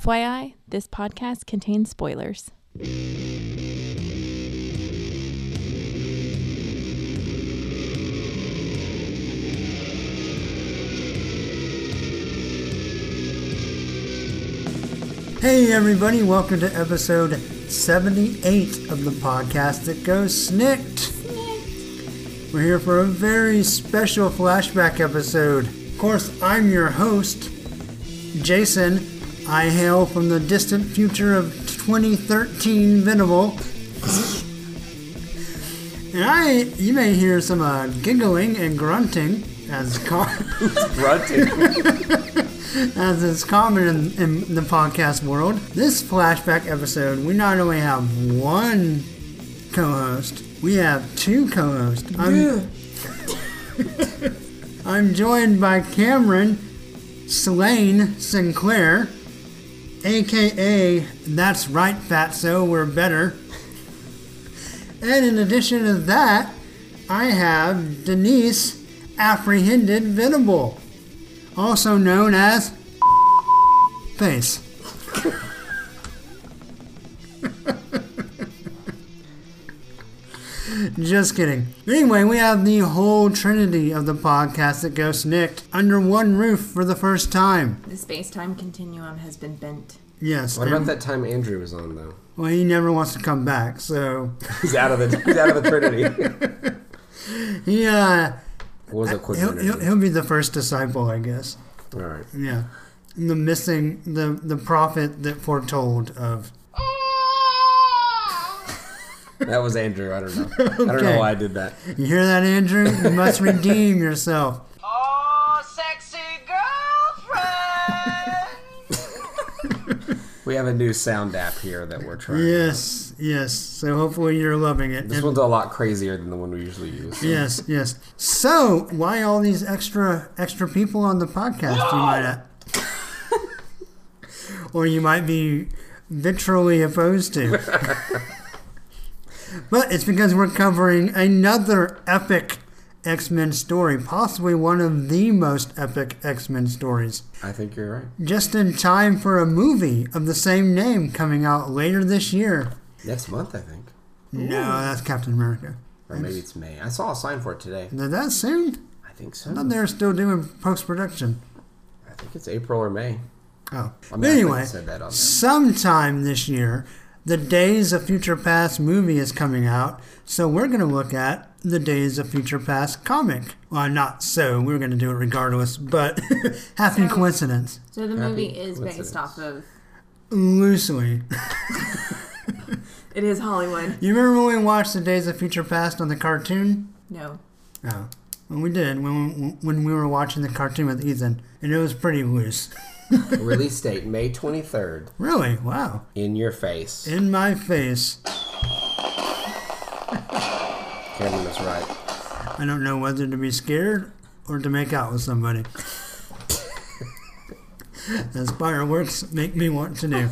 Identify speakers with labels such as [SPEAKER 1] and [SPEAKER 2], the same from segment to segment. [SPEAKER 1] FYI, this podcast contains spoilers.
[SPEAKER 2] Hey, everybody, welcome to episode 78 of the podcast that goes snicked. We're here for a very special flashback episode. Of course, I'm your host, Jason. I hail from the distant future of 2013 Venable. And I, you may hear some uh, giggling and grunting as Car.
[SPEAKER 3] grunting.
[SPEAKER 2] As is common in, in the podcast world, this flashback episode, we not only have one co host, we have two co hosts. I'm, I'm joined by Cameron Slane Sinclair, aka That's Right Fatso, We're Better. And in addition to that, I have Denise Apprehended Venable also known as face. Just kidding. Anyway, we have the whole trinity of the podcast that goes nicked under one roof for the first time.
[SPEAKER 1] The space time continuum has been bent.
[SPEAKER 2] Yes.
[SPEAKER 3] What about that time Andrew was on though?
[SPEAKER 2] Well, he never wants to come back, so
[SPEAKER 3] He's out of the he's out of the Trinity.
[SPEAKER 2] he uh,
[SPEAKER 3] was a quick
[SPEAKER 2] he'll, he'll,
[SPEAKER 3] interview.
[SPEAKER 2] he'll be the first disciple, I guess.
[SPEAKER 3] All right.
[SPEAKER 2] Yeah, the missing the the prophet that foretold of
[SPEAKER 3] That was Andrew. I don't know. I don't
[SPEAKER 2] Okay.
[SPEAKER 3] know why I did that.
[SPEAKER 2] You hear that, Andrew? You must redeem yourself.
[SPEAKER 4] Oh, sexy girlfriend!
[SPEAKER 3] We have a new sound app here that we're trying.
[SPEAKER 2] Yes, yes. So hopefully you're loving it.
[SPEAKER 3] This
[SPEAKER 2] And-
[SPEAKER 3] one's a lot crazier than the one we usually use.
[SPEAKER 2] yes, yes. So why all these extra extra people on the podcast? You might, uh, or you might be vitrally opposed to. but it's because we're covering another epic X Men story, possibly one of the most epic X Men stories.
[SPEAKER 3] I think you're right.
[SPEAKER 2] just in time for a movie of the same name coming out later this year.
[SPEAKER 3] Next month, I think,
[SPEAKER 2] No, that's Captain America.
[SPEAKER 3] or maybe it's May. I saw a sign for it today.
[SPEAKER 2] Is it that soon?
[SPEAKER 3] I think so.
[SPEAKER 2] But they're still doing post production.
[SPEAKER 3] I think it's April or May.
[SPEAKER 2] Oh,
[SPEAKER 3] I
[SPEAKER 2] But
[SPEAKER 3] mean, I think
[SPEAKER 2] anyway,
[SPEAKER 3] it said that on there.
[SPEAKER 2] sometime this year, the Days of Future Past movie is coming out, so we're going to look at the Days of Future Past comic. Well, not so. We're going to do it regardless, but happy coincidence.
[SPEAKER 5] So the
[SPEAKER 3] Happy
[SPEAKER 5] movie is based
[SPEAKER 3] coincidence.
[SPEAKER 5] off of
[SPEAKER 2] Loosely.
[SPEAKER 5] it is Hollywood.
[SPEAKER 2] You remember when we watched the Days of Future Past on the cartoon?
[SPEAKER 5] No,
[SPEAKER 2] Oh. Well, we did when when we were watching the cartoon with Ethan, and it was pretty loose.
[SPEAKER 3] Release date May 23rd.
[SPEAKER 2] Really? Wow.
[SPEAKER 3] In your face.
[SPEAKER 2] In my face.
[SPEAKER 3] Cameron was right.
[SPEAKER 2] I don't know whether to be scared or to make out with somebody. Those fireworks make me want to do.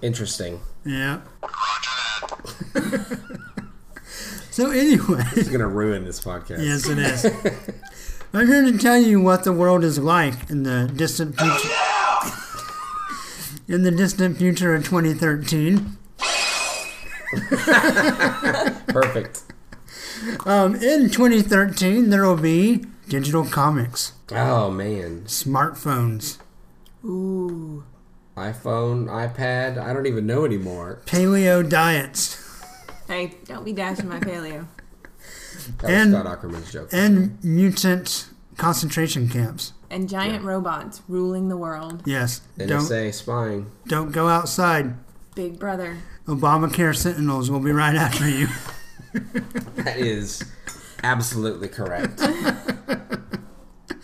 [SPEAKER 3] Interesting.
[SPEAKER 2] Yeah. so anyway,
[SPEAKER 3] It's gonna ruin this podcast.
[SPEAKER 2] yes, it is. I'm here to tell you what the world is like in the distant future. In the distant future of 2013.
[SPEAKER 3] Perfect.
[SPEAKER 2] Um, in 2013, there will be digital comics,
[SPEAKER 3] Oh man.
[SPEAKER 2] smartphones,
[SPEAKER 3] iPhone, iPad, I don't even know anymore.
[SPEAKER 2] paleo diets,
[SPEAKER 5] hey, don't be dashing my paleo.
[SPEAKER 3] That was
[SPEAKER 2] And-
[SPEAKER 3] Scott Ackerman's joke.
[SPEAKER 2] and mutant concentration camps.
[SPEAKER 5] And giant robots ruling the world.
[SPEAKER 2] Yes, don't
[SPEAKER 3] NSA spying.
[SPEAKER 2] don't go outside.
[SPEAKER 5] Big Brother.
[SPEAKER 2] Obamacare sentinels will be right after you.
[SPEAKER 3] That is absolutely correct.
[SPEAKER 2] All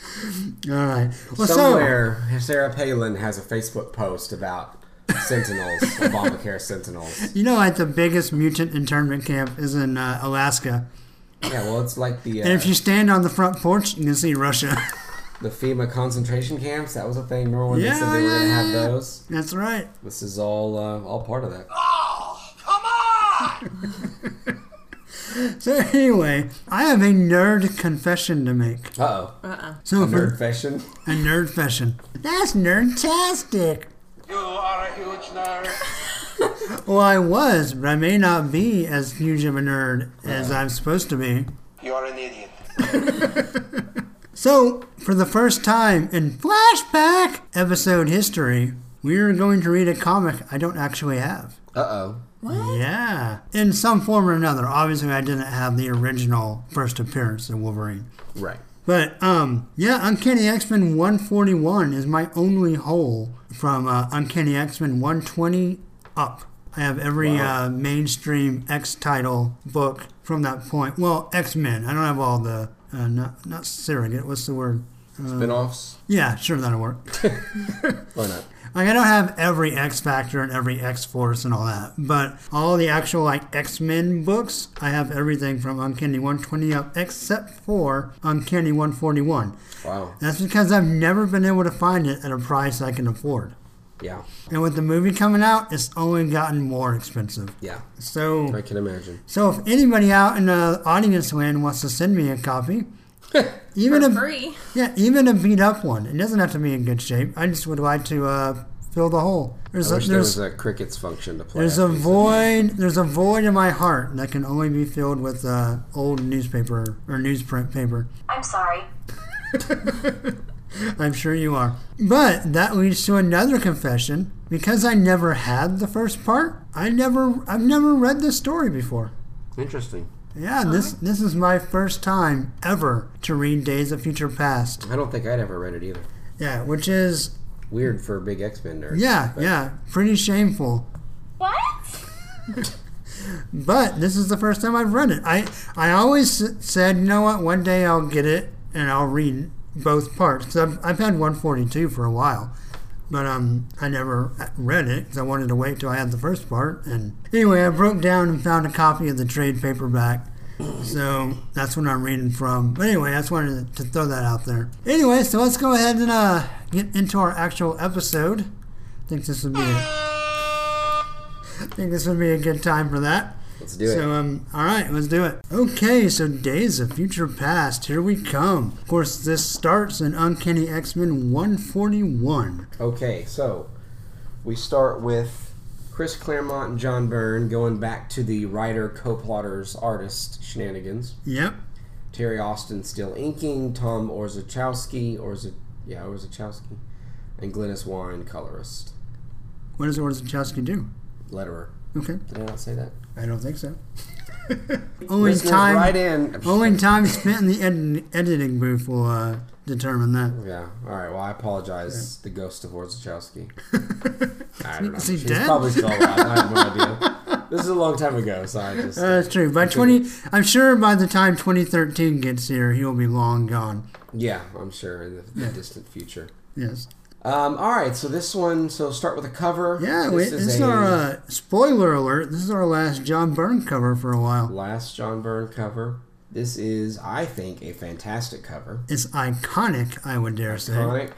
[SPEAKER 2] right. Well,
[SPEAKER 3] Somewhere, Sarah Palin has a Facebook post about Sentinels, Obamacare Sentinels.
[SPEAKER 2] so you know, like the biggest mutant internment camp is in uh, Alaska,
[SPEAKER 3] Yeah, well, it's like the uh,
[SPEAKER 2] and if you stand on the front porch, you can see Russia.
[SPEAKER 3] the FEMA concentration camps. That was a thing. Remember when
[SPEAKER 2] Yeah,
[SPEAKER 3] they said they were
[SPEAKER 2] yeah,
[SPEAKER 3] going to have
[SPEAKER 2] yeah.
[SPEAKER 3] those?
[SPEAKER 2] That's right.
[SPEAKER 3] This is all uh, all part of that.
[SPEAKER 4] Oh, come on!
[SPEAKER 2] So anyway, I have a nerd confession to make.
[SPEAKER 3] Uh oh.
[SPEAKER 5] Uh uh
[SPEAKER 2] So for-
[SPEAKER 3] Nerd fashion.
[SPEAKER 2] A nerd fashion. That's nerdtastic.
[SPEAKER 4] You huge nerd.
[SPEAKER 2] Well, I was, but I may not be as huge of a nerd as I'm supposed to be.
[SPEAKER 4] You're an idiot.
[SPEAKER 2] So, for the first time in flashback episode history, we're going to read a comic I don't actually have.
[SPEAKER 3] Uh oh.
[SPEAKER 2] Yeah. In some form or another. Obviously, I didn't have the original first appearance of Wolverine.
[SPEAKER 3] Right.
[SPEAKER 2] But um, yeah, Uncanny X Men 141 is my only hole from uh, Uncanny X Men 120 up. I have every
[SPEAKER 3] Wow.
[SPEAKER 2] uh, mainstream X title book from that point. Well, X Men. I don't have all the uh, not not surrogate. What's the word?
[SPEAKER 3] Spinoffs?
[SPEAKER 2] Yeah, sure that'll work.
[SPEAKER 3] Why not?
[SPEAKER 2] Like I don't have every X Factor and every X Force and all that, but all the actual like X Men books, I have everything from Uncanny 120 up, except for Uncanny 141.
[SPEAKER 3] Wow.
[SPEAKER 2] That's because I've never been able to find it at a price I can afford.
[SPEAKER 3] Yeah.
[SPEAKER 2] And with the movie coming out, it's only gotten more expensive.
[SPEAKER 3] Yeah. I
[SPEAKER 2] So,
[SPEAKER 3] can imagine.
[SPEAKER 2] so if anybody out in the audience land wants to send me a copy, even
[SPEAKER 5] For
[SPEAKER 2] a
[SPEAKER 5] free.
[SPEAKER 2] yeah, even a beat up one, it doesn't have to be in good shape. I just would like to uh, fill the hole. There's
[SPEAKER 3] I
[SPEAKER 2] a,
[SPEAKER 3] wish there
[SPEAKER 2] there's
[SPEAKER 3] was a crickets function to play.
[SPEAKER 2] there's
[SPEAKER 3] after
[SPEAKER 2] a
[SPEAKER 3] this.
[SPEAKER 2] void there's a void in my heart that can only be filled with uh, old newspaper or newsprint paper.
[SPEAKER 6] I'm sorry.
[SPEAKER 2] I'm sure you are. But that leads to another confession. Because I never had the first part, I never I've never read this story before.
[SPEAKER 3] Interesting.
[SPEAKER 2] Yeah, this this is my first time ever to read Days of Future Past.
[SPEAKER 3] I don't think I'd ever read it either.
[SPEAKER 2] Yeah, which is
[SPEAKER 3] Weird for a big X Men nerd.
[SPEAKER 2] yeah, yeah, pretty shameful.
[SPEAKER 6] What?
[SPEAKER 2] But this is the first time I've read it. I I always s- said, you know what, one day I'll get it and I'll read both parts. i I've, I've had 142 for a while, but um, I never read it because I wanted to wait till I had the first part. And anyway, I broke down and found a copy of the trade paperback. So that's what I'm reading from. But anyway, I just wanted to throw that out there. Anyway, so let's go ahead and uh, get into our actual episode. I think this would be. A, I think this would be a good time for that.
[SPEAKER 3] Let's do it.
[SPEAKER 2] So, um, all right, let's do it. Okay, so Days of Future Past, here we come. Of course, this starts in Uncanny X Men 141.
[SPEAKER 3] Okay, so we start with Chris Claremont and John Byrne going back to the writer, co plotters, artist shenanigans.
[SPEAKER 2] Yep.
[SPEAKER 3] Terry Austin still inking, Tom Orzechowski, Orze, yeah, Orzechowski, and Glynis Warren, colorist,
[SPEAKER 2] What does Orzechowski do?
[SPEAKER 3] letterer.
[SPEAKER 2] Okay,
[SPEAKER 3] Did I not say that?
[SPEAKER 2] I don't think so. only
[SPEAKER 3] Listeners,
[SPEAKER 2] time,
[SPEAKER 3] Right in.
[SPEAKER 2] only time spent in the ed- editing booth will uh, determine that.
[SPEAKER 3] Yeah. All right. Well, I apologize. The ghost of Orzechowski. I don't know.
[SPEAKER 2] Is he
[SPEAKER 3] She's
[SPEAKER 2] dead?
[SPEAKER 3] probably still alive. I have no idea. This is a long time ago, so I just.
[SPEAKER 2] Uh, that's true. By 20, I'm sure by the time 2013 gets here, he'll be long gone.
[SPEAKER 3] yeah, I'm sure in the, the distant future.
[SPEAKER 2] Yes.
[SPEAKER 3] Um, all right. So this one. So start with a cover.
[SPEAKER 2] Yeah,
[SPEAKER 3] This
[SPEAKER 2] wait, this is our uh, spoiler alert. This is our last John Byrne cover for a while.
[SPEAKER 3] last John Byrne cover. This is, I think, a fantastic cover.
[SPEAKER 2] It's iconic, I would dare say.
[SPEAKER 3] Iconic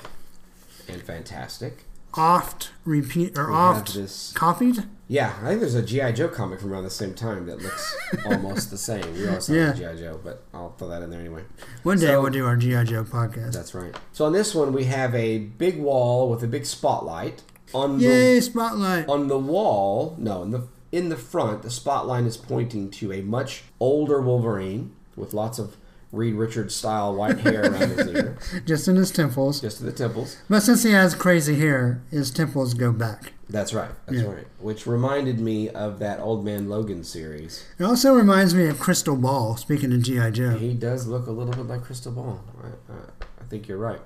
[SPEAKER 3] and fantastic.
[SPEAKER 2] Oft repeat or
[SPEAKER 3] We have
[SPEAKER 2] oft
[SPEAKER 3] this-
[SPEAKER 2] copied.
[SPEAKER 3] Yeah, I think there's a GI Joe comic from around the same time that looks almost the same. We always have
[SPEAKER 2] Yeah.
[SPEAKER 3] GI Joe, but I'll throw that in there anyway.
[SPEAKER 2] One day
[SPEAKER 3] So-
[SPEAKER 2] we'll do our GI Joe podcast.
[SPEAKER 3] That's right. So on this one, we have a big wall with a big spotlight on
[SPEAKER 2] Yay,
[SPEAKER 3] the
[SPEAKER 2] spotlight!
[SPEAKER 3] on the wall. No, in the in the front, the spotlight is pointing to a much older Wolverine with lots of Reed Richards style white hair around his ear,
[SPEAKER 2] Just in his temples.
[SPEAKER 3] just to the temples.
[SPEAKER 2] But since he has crazy hair, his temples go back.
[SPEAKER 3] That's right. That's right. Which reminded me of that Old Man Logan series.
[SPEAKER 2] It also reminds me of Crystal Ball. Speaking of GI Joe,
[SPEAKER 3] He does look a little bit like Crystal Ball. I, I, I think you're right.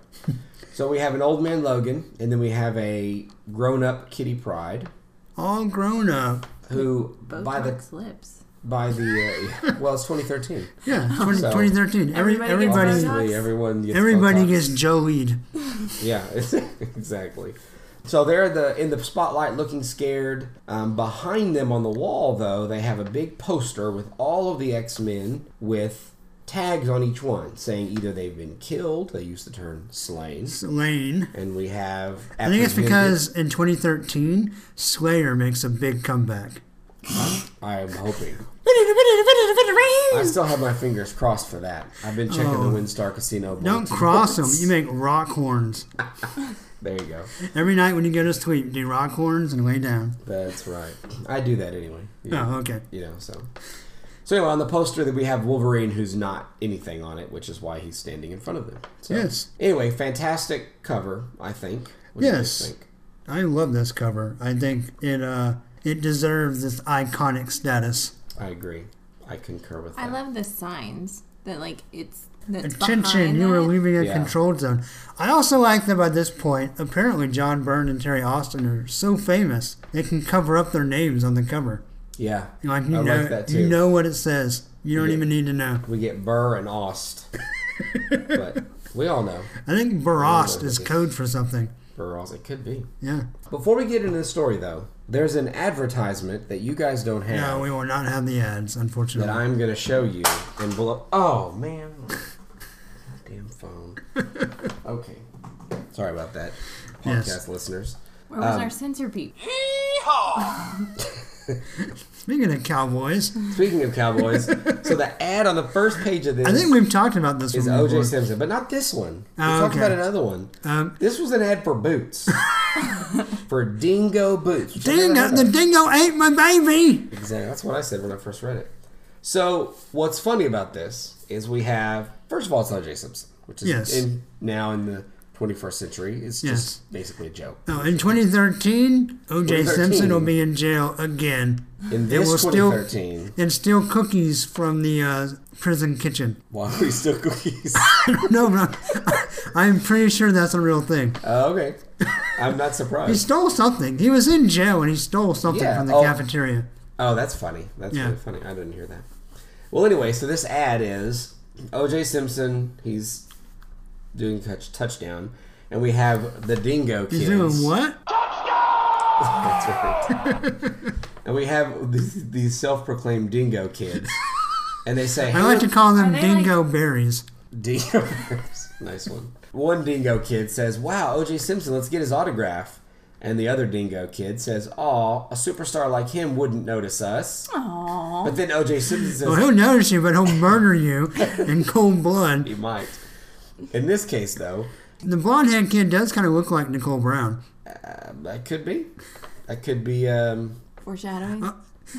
[SPEAKER 3] so we have an Old Man Logan, and then we have a grown-up Kitty Pride.
[SPEAKER 2] all grown up.
[SPEAKER 3] Who
[SPEAKER 5] Botox
[SPEAKER 3] by the
[SPEAKER 5] lips.
[SPEAKER 3] by the uh, well, it's 2013.
[SPEAKER 2] Yeah, 20,
[SPEAKER 3] So-
[SPEAKER 2] 2013. Every,
[SPEAKER 5] Everybody gets
[SPEAKER 2] everybody,
[SPEAKER 5] Botox.
[SPEAKER 3] Obviously, everyone gets
[SPEAKER 2] everybody
[SPEAKER 3] Botox.
[SPEAKER 2] gets Joey'd.
[SPEAKER 3] yeah, exactly. So they're the in the spotlight, looking scared. Um, behind them on the wall, though, they have a big poster with all of the X Men with tags on each one saying either they've been killed. They use the term slain,
[SPEAKER 2] Lane.
[SPEAKER 3] and we have.
[SPEAKER 2] I think it's because in 2013, Slayer makes a big comeback.
[SPEAKER 3] I'm hoping. I still have my fingers crossed for that. I've been checking the Windstar Casino.
[SPEAKER 2] Oh. Don't
[SPEAKER 3] bulletin
[SPEAKER 2] cross them.
[SPEAKER 3] boards.
[SPEAKER 2] You make rock horns.
[SPEAKER 3] There you go.
[SPEAKER 2] Every night when you go to sleep, do rock horns and lay down.
[SPEAKER 3] That's right. I do that anyway. You know,
[SPEAKER 2] Oh, okay.
[SPEAKER 3] you know, so. So anyway, on the poster that we have Wolverine, who's not anything on it, which is why he's standing in front of them. So,
[SPEAKER 2] Yes.
[SPEAKER 3] Anyway, fantastic cover, I think. What do you guys
[SPEAKER 2] Yes.
[SPEAKER 3] think?
[SPEAKER 2] I love this cover. I think it uh it deserves this iconic status.
[SPEAKER 3] I agree. I concur with that.
[SPEAKER 5] I love the signs that like it's that's
[SPEAKER 2] Attention,
[SPEAKER 5] behind
[SPEAKER 2] you are
[SPEAKER 5] that.
[SPEAKER 2] leaving a
[SPEAKER 3] Yeah.
[SPEAKER 2] controlled zone. I also like that by this point, apparently John Byrne and Terry Austin are so famous they can cover up their names on the cover.
[SPEAKER 3] yeah,
[SPEAKER 2] Like you
[SPEAKER 3] I
[SPEAKER 2] know,
[SPEAKER 3] like that too.
[SPEAKER 2] you know what it says. You don't
[SPEAKER 3] Yeah.
[SPEAKER 2] even need to know.
[SPEAKER 3] we get Burr and Ost, but we all know
[SPEAKER 2] I think Barost
[SPEAKER 3] what
[SPEAKER 2] is
[SPEAKER 3] it is.
[SPEAKER 2] code for something.
[SPEAKER 3] Burr Ost. It could be.
[SPEAKER 2] Yeah.
[SPEAKER 3] Before we get into the story, though, there's an advertisement that you guys don't have.
[SPEAKER 2] No, we will not have the ads,
[SPEAKER 3] that
[SPEAKER 2] unfortunately.
[SPEAKER 3] I'm gonna show you and blow. Oh man, goddamn phone. Okay, sorry about that, podcast
[SPEAKER 2] Yes.
[SPEAKER 3] listeners.
[SPEAKER 5] Where
[SPEAKER 3] Oh.
[SPEAKER 5] was our censor peep?
[SPEAKER 4] Hee-haw!
[SPEAKER 2] Speaking of cowboys,
[SPEAKER 3] Speaking of cowboys, so the ad on the first page of this
[SPEAKER 2] I think we've talked about this
[SPEAKER 3] is
[SPEAKER 2] one
[SPEAKER 3] OJ
[SPEAKER 2] before.
[SPEAKER 3] Simpson, but not this one. We
[SPEAKER 2] Oh,
[SPEAKER 3] talked
[SPEAKER 2] okay.
[SPEAKER 3] about another one.
[SPEAKER 2] Um,
[SPEAKER 3] this was an ad for boots. For dingo boots. Check it
[SPEAKER 2] Dingo,
[SPEAKER 3] out.
[SPEAKER 2] the dingo ate my baby.
[SPEAKER 3] Exactly. That's what I said when I first read it. So what's funny about this is we have first of all it's OJ Simpson, which is
[SPEAKER 2] Yes.
[SPEAKER 3] in, now in the 21st century is
[SPEAKER 2] Yes.
[SPEAKER 3] just basically a joke.
[SPEAKER 2] Oh, in 2013, O.J.
[SPEAKER 3] 2013.
[SPEAKER 2] Simpson will be in jail again.
[SPEAKER 3] In
[SPEAKER 2] It
[SPEAKER 3] this
[SPEAKER 2] will steal-
[SPEAKER 3] 2013,
[SPEAKER 2] and steal cookies from the uh, prison kitchen.
[SPEAKER 3] why are we still cookies?
[SPEAKER 2] No, but I'm, I'm pretty sure that's a real thing.
[SPEAKER 3] Oh, okay, I'm not
[SPEAKER 2] He
[SPEAKER 3] surprised.
[SPEAKER 2] stole something. He was in jail and he stole something
[SPEAKER 3] Yeah,
[SPEAKER 2] from the
[SPEAKER 3] oh.
[SPEAKER 2] cafeteria.
[SPEAKER 3] Oh, that's funny. That's
[SPEAKER 2] Yeah.
[SPEAKER 3] really funny. I didn't hear that. Well, anyway, so this ad is OJ Simpson. He's doing touch touchdown, and we have the dingo kids.
[SPEAKER 2] He's doing what?
[SPEAKER 3] That's right. and we have these, these self-proclaimed dingo kids, and they say,
[SPEAKER 2] I like to call them
[SPEAKER 5] they like-
[SPEAKER 2] dingo berries.
[SPEAKER 3] Dingo Bears. nice one. One dingo kid says, Wow, OJ Simpson, let's get his autograph. And the other dingo kid says, Aw, a superstar like him wouldn't notice us.
[SPEAKER 5] Aww.
[SPEAKER 3] But then OJ Simpson says,
[SPEAKER 2] Well, he'll notice you, but he'll murder you in cold blood.
[SPEAKER 3] He might. In this case, though,
[SPEAKER 2] The blonde haired kid does kind of look like Nicole Brown.
[SPEAKER 3] uh, that could be. That could be. Um,
[SPEAKER 5] Foreshadowing.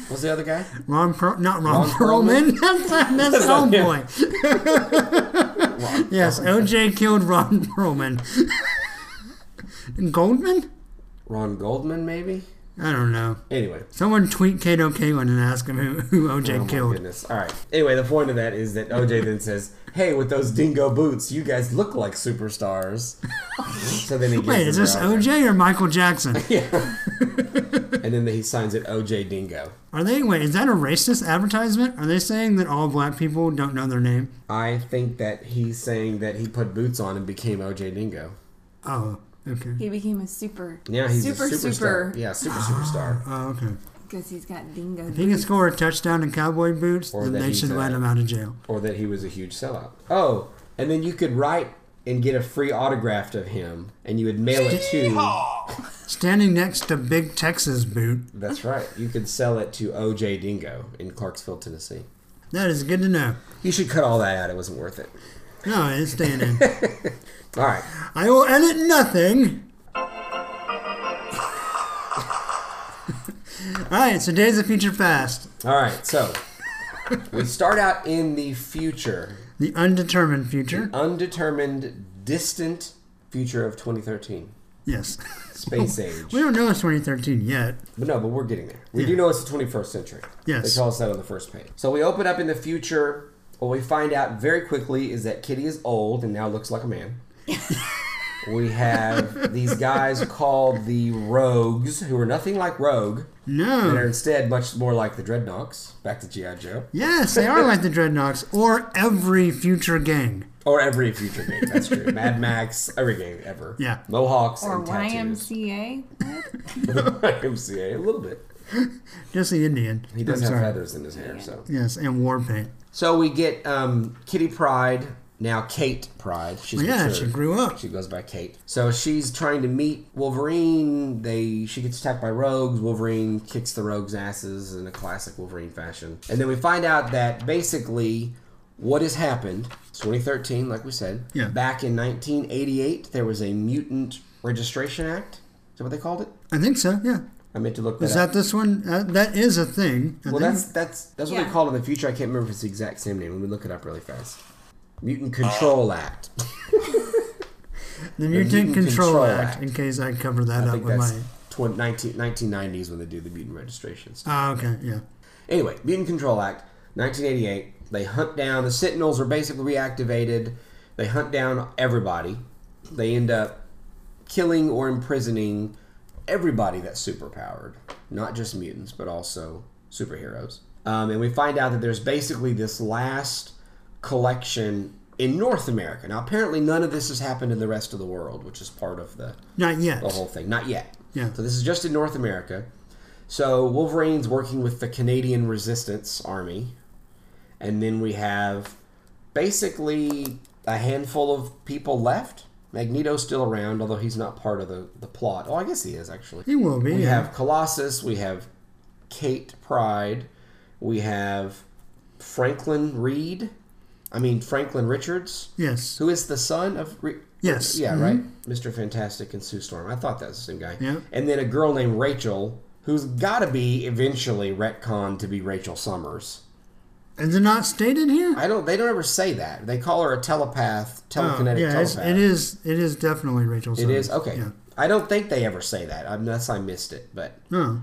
[SPEAKER 3] what's the other guy?
[SPEAKER 2] Ron per- not Ron,
[SPEAKER 3] Ron
[SPEAKER 2] Perlman. That's
[SPEAKER 3] not him.
[SPEAKER 2] Hellboy. yes, OJ killed Ron Perlman. Goldman?
[SPEAKER 3] Ron Goldman, maybe?
[SPEAKER 2] I don't know.
[SPEAKER 3] Anyway.
[SPEAKER 2] Someone tweet Kato Kalin and ask him who, who OJ
[SPEAKER 3] Oh my
[SPEAKER 2] killed.
[SPEAKER 3] goodness. All right. Anyway, the point of that is that OJ then says, "Hey, with those dingo boots, you guys look like superstars." so then he gives
[SPEAKER 2] Wait, is
[SPEAKER 3] them
[SPEAKER 2] this
[SPEAKER 3] their autograph.
[SPEAKER 2] OJ or Michael Jackson?
[SPEAKER 3] And then he signs it OJ Dingo.
[SPEAKER 2] Are they wait, is that a racist advertisement? Are they saying that all black people don't know their name?
[SPEAKER 3] I think that he's saying that he put boots on and became OJ Dingo.
[SPEAKER 2] Oh, okay.
[SPEAKER 5] He became a super.
[SPEAKER 3] Yeah, he's
[SPEAKER 5] super
[SPEAKER 3] a superstar.
[SPEAKER 5] super
[SPEAKER 3] Yeah, super superstar.
[SPEAKER 2] Oh, okay.
[SPEAKER 5] because he's got dingo.
[SPEAKER 2] If he can score a touchdown in cowboy boots,
[SPEAKER 3] Or
[SPEAKER 2] then
[SPEAKER 3] that
[SPEAKER 2] they
[SPEAKER 3] he's
[SPEAKER 2] should
[SPEAKER 3] a-
[SPEAKER 2] let him out of jail.
[SPEAKER 3] Or that he was a huge sellout. Oh, and then you could write and get a free autograph of him, and you would mail it to.
[SPEAKER 2] Standing next to Big Texas Boot.
[SPEAKER 3] That's right. You could sell it to OJ Dingo in Clarksville, Tennessee.
[SPEAKER 2] That is good to know.
[SPEAKER 3] You should cut all that out. It wasn't worth it.
[SPEAKER 2] No, it's staying in.
[SPEAKER 3] All right.
[SPEAKER 2] I will edit nothing. All right, so Days of Future Past,
[SPEAKER 3] All right. So we start out in the future,
[SPEAKER 2] the undetermined future.
[SPEAKER 3] undetermined, distant future of 2013,
[SPEAKER 2] Yes,
[SPEAKER 3] space age.
[SPEAKER 2] we don't know it's 2013 yet.
[SPEAKER 3] But no, but we're getting there. We do know it's the 21st century.
[SPEAKER 2] Yes.
[SPEAKER 3] They tell us that on the first page. So we open up in the future. What we find out very quickly is that Kitty is old and now looks like a man. we have these guys called the Rogues, who are nothing like Rogue. And are
[SPEAKER 2] No.
[SPEAKER 3] instead much more like the Dreadnoughts. Back to G.I. Joe.
[SPEAKER 2] Yes, they are like the Dreadnoughts or every future gang.
[SPEAKER 3] Or every future game, that's true. Mad Max, every game ever.
[SPEAKER 2] Yeah.
[SPEAKER 3] Mohawks
[SPEAKER 5] Or
[SPEAKER 3] and tattoos.
[SPEAKER 5] YMCA.
[SPEAKER 3] YMCA, a little bit.
[SPEAKER 2] Just the Indian.
[SPEAKER 3] He does
[SPEAKER 2] I'm
[SPEAKER 3] have
[SPEAKER 2] sorry.
[SPEAKER 3] feathers in his hair, so.
[SPEAKER 2] Yes, and war paint.
[SPEAKER 3] So we get um, Kitty Pride, now Kate Pride. She's
[SPEAKER 2] Yeah,
[SPEAKER 3] matured.
[SPEAKER 2] she grew up.
[SPEAKER 3] She goes by Kate. So she's trying to meet Wolverine. They she gets attacked by rogues. Wolverine kicks the rogues' asses in a classic Wolverine fashion. And then we find out that basically what has happened. It's 2013, like we said.
[SPEAKER 2] Yeah.
[SPEAKER 3] Back in 1988, there was a mutant Registration Act. Is that what they called it?
[SPEAKER 2] I think so. Yeah.
[SPEAKER 3] I meant to look that
[SPEAKER 2] Is
[SPEAKER 3] up.
[SPEAKER 2] that this one? Uh, that is a thing. I
[SPEAKER 3] Well,
[SPEAKER 2] think.
[SPEAKER 3] that's that's that's what they
[SPEAKER 5] Yeah.
[SPEAKER 3] call it in the future. I can't remember if it's the exact same name. Let me look it up really fast. Mutant Control Act.
[SPEAKER 2] the Mutant,
[SPEAKER 3] Mutant
[SPEAKER 2] Control,
[SPEAKER 3] Control
[SPEAKER 2] Act,
[SPEAKER 3] Act.
[SPEAKER 2] In case I cover that
[SPEAKER 3] I
[SPEAKER 2] up
[SPEAKER 3] think
[SPEAKER 2] with
[SPEAKER 3] that's
[SPEAKER 2] my.
[SPEAKER 3] tw- 19, 1990s when they do the mutant registration stuff.
[SPEAKER 2] Ah, okay. Yeah.
[SPEAKER 3] Anyway, Mutant Control Act, 1988. They hunt down the Sentinels are basically reactivated. They hunt down everybody. They end up killing or imprisoning everybody that's superpowered, not just mutants, but also superheroes. Um, and we find out that there's basically this last collection in North America. Now, apparently, none of this has happened in the rest of the world, which is part of the
[SPEAKER 2] Not yet.
[SPEAKER 3] the whole thing. Not yet.
[SPEAKER 2] Yeah.
[SPEAKER 3] So this is just in North America. So Wolverine's working with the Canadian Resistance Army, and then we have basically a handful of people left. Magneto's still around, although he's not part of the, the plot. Oh, I guess he is actually.
[SPEAKER 2] He will be.
[SPEAKER 3] We
[SPEAKER 2] yeah.
[SPEAKER 3] have Colossus. We have Kate Pride. We have Franklin Reed. I mean Franklin Richards.
[SPEAKER 2] Yes.
[SPEAKER 3] Who is the son of? Re-
[SPEAKER 2] Yes. Mm-hmm.
[SPEAKER 3] Yeah, right. Mr. Fantastic and Sue Storm. I thought that was the same guy.
[SPEAKER 2] Yeah.
[SPEAKER 3] And then a girl named Rachel, who's got to be eventually retconned to be Rachel Summers.
[SPEAKER 2] Is it not stated here?
[SPEAKER 3] I don't. They don't ever say that. They call her a telepath,
[SPEAKER 2] Oh,
[SPEAKER 3] telekinetic
[SPEAKER 2] yeah, it's,
[SPEAKER 3] telepath.
[SPEAKER 2] it is. It is definitely Rachel.
[SPEAKER 3] It is
[SPEAKER 2] Summers.
[SPEAKER 3] okay.
[SPEAKER 2] Yeah.
[SPEAKER 3] I don't think they ever say that unless I missed it. But
[SPEAKER 2] Oh,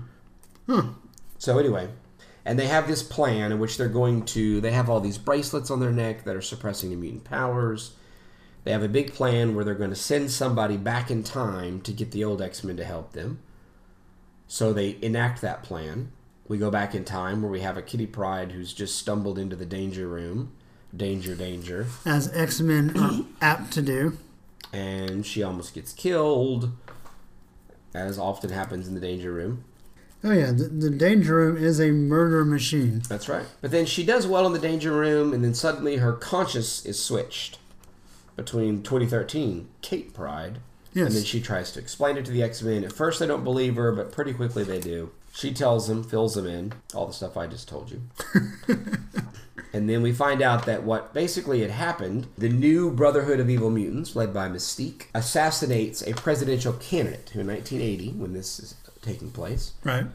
[SPEAKER 3] So anyway, and they have this plan in which they're going to they have all these bracelets on their neck that are suppressing the mutant powers. They have a big plan where they're going to send somebody back in time to get the old X-Men to help them. So they enact that plan. We go back in time where we have a Kitty Pride who's just stumbled into the danger room. Danger, danger.
[SPEAKER 2] as X Men are apt to do.
[SPEAKER 3] And she almost gets killed, as often happens in the danger room.
[SPEAKER 2] Oh yeah, the, the Danger Room is a murder machine.
[SPEAKER 3] That's right. But then she does well in the danger room, and then suddenly her conscience is switched between 2013, Kate Pride,
[SPEAKER 2] Yes.
[SPEAKER 3] and then she tries to explain it to the X Men. At first, they don't believe her, but pretty quickly they do. She tells them, fills them in, all the stuff I just told you. and then we find out that what basically had happened the new Brotherhood of Evil Mutants, led by Mystique, assassinates a presidential candidate who, in 1980, when this is taking place,
[SPEAKER 2] Right.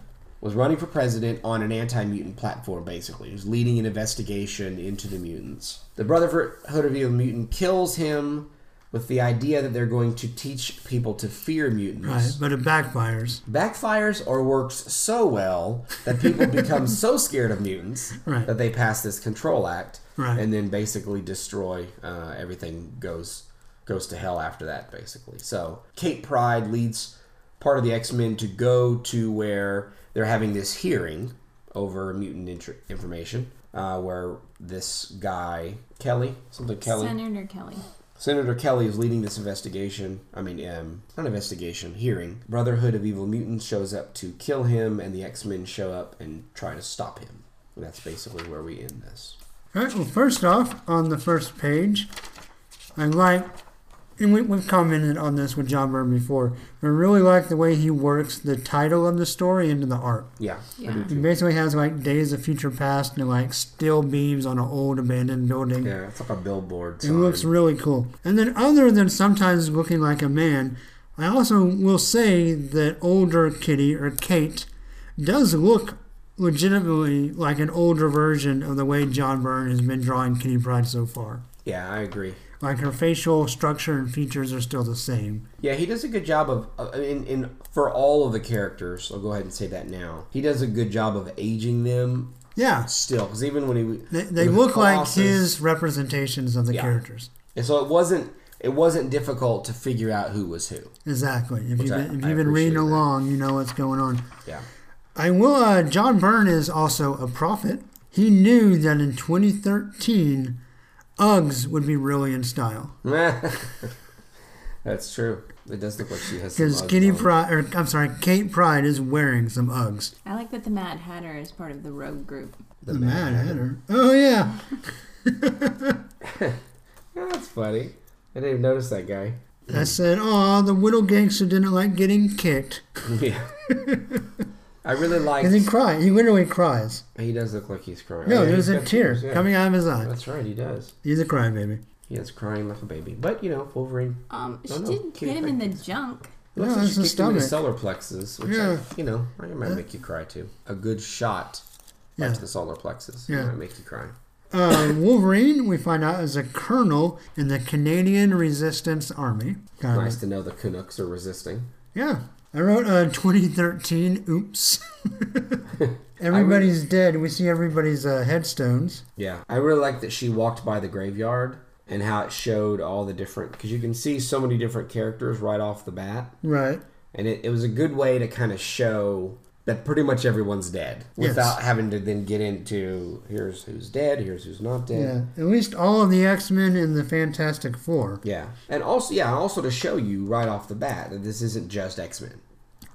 [SPEAKER 3] was running for president on an anti-mutant platform basically. He was leading an investigation into the mutants. The Brotherhood of Evil Mutant kills him with the idea that they're going to teach people to fear mutants.
[SPEAKER 2] Right. But it backfires.
[SPEAKER 3] Backfires or works so well that people become so scared of mutants
[SPEAKER 2] Right.
[SPEAKER 3] that they pass this control act
[SPEAKER 2] Right.
[SPEAKER 3] and then basically destroy uh, everything goes goes to hell after that basically. So Kate Pride leads part of the X Men to go to where they're having this hearing over mutant intr information, uh, where this guy Kelly something Kelly
[SPEAKER 5] Senator Kelly.
[SPEAKER 3] Senator Kelly is leading this investigation. I mean, um, not investigation, hearing. Brotherhood of Evil Mutants shows up to kill him, and the X Men show up and try to stop him. And that's basically where we end this.
[SPEAKER 2] All right. Well, first off, on the first page, I like, and we, we've commented on this with John Byrne before. But I really like the way he works the title of the story into the art.
[SPEAKER 3] Yeah. I
[SPEAKER 5] Yeah.
[SPEAKER 3] do
[SPEAKER 2] It
[SPEAKER 3] too.
[SPEAKER 2] basically has like Days of Future Past and like steel beams on an old abandoned building.
[SPEAKER 3] Yeah, it's like a billboard.
[SPEAKER 2] It
[SPEAKER 3] Sign.
[SPEAKER 2] looks really cool. And then, other than sometimes looking like a man, I also will say that older Kitty or Kate does look legitimately like an older version of the way John Byrne has been drawing Kitty Pride so far.
[SPEAKER 3] Yeah, I agree.
[SPEAKER 2] Like her facial structure and features are still the same.
[SPEAKER 3] Yeah, he does a good job of uh, in, in for all of the characters. I'll go ahead and say that now. He does a good job of aging them
[SPEAKER 2] Yeah,
[SPEAKER 3] still, because even when he
[SPEAKER 2] they, they
[SPEAKER 3] when
[SPEAKER 2] look like
[SPEAKER 3] Colossus-
[SPEAKER 2] his representations of the
[SPEAKER 3] Yeah.
[SPEAKER 2] characters.
[SPEAKER 3] And so it wasn't it wasn't difficult to figure out who was who.
[SPEAKER 2] Exactly. If you've
[SPEAKER 3] I-
[SPEAKER 2] been, if
[SPEAKER 3] I
[SPEAKER 2] you've been reading
[SPEAKER 3] appreciate that.
[SPEAKER 2] along, you know what's going on.
[SPEAKER 3] Yeah.
[SPEAKER 2] I will. Uh, John Byrne is also a prophet. He knew that in 2013, Uggs would be really in style
[SPEAKER 3] That's true. It does look like she has some
[SPEAKER 2] because
[SPEAKER 3] Uggs
[SPEAKER 2] Kitty
[SPEAKER 3] on.
[SPEAKER 2] Pride, or I'm sorry, Kate Pride is wearing some Uggs.
[SPEAKER 5] I like that the Mad Hatter is part of the Rogue group.
[SPEAKER 2] The, Mad Hatter. Oh yeah,
[SPEAKER 3] Yeah, that's funny. I didn't even notice that guy.
[SPEAKER 2] I said, oh, the little gangster didn't like getting kicked,
[SPEAKER 3] Yeah. I really like.
[SPEAKER 2] and he cries. He literally cries.
[SPEAKER 3] He does look like he's crying.
[SPEAKER 2] No,
[SPEAKER 3] Oh, Yeah,
[SPEAKER 2] there's
[SPEAKER 3] he's
[SPEAKER 2] a
[SPEAKER 3] got
[SPEAKER 2] tear
[SPEAKER 3] yeah.
[SPEAKER 2] coming out of his eye.
[SPEAKER 3] That's right. He does.
[SPEAKER 2] He's a crybaby.
[SPEAKER 3] He is crying like a baby. But, you know, Wolverine.
[SPEAKER 5] Um, she
[SPEAKER 3] Oh, no.
[SPEAKER 5] didn't
[SPEAKER 3] Kitty
[SPEAKER 5] hit him in the
[SPEAKER 3] Pryde.
[SPEAKER 5] junk.
[SPEAKER 3] Looks
[SPEAKER 2] Yeah,
[SPEAKER 3] like
[SPEAKER 2] it's
[SPEAKER 3] she
[SPEAKER 2] his
[SPEAKER 3] kicked him in the
[SPEAKER 2] stomach.
[SPEAKER 3] solar plexus, which,
[SPEAKER 2] Yeah.
[SPEAKER 3] I, you know, I might make you cry too. A good shot
[SPEAKER 2] Yeah.
[SPEAKER 3] to the solar plexus
[SPEAKER 2] Yeah.
[SPEAKER 3] might make you cry.
[SPEAKER 2] Uh, Wolverine, we find out, is a colonel in the Canadian Resistance Army. Got it.
[SPEAKER 3] Nice to know the Canucks are resisting.
[SPEAKER 2] Yeah. I wrote uh, 2013. Oops. everybody's dead. We see everybody's uh, headstones.
[SPEAKER 3] Yeah, I really like that she walked by the graveyard and how it showed all the different because you can see so many different characters right off the bat,
[SPEAKER 2] Right.
[SPEAKER 3] and it, it was a good way to kind of show that pretty much everyone's dead without having to then get into here's who's dead, here's who's not dead.
[SPEAKER 2] Yeah. At least all of the X Men and the Fantastic Four.
[SPEAKER 3] Yeah, and also yeah, also to show you right off the bat that this isn't just X Men.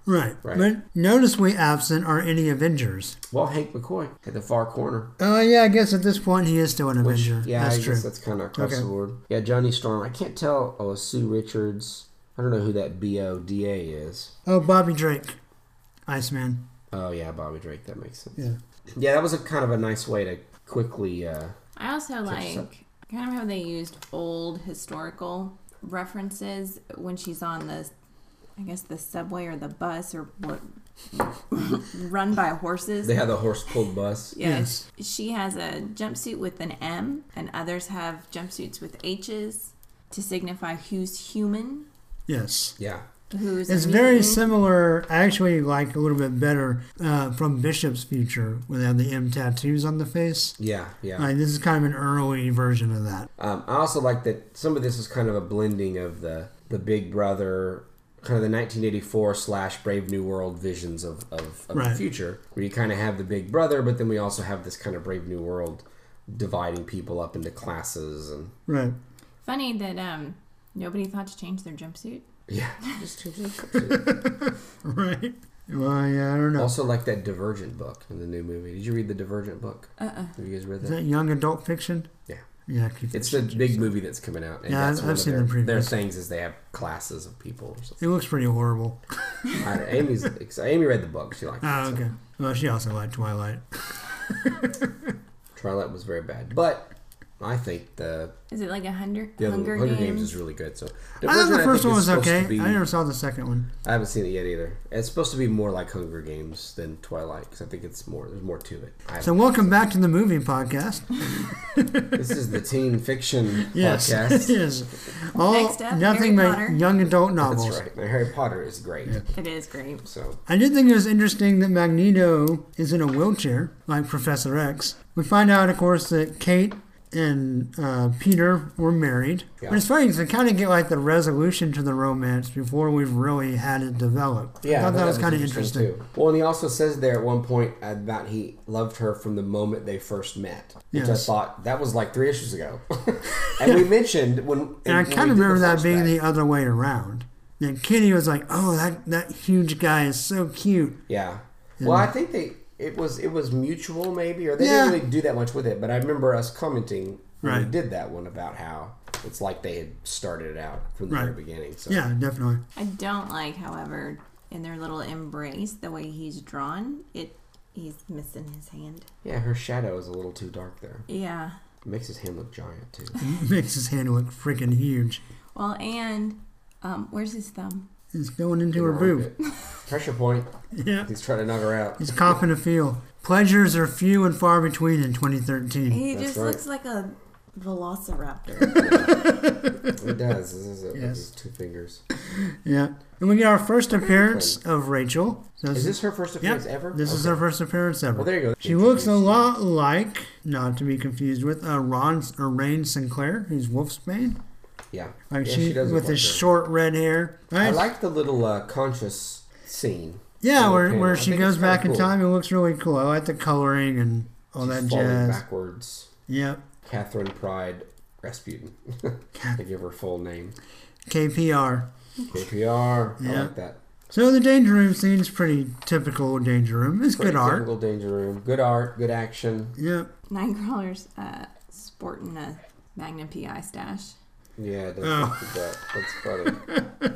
[SPEAKER 2] Right.
[SPEAKER 3] Right.
[SPEAKER 2] But notice we absent are any Avengers.
[SPEAKER 3] Well, Hank McCoy at the far corner.
[SPEAKER 2] Oh, yeah. I guess at this point he is still an
[SPEAKER 3] Which-
[SPEAKER 2] Avenger.
[SPEAKER 3] yeah,
[SPEAKER 2] that's
[SPEAKER 3] I
[SPEAKER 2] true.
[SPEAKER 3] guess that's kind of across
[SPEAKER 2] Okay.
[SPEAKER 3] the board. Yeah, Johnny Storm. I can't tell. Oh, Sue Richards. I don't know who that B O D A is.
[SPEAKER 2] Oh, Bobby Drake. Iceman.
[SPEAKER 3] Oh yeah, Bobby Drake. That makes sense.
[SPEAKER 2] Yeah.
[SPEAKER 3] Yeah, that was a kind of a nice way to quickly. Uh,
[SPEAKER 5] I also
[SPEAKER 3] Catch us up.
[SPEAKER 5] like kind of how they used old historical references when she's on the, I guess the subway or the bus or what, run by horses.
[SPEAKER 3] they had the horse pulled bus.
[SPEAKER 5] Yes. She has a jumpsuit with an M, and others have jumpsuits with H's to signify who's human,
[SPEAKER 2] Yes.
[SPEAKER 3] Yeah.
[SPEAKER 5] who's. a
[SPEAKER 2] It's very
[SPEAKER 5] mutant.
[SPEAKER 2] similar, I actually, like a little bit better uh, from Bishop's Future, where they have the M tattoos on the face.
[SPEAKER 3] Yeah, yeah.
[SPEAKER 2] Like, this is kind of an early version of that.
[SPEAKER 3] Um, I also like that some of this is kind of a blending of the the Big Brother, kind of the 1984 slash Brave New World visions of of, of
[SPEAKER 2] Right.
[SPEAKER 3] the future, where you kind of have the Big Brother, but then we also have this kind of Brave New World dividing people up into classes and
[SPEAKER 2] Right.
[SPEAKER 5] Funny that um nobody thought to change their jumpsuit.
[SPEAKER 3] yeah. Just two-
[SPEAKER 2] Right. Well, yeah, I don't know.
[SPEAKER 3] also like that Divergent book in the new movie. Did you read the Divergent book? Uh uh Have you guys read
[SPEAKER 2] Is
[SPEAKER 3] that?
[SPEAKER 2] that young adult fiction?
[SPEAKER 3] Yeah.
[SPEAKER 2] Yeah, I keep
[SPEAKER 3] It's the big movie that's coming out. And
[SPEAKER 2] Yeah,
[SPEAKER 3] that's
[SPEAKER 2] I've-
[SPEAKER 3] one
[SPEAKER 2] I've
[SPEAKER 3] of
[SPEAKER 2] seen
[SPEAKER 3] their,
[SPEAKER 2] the previews.
[SPEAKER 3] Their things is they have classes of people. Or something.
[SPEAKER 2] It looks pretty horrible.
[SPEAKER 3] I don't- Amy's Amy read the book. She liked it.
[SPEAKER 2] Oh,
[SPEAKER 3] so.
[SPEAKER 2] okay. Well, she also liked Twilight.
[SPEAKER 3] Twilight was very bad, but I think the
[SPEAKER 5] Is it like a hundred
[SPEAKER 3] the other
[SPEAKER 5] Hunger,
[SPEAKER 3] Hunger, Games.
[SPEAKER 5] Games?
[SPEAKER 3] is really good. So
[SPEAKER 2] I thought Ah, the first
[SPEAKER 3] think,
[SPEAKER 2] one was
[SPEAKER 3] is supposed to
[SPEAKER 2] okay.
[SPEAKER 3] be-
[SPEAKER 2] I never saw the second one.
[SPEAKER 3] I haven't seen it yet either. It's supposed to be more like Hunger Games than Twilight because I think it's more. There's more to it. I
[SPEAKER 2] So, welcome back to the movie podcast.
[SPEAKER 3] this is the teen fiction
[SPEAKER 2] Yes.
[SPEAKER 3] podcast.
[SPEAKER 2] yes. All,
[SPEAKER 5] Next up,
[SPEAKER 2] nothing
[SPEAKER 5] Harry
[SPEAKER 2] but
[SPEAKER 5] Potter.
[SPEAKER 2] young adult novels.
[SPEAKER 3] That's right. Now, Harry Potter is great.
[SPEAKER 5] It is great.
[SPEAKER 3] So
[SPEAKER 2] I did think it was interesting that Magneto is in a wheelchair, like Professor X. We find out, of course, that Kate and uh, Peter were married.
[SPEAKER 3] Yeah.
[SPEAKER 2] But it's funny because we kind of get like the resolution to the romance before we've really had it develop. I thought that, was kind of interesting.
[SPEAKER 3] Well, and he also says there at one point about he loved her from the moment they first met, which
[SPEAKER 2] Yes.
[SPEAKER 3] I thought that was like three issues ago. and we mentioned when
[SPEAKER 2] And I
[SPEAKER 3] when
[SPEAKER 2] kind of
[SPEAKER 3] we did
[SPEAKER 2] remember that
[SPEAKER 3] flashback.
[SPEAKER 2] being the other way around. And Kitty was like, "Oh, that that huge guy is so cute."
[SPEAKER 3] yeah. Well, I think they it was it was mutual maybe, or they
[SPEAKER 2] Yeah.
[SPEAKER 3] didn't really do that much with it. But I remember us commenting when
[SPEAKER 2] Right.
[SPEAKER 3] we did that one about how it's like they had started it out from the
[SPEAKER 2] Right.
[SPEAKER 3] very beginning. So
[SPEAKER 2] Yeah, definitely.
[SPEAKER 5] I don't like, however, in their little embrace, the way he's drawn. It he's missing his hand.
[SPEAKER 3] yeah, her shadow is a little too dark there.
[SPEAKER 5] Yeah.
[SPEAKER 3] It makes his hand look giant too.
[SPEAKER 2] Makes his hand look freaking huge.
[SPEAKER 5] Well, and um, where's his thumb?
[SPEAKER 2] It's going into her boob.
[SPEAKER 3] Pressure point.
[SPEAKER 2] Yeah.
[SPEAKER 3] He's trying to knock her out.
[SPEAKER 2] He's coughing a feel. Pleasures are few and far between in 2013.
[SPEAKER 5] He
[SPEAKER 3] That's
[SPEAKER 5] just
[SPEAKER 3] right.
[SPEAKER 5] looks like a velociraptor.
[SPEAKER 3] It does. This is it. with
[SPEAKER 2] Yes.
[SPEAKER 3] his two fingers.
[SPEAKER 2] Yeah. And we get our first appearance of Rachel. So
[SPEAKER 3] Is this her first
[SPEAKER 2] yeah,
[SPEAKER 3] appearance ever?
[SPEAKER 2] This is
[SPEAKER 3] Okay.
[SPEAKER 2] her first appearance ever.
[SPEAKER 3] Well, there you go.
[SPEAKER 2] She looks a lot like, not to be confused with, uh, Ron or Rain Sinclair, who's Wolfsbane.
[SPEAKER 3] Yeah.
[SPEAKER 2] Like
[SPEAKER 3] yeah
[SPEAKER 2] she,
[SPEAKER 3] does look
[SPEAKER 2] with
[SPEAKER 3] like
[SPEAKER 2] his
[SPEAKER 3] her.
[SPEAKER 2] short red hair.
[SPEAKER 3] I
[SPEAKER 2] Right?
[SPEAKER 3] like the little uh, conscious scene.
[SPEAKER 2] yeah,
[SPEAKER 3] the
[SPEAKER 2] where,
[SPEAKER 3] panel.
[SPEAKER 2] where
[SPEAKER 3] I
[SPEAKER 2] she
[SPEAKER 3] think it's
[SPEAKER 2] goes
[SPEAKER 3] kinda
[SPEAKER 2] back in
[SPEAKER 3] cool.
[SPEAKER 2] time. It looks really cool. I like the coloring and all
[SPEAKER 3] She's
[SPEAKER 2] that
[SPEAKER 3] falling
[SPEAKER 2] jazz.
[SPEAKER 3] backwards.
[SPEAKER 2] Yep.
[SPEAKER 3] Catherine Pride Rasputin. they give her full name.
[SPEAKER 2] KPR.
[SPEAKER 3] KPR. I
[SPEAKER 2] Yeah.
[SPEAKER 3] like that.
[SPEAKER 2] So the danger room scene's pretty typical danger room. It's
[SPEAKER 3] Pretty
[SPEAKER 2] good art.
[SPEAKER 3] typical Danger Room. Good art. Good action.
[SPEAKER 2] Yep.
[SPEAKER 5] Nightcrawler's uh, sporting a Magnum PI stash.
[SPEAKER 3] Yeah. That's,
[SPEAKER 2] Oh.
[SPEAKER 3] that. that's funny.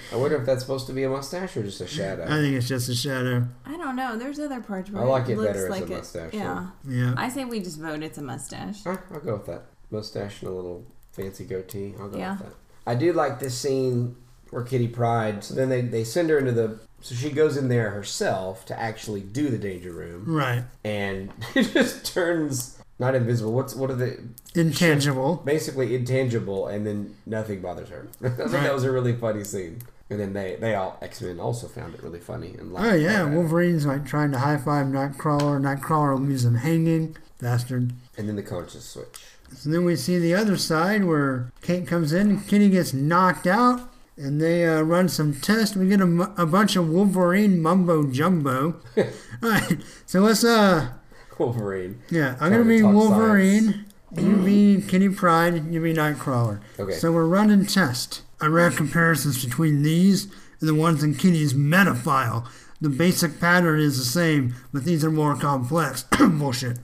[SPEAKER 3] I wonder if that's supposed to be a mustache or just a shadow.
[SPEAKER 2] I think it's just a shadow.
[SPEAKER 5] I don't know. There's other parts where
[SPEAKER 3] I like it
[SPEAKER 5] looks
[SPEAKER 3] better as a
[SPEAKER 5] like it-
[SPEAKER 3] mustache,
[SPEAKER 5] Yeah.
[SPEAKER 2] Yeah.
[SPEAKER 5] I say we just vote it's a mustache.
[SPEAKER 3] Ah, I'll go with that. Mustache and a little fancy goatee. I'll go
[SPEAKER 5] Yeah.
[SPEAKER 3] with that. I do like this scene where Kitty Pride. So then they, they send her into the. So she goes in there herself to actually do the danger room,
[SPEAKER 2] Right.
[SPEAKER 3] and it just turns not invisible. What's what are the
[SPEAKER 2] Intangible.
[SPEAKER 3] basically intangible, and then nothing bothers her. I think that was a really funny scene. And then they they all X Men also found it really funny and laughed
[SPEAKER 2] Oh yeah,
[SPEAKER 3] about it.
[SPEAKER 2] Wolverine's like trying to high five Nightcrawler. Nightcrawler leaves him hanging. Bastard.
[SPEAKER 3] and then the conscious switch.
[SPEAKER 2] So then we see the other side where Kate comes in, Kitty gets knocked out, and they uh, run some tests. We get a, mu- a bunch of Wolverine mumbo jumbo. All right, so let's uh,
[SPEAKER 3] Wolverine.
[SPEAKER 2] yeah, I'm
[SPEAKER 3] Trying
[SPEAKER 2] gonna
[SPEAKER 3] to
[SPEAKER 2] be
[SPEAKER 3] talk
[SPEAKER 2] Wolverine. You be Kitty Pride. You be Nightcrawler.
[SPEAKER 3] Okay.
[SPEAKER 2] So we're running tests. I ran comparisons between these and the ones in Kitty's meta file. The basic pattern is the same, but these are more complex. Bullshit.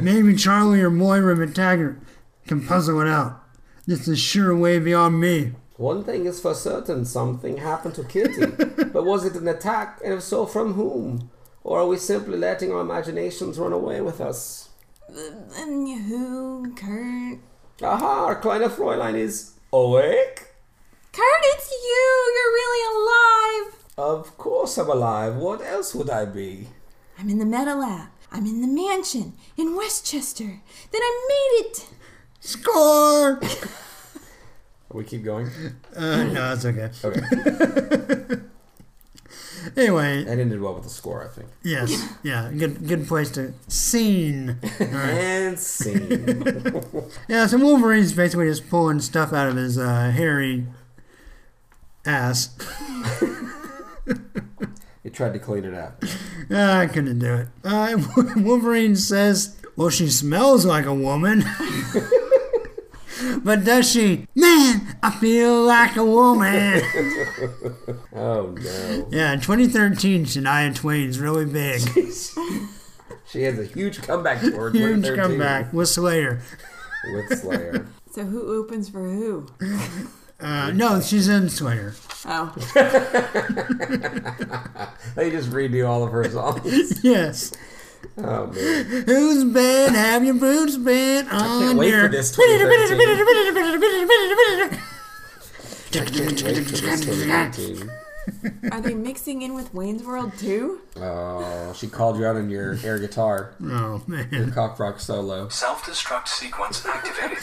[SPEAKER 2] Maybe Charlie or Moira McTaggart can puzzle it out. This is sure way beyond me.
[SPEAKER 3] One thing is for certain, something happened to Kitty. but was it an attack, and if so, from whom? Or are we simply letting our imaginations run away with us?
[SPEAKER 5] And who? Kurt?
[SPEAKER 3] Aha, our kleine Fräulein is awake?
[SPEAKER 5] Kurt, it's you! You're really alive!
[SPEAKER 3] Of course I'm alive. What else would I be?
[SPEAKER 5] I'm in the meta lab. I'm in the mansion in Westchester. Then I made it!
[SPEAKER 2] Score!
[SPEAKER 3] We keep going.
[SPEAKER 2] Uh, no, it's okay.
[SPEAKER 3] Okay,
[SPEAKER 2] Anyway,
[SPEAKER 3] that ended well with the score, I think.
[SPEAKER 2] yes, yeah, good, good place to scene. All right.
[SPEAKER 3] And scene.
[SPEAKER 2] Yeah, so Wolverine's basically just pulling stuff out of his uh, hairy ass.
[SPEAKER 3] it tried to clean it up.
[SPEAKER 2] Ah, I couldn't do it. Uh, Wolverine says, Well, she smells like a woman. but does she? Man, I feel like a woman.
[SPEAKER 3] Oh no.
[SPEAKER 2] yeah, in 2013, Shania Twain's really big.
[SPEAKER 3] She has a huge comeback for
[SPEAKER 2] Huge
[SPEAKER 3] 2013
[SPEAKER 2] comeback with Slayer.
[SPEAKER 3] with Slayer.
[SPEAKER 5] So who opens for who?
[SPEAKER 2] Uh, no, she's in Slayer.
[SPEAKER 5] Oh.
[SPEAKER 3] They just redo all of her songs.
[SPEAKER 2] Yes.
[SPEAKER 3] Oh man.
[SPEAKER 2] Who's been? Have your boots been on I
[SPEAKER 3] can't wait for
[SPEAKER 2] your...
[SPEAKER 3] this 2013. Wait for this 2019.
[SPEAKER 5] Are they mixing in with Wayne's World too?
[SPEAKER 3] Oh, she called you out on your air guitar,
[SPEAKER 2] Oh, man.
[SPEAKER 3] cock rock solo.
[SPEAKER 4] Self-destruct sequence activated.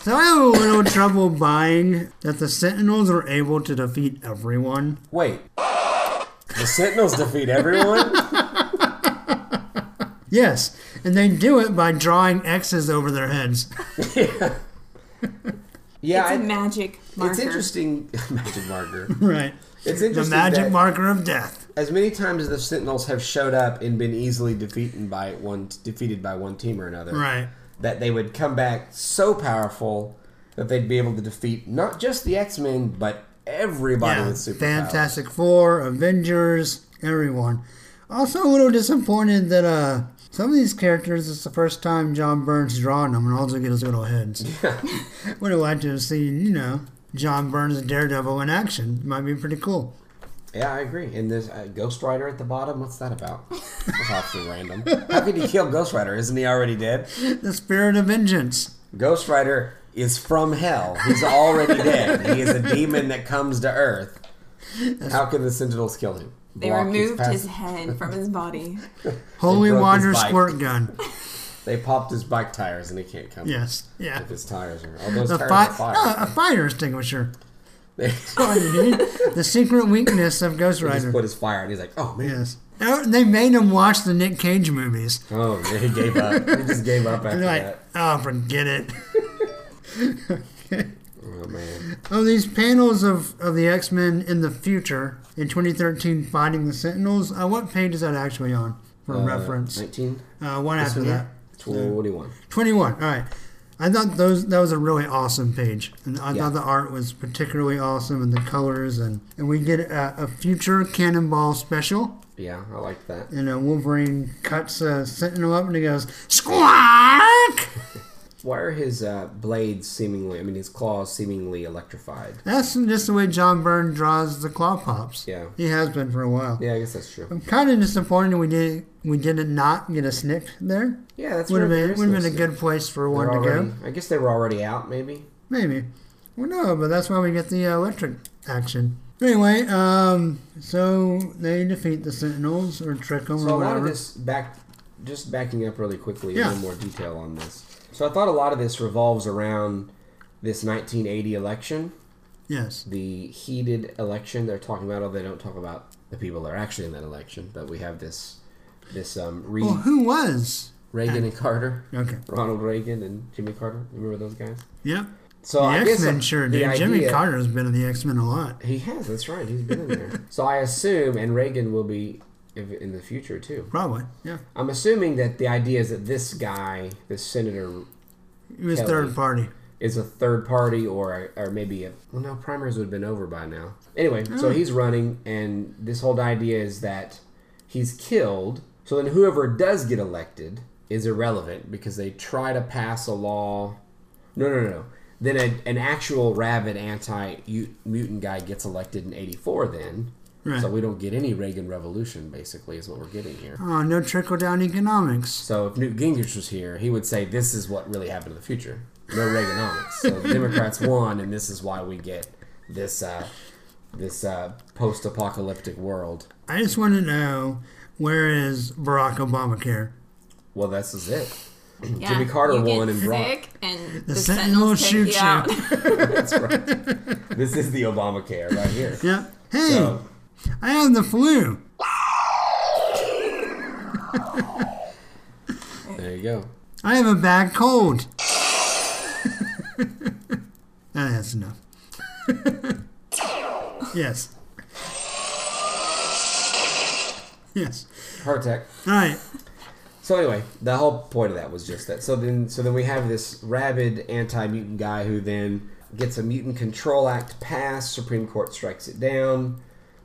[SPEAKER 2] So I have a little trouble buying that the Sentinels were able to defeat everyone.
[SPEAKER 3] Wait, the Sentinels defeat everyone.
[SPEAKER 2] Yes, and they do it by drawing X's over their heads.
[SPEAKER 3] Yeah,
[SPEAKER 5] It's a
[SPEAKER 3] I-
[SPEAKER 5] magic marker.
[SPEAKER 3] it's interesting. Magic marker.
[SPEAKER 2] Right.
[SPEAKER 3] It's
[SPEAKER 2] The
[SPEAKER 3] interesting
[SPEAKER 2] magic
[SPEAKER 3] that
[SPEAKER 2] marker of death.
[SPEAKER 3] as many times as the Sentinels have showed up and been easily defeated by one defeated by one team or another.
[SPEAKER 2] Right.
[SPEAKER 3] that they would come back so powerful that they'd be able to defeat not just the X Men but everybody
[SPEAKER 2] Yeah.
[SPEAKER 3] with superpowers.
[SPEAKER 2] Fantastic Four, Avengers, everyone. Also a little disappointed that uh some of these characters it's the first time John Burns drawing them and also get his little heads. Would have liked to have seen, you know, John Burns Daredevil in action. Might be pretty cool.
[SPEAKER 3] Yeah, I agree. And there's a Ghost Rider at the bottom. What's that about? That's awfully random. How could he kill Ghost Rider? Isn't he already dead?
[SPEAKER 2] The spirit of vengeance.
[SPEAKER 3] Ghost Rider is from hell. He's already dead. He is a demon that comes to Earth. How can the Sentinels kill him?
[SPEAKER 5] They
[SPEAKER 3] Block
[SPEAKER 5] removed
[SPEAKER 3] path-
[SPEAKER 5] his head from his body.
[SPEAKER 2] Holy
[SPEAKER 3] broke his
[SPEAKER 2] water
[SPEAKER 3] bike.
[SPEAKER 2] squirt gun.
[SPEAKER 3] They popped his bike tires, and he can't come.
[SPEAKER 2] Yes. Yeah.
[SPEAKER 3] If his tires are. Oh, those
[SPEAKER 2] The
[SPEAKER 3] tires
[SPEAKER 2] fi-
[SPEAKER 3] are fire.
[SPEAKER 2] uh, a fire extinguisher.
[SPEAKER 3] they
[SPEAKER 2] What do you need? the secret weakness of Ghost
[SPEAKER 3] just
[SPEAKER 2] Rider.
[SPEAKER 3] put his fire, and he's like, "Oh man,
[SPEAKER 2] Yes. Oh, They made him watch the Nick Cage movies.
[SPEAKER 3] oh man, he gave up. He just gave up after
[SPEAKER 2] They're like,
[SPEAKER 3] that."
[SPEAKER 2] oh, forget it.
[SPEAKER 3] Oh man,
[SPEAKER 2] Oh, these panels of, of the X Men in the future in 2013 fighting the Sentinels. Uh, what page is that actually on
[SPEAKER 3] Uh,
[SPEAKER 2] for reference?
[SPEAKER 3] nineteen.
[SPEAKER 2] Uh, one after that.
[SPEAKER 3] Twenty-one.
[SPEAKER 2] 21. All right. I thought those that was a really awesome page, and I
[SPEAKER 3] Yeah.
[SPEAKER 2] thought the art was particularly awesome, and the colors, and and we get a, a future Cannonball special,
[SPEAKER 3] Yeah, I like that.
[SPEAKER 2] and uh, Wolverine cuts a Sentinel up, and he goes squawk.
[SPEAKER 3] Why are his uh, blades seemingly? I mean, his claws seemingly electrified.
[SPEAKER 2] That's just the way John Byrne draws the claw pops.
[SPEAKER 3] Yeah.
[SPEAKER 2] He has been for a while.
[SPEAKER 3] Yeah, I guess that's true.
[SPEAKER 2] I'm kind of disappointed we did we did not get a snick there.
[SPEAKER 3] Yeah, that's
[SPEAKER 2] would have
[SPEAKER 3] where
[SPEAKER 2] been
[SPEAKER 3] there is
[SPEAKER 2] would have
[SPEAKER 3] no
[SPEAKER 2] been a
[SPEAKER 3] snake.
[SPEAKER 2] good place for one
[SPEAKER 3] They're
[SPEAKER 2] to
[SPEAKER 3] already-
[SPEAKER 2] go.
[SPEAKER 3] I guess they were already out, maybe.
[SPEAKER 2] Maybe. Well, no, but that's why we get the uh, electric action. Anyway, um, so they defeat the Sentinels or trick them
[SPEAKER 3] So
[SPEAKER 2] or
[SPEAKER 3] a lot of
[SPEAKER 2] whatever.
[SPEAKER 3] this back, just backing up really quickly,
[SPEAKER 2] Yeah.
[SPEAKER 3] a little more detail on this. So I thought a lot of this revolves around this 1980 election,
[SPEAKER 2] yes.
[SPEAKER 3] the heated election they're talking about. Although they don't talk about the people that are actually in that election, but we have this this um, re-
[SPEAKER 2] Well, who was?
[SPEAKER 3] Reagan and Carter,
[SPEAKER 2] Okay.
[SPEAKER 3] Ronald Reagan and Jimmy Carter. Remember those guys?
[SPEAKER 2] Yep.
[SPEAKER 3] So
[SPEAKER 2] the
[SPEAKER 3] I
[SPEAKER 2] X
[SPEAKER 3] guess
[SPEAKER 2] Men
[SPEAKER 3] uh,
[SPEAKER 2] sure
[SPEAKER 3] the
[SPEAKER 2] did. Jimmy
[SPEAKER 3] idea-
[SPEAKER 2] Carter has been in the X Men a lot.
[SPEAKER 3] He has. That's right. He's been in there. so I assume, and Reagan will be if- in the future too.
[SPEAKER 2] Probably. Yeah.
[SPEAKER 3] I'm assuming that the idea is that this guy, this senator,
[SPEAKER 2] He was
[SPEAKER 3] Kelly.
[SPEAKER 2] third party.
[SPEAKER 3] is a third party or or maybe a well no primaries would have been over by now. Anyway, so he's running, and this whole idea is that he's killed. So then whoever does get elected is irrelevant because they try to pass a law. No, no, no. no. Then a, an actual rabid anti mutant guy gets elected in '84. Then.
[SPEAKER 2] Right.
[SPEAKER 3] So we don't get any Reagan Revolution, basically, is what we're getting here.
[SPEAKER 2] Oh, no trickle down economics.
[SPEAKER 3] So if Newt Gingrich was here, he would say this is what really happened in the future. No Reaganomics. so the Democrats won, and this is why we get this uh, this uh, post-apocalyptic world.
[SPEAKER 2] I just want to know where is Barack Obamacare?
[SPEAKER 3] Well, this is it.
[SPEAKER 5] Yeah,
[SPEAKER 3] Jimmy Carter
[SPEAKER 5] you
[SPEAKER 3] won
[SPEAKER 5] get
[SPEAKER 3] and brought.
[SPEAKER 5] sick and the,
[SPEAKER 2] Sentinel
[SPEAKER 5] Sentinels take
[SPEAKER 2] shoots
[SPEAKER 5] you
[SPEAKER 2] you.
[SPEAKER 5] out.
[SPEAKER 3] That's right. this is the Obamacare right here.
[SPEAKER 2] Yeah. Hey,
[SPEAKER 3] So
[SPEAKER 2] I have the flu.
[SPEAKER 3] there you go.
[SPEAKER 2] I have a bad cold. Ah, That's enough. yes. Yes.
[SPEAKER 3] Heart attack.
[SPEAKER 2] All right.
[SPEAKER 3] So anyway, the whole point of that was just that. So then, so then we have this rabid anti-mutant guy who then gets a mutant control act passed. Supreme Court strikes it down,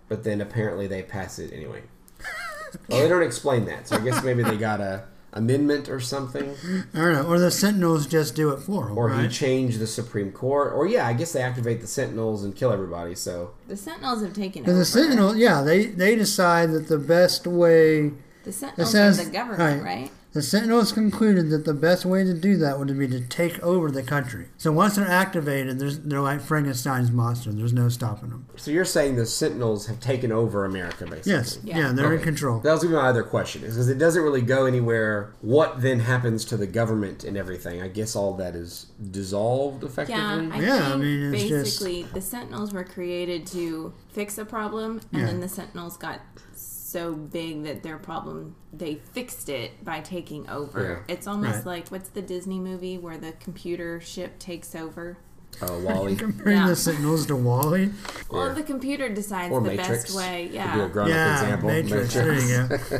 [SPEAKER 3] but then apparently they pass it anyway. well, they don't explain that, so I guess maybe they got a amendment or something,
[SPEAKER 2] All right. Or the Sentinels just do it for him,
[SPEAKER 3] or he
[SPEAKER 2] right?
[SPEAKER 3] changed the Supreme Court, or yeah, I guess they activate the Sentinels and kill everybody. So
[SPEAKER 5] The Sentinels have taken
[SPEAKER 2] And
[SPEAKER 5] over.
[SPEAKER 2] the Sentinels, yeah, they, they decide that the best way
[SPEAKER 5] The Sentinels
[SPEAKER 2] says-
[SPEAKER 5] are the government,
[SPEAKER 2] right.
[SPEAKER 5] right?
[SPEAKER 2] The Sentinels concluded that the best way to do that would be to take over the country. So once they're activated, there's, they're like Frankenstein's monster. There's no stopping them.
[SPEAKER 3] so you're saying the Sentinels have taken over America, basically?
[SPEAKER 2] Yes, yeah, they're in
[SPEAKER 3] Okay.
[SPEAKER 2] control.
[SPEAKER 3] Oh. That was gonna be my other question, is because it doesn't really go anywhere. What then happens to the government and everything? I guess all that is dissolved effectively.
[SPEAKER 5] Yeah, I
[SPEAKER 2] Yeah, I
[SPEAKER 5] think
[SPEAKER 2] mean, it's just-
[SPEAKER 5] basically the Sentinels were created to fix a problem, and
[SPEAKER 2] Yeah.
[SPEAKER 5] then the Sentinels got so big that their problem they fixed it by taking over.
[SPEAKER 3] Yeah.
[SPEAKER 5] It's almost
[SPEAKER 2] Right.
[SPEAKER 5] like what's the Disney movie where the computer ship takes over?
[SPEAKER 3] Oh, Wally
[SPEAKER 2] Comparing
[SPEAKER 5] Yeah.
[SPEAKER 2] the Sentinels to Wally.
[SPEAKER 5] Well, the computer decides
[SPEAKER 3] or
[SPEAKER 5] the
[SPEAKER 3] Matrix.
[SPEAKER 5] best way.
[SPEAKER 3] Would be a
[SPEAKER 5] Yeah,
[SPEAKER 3] grown-up
[SPEAKER 2] Yeah,
[SPEAKER 3] example.
[SPEAKER 2] Matrix. There you go.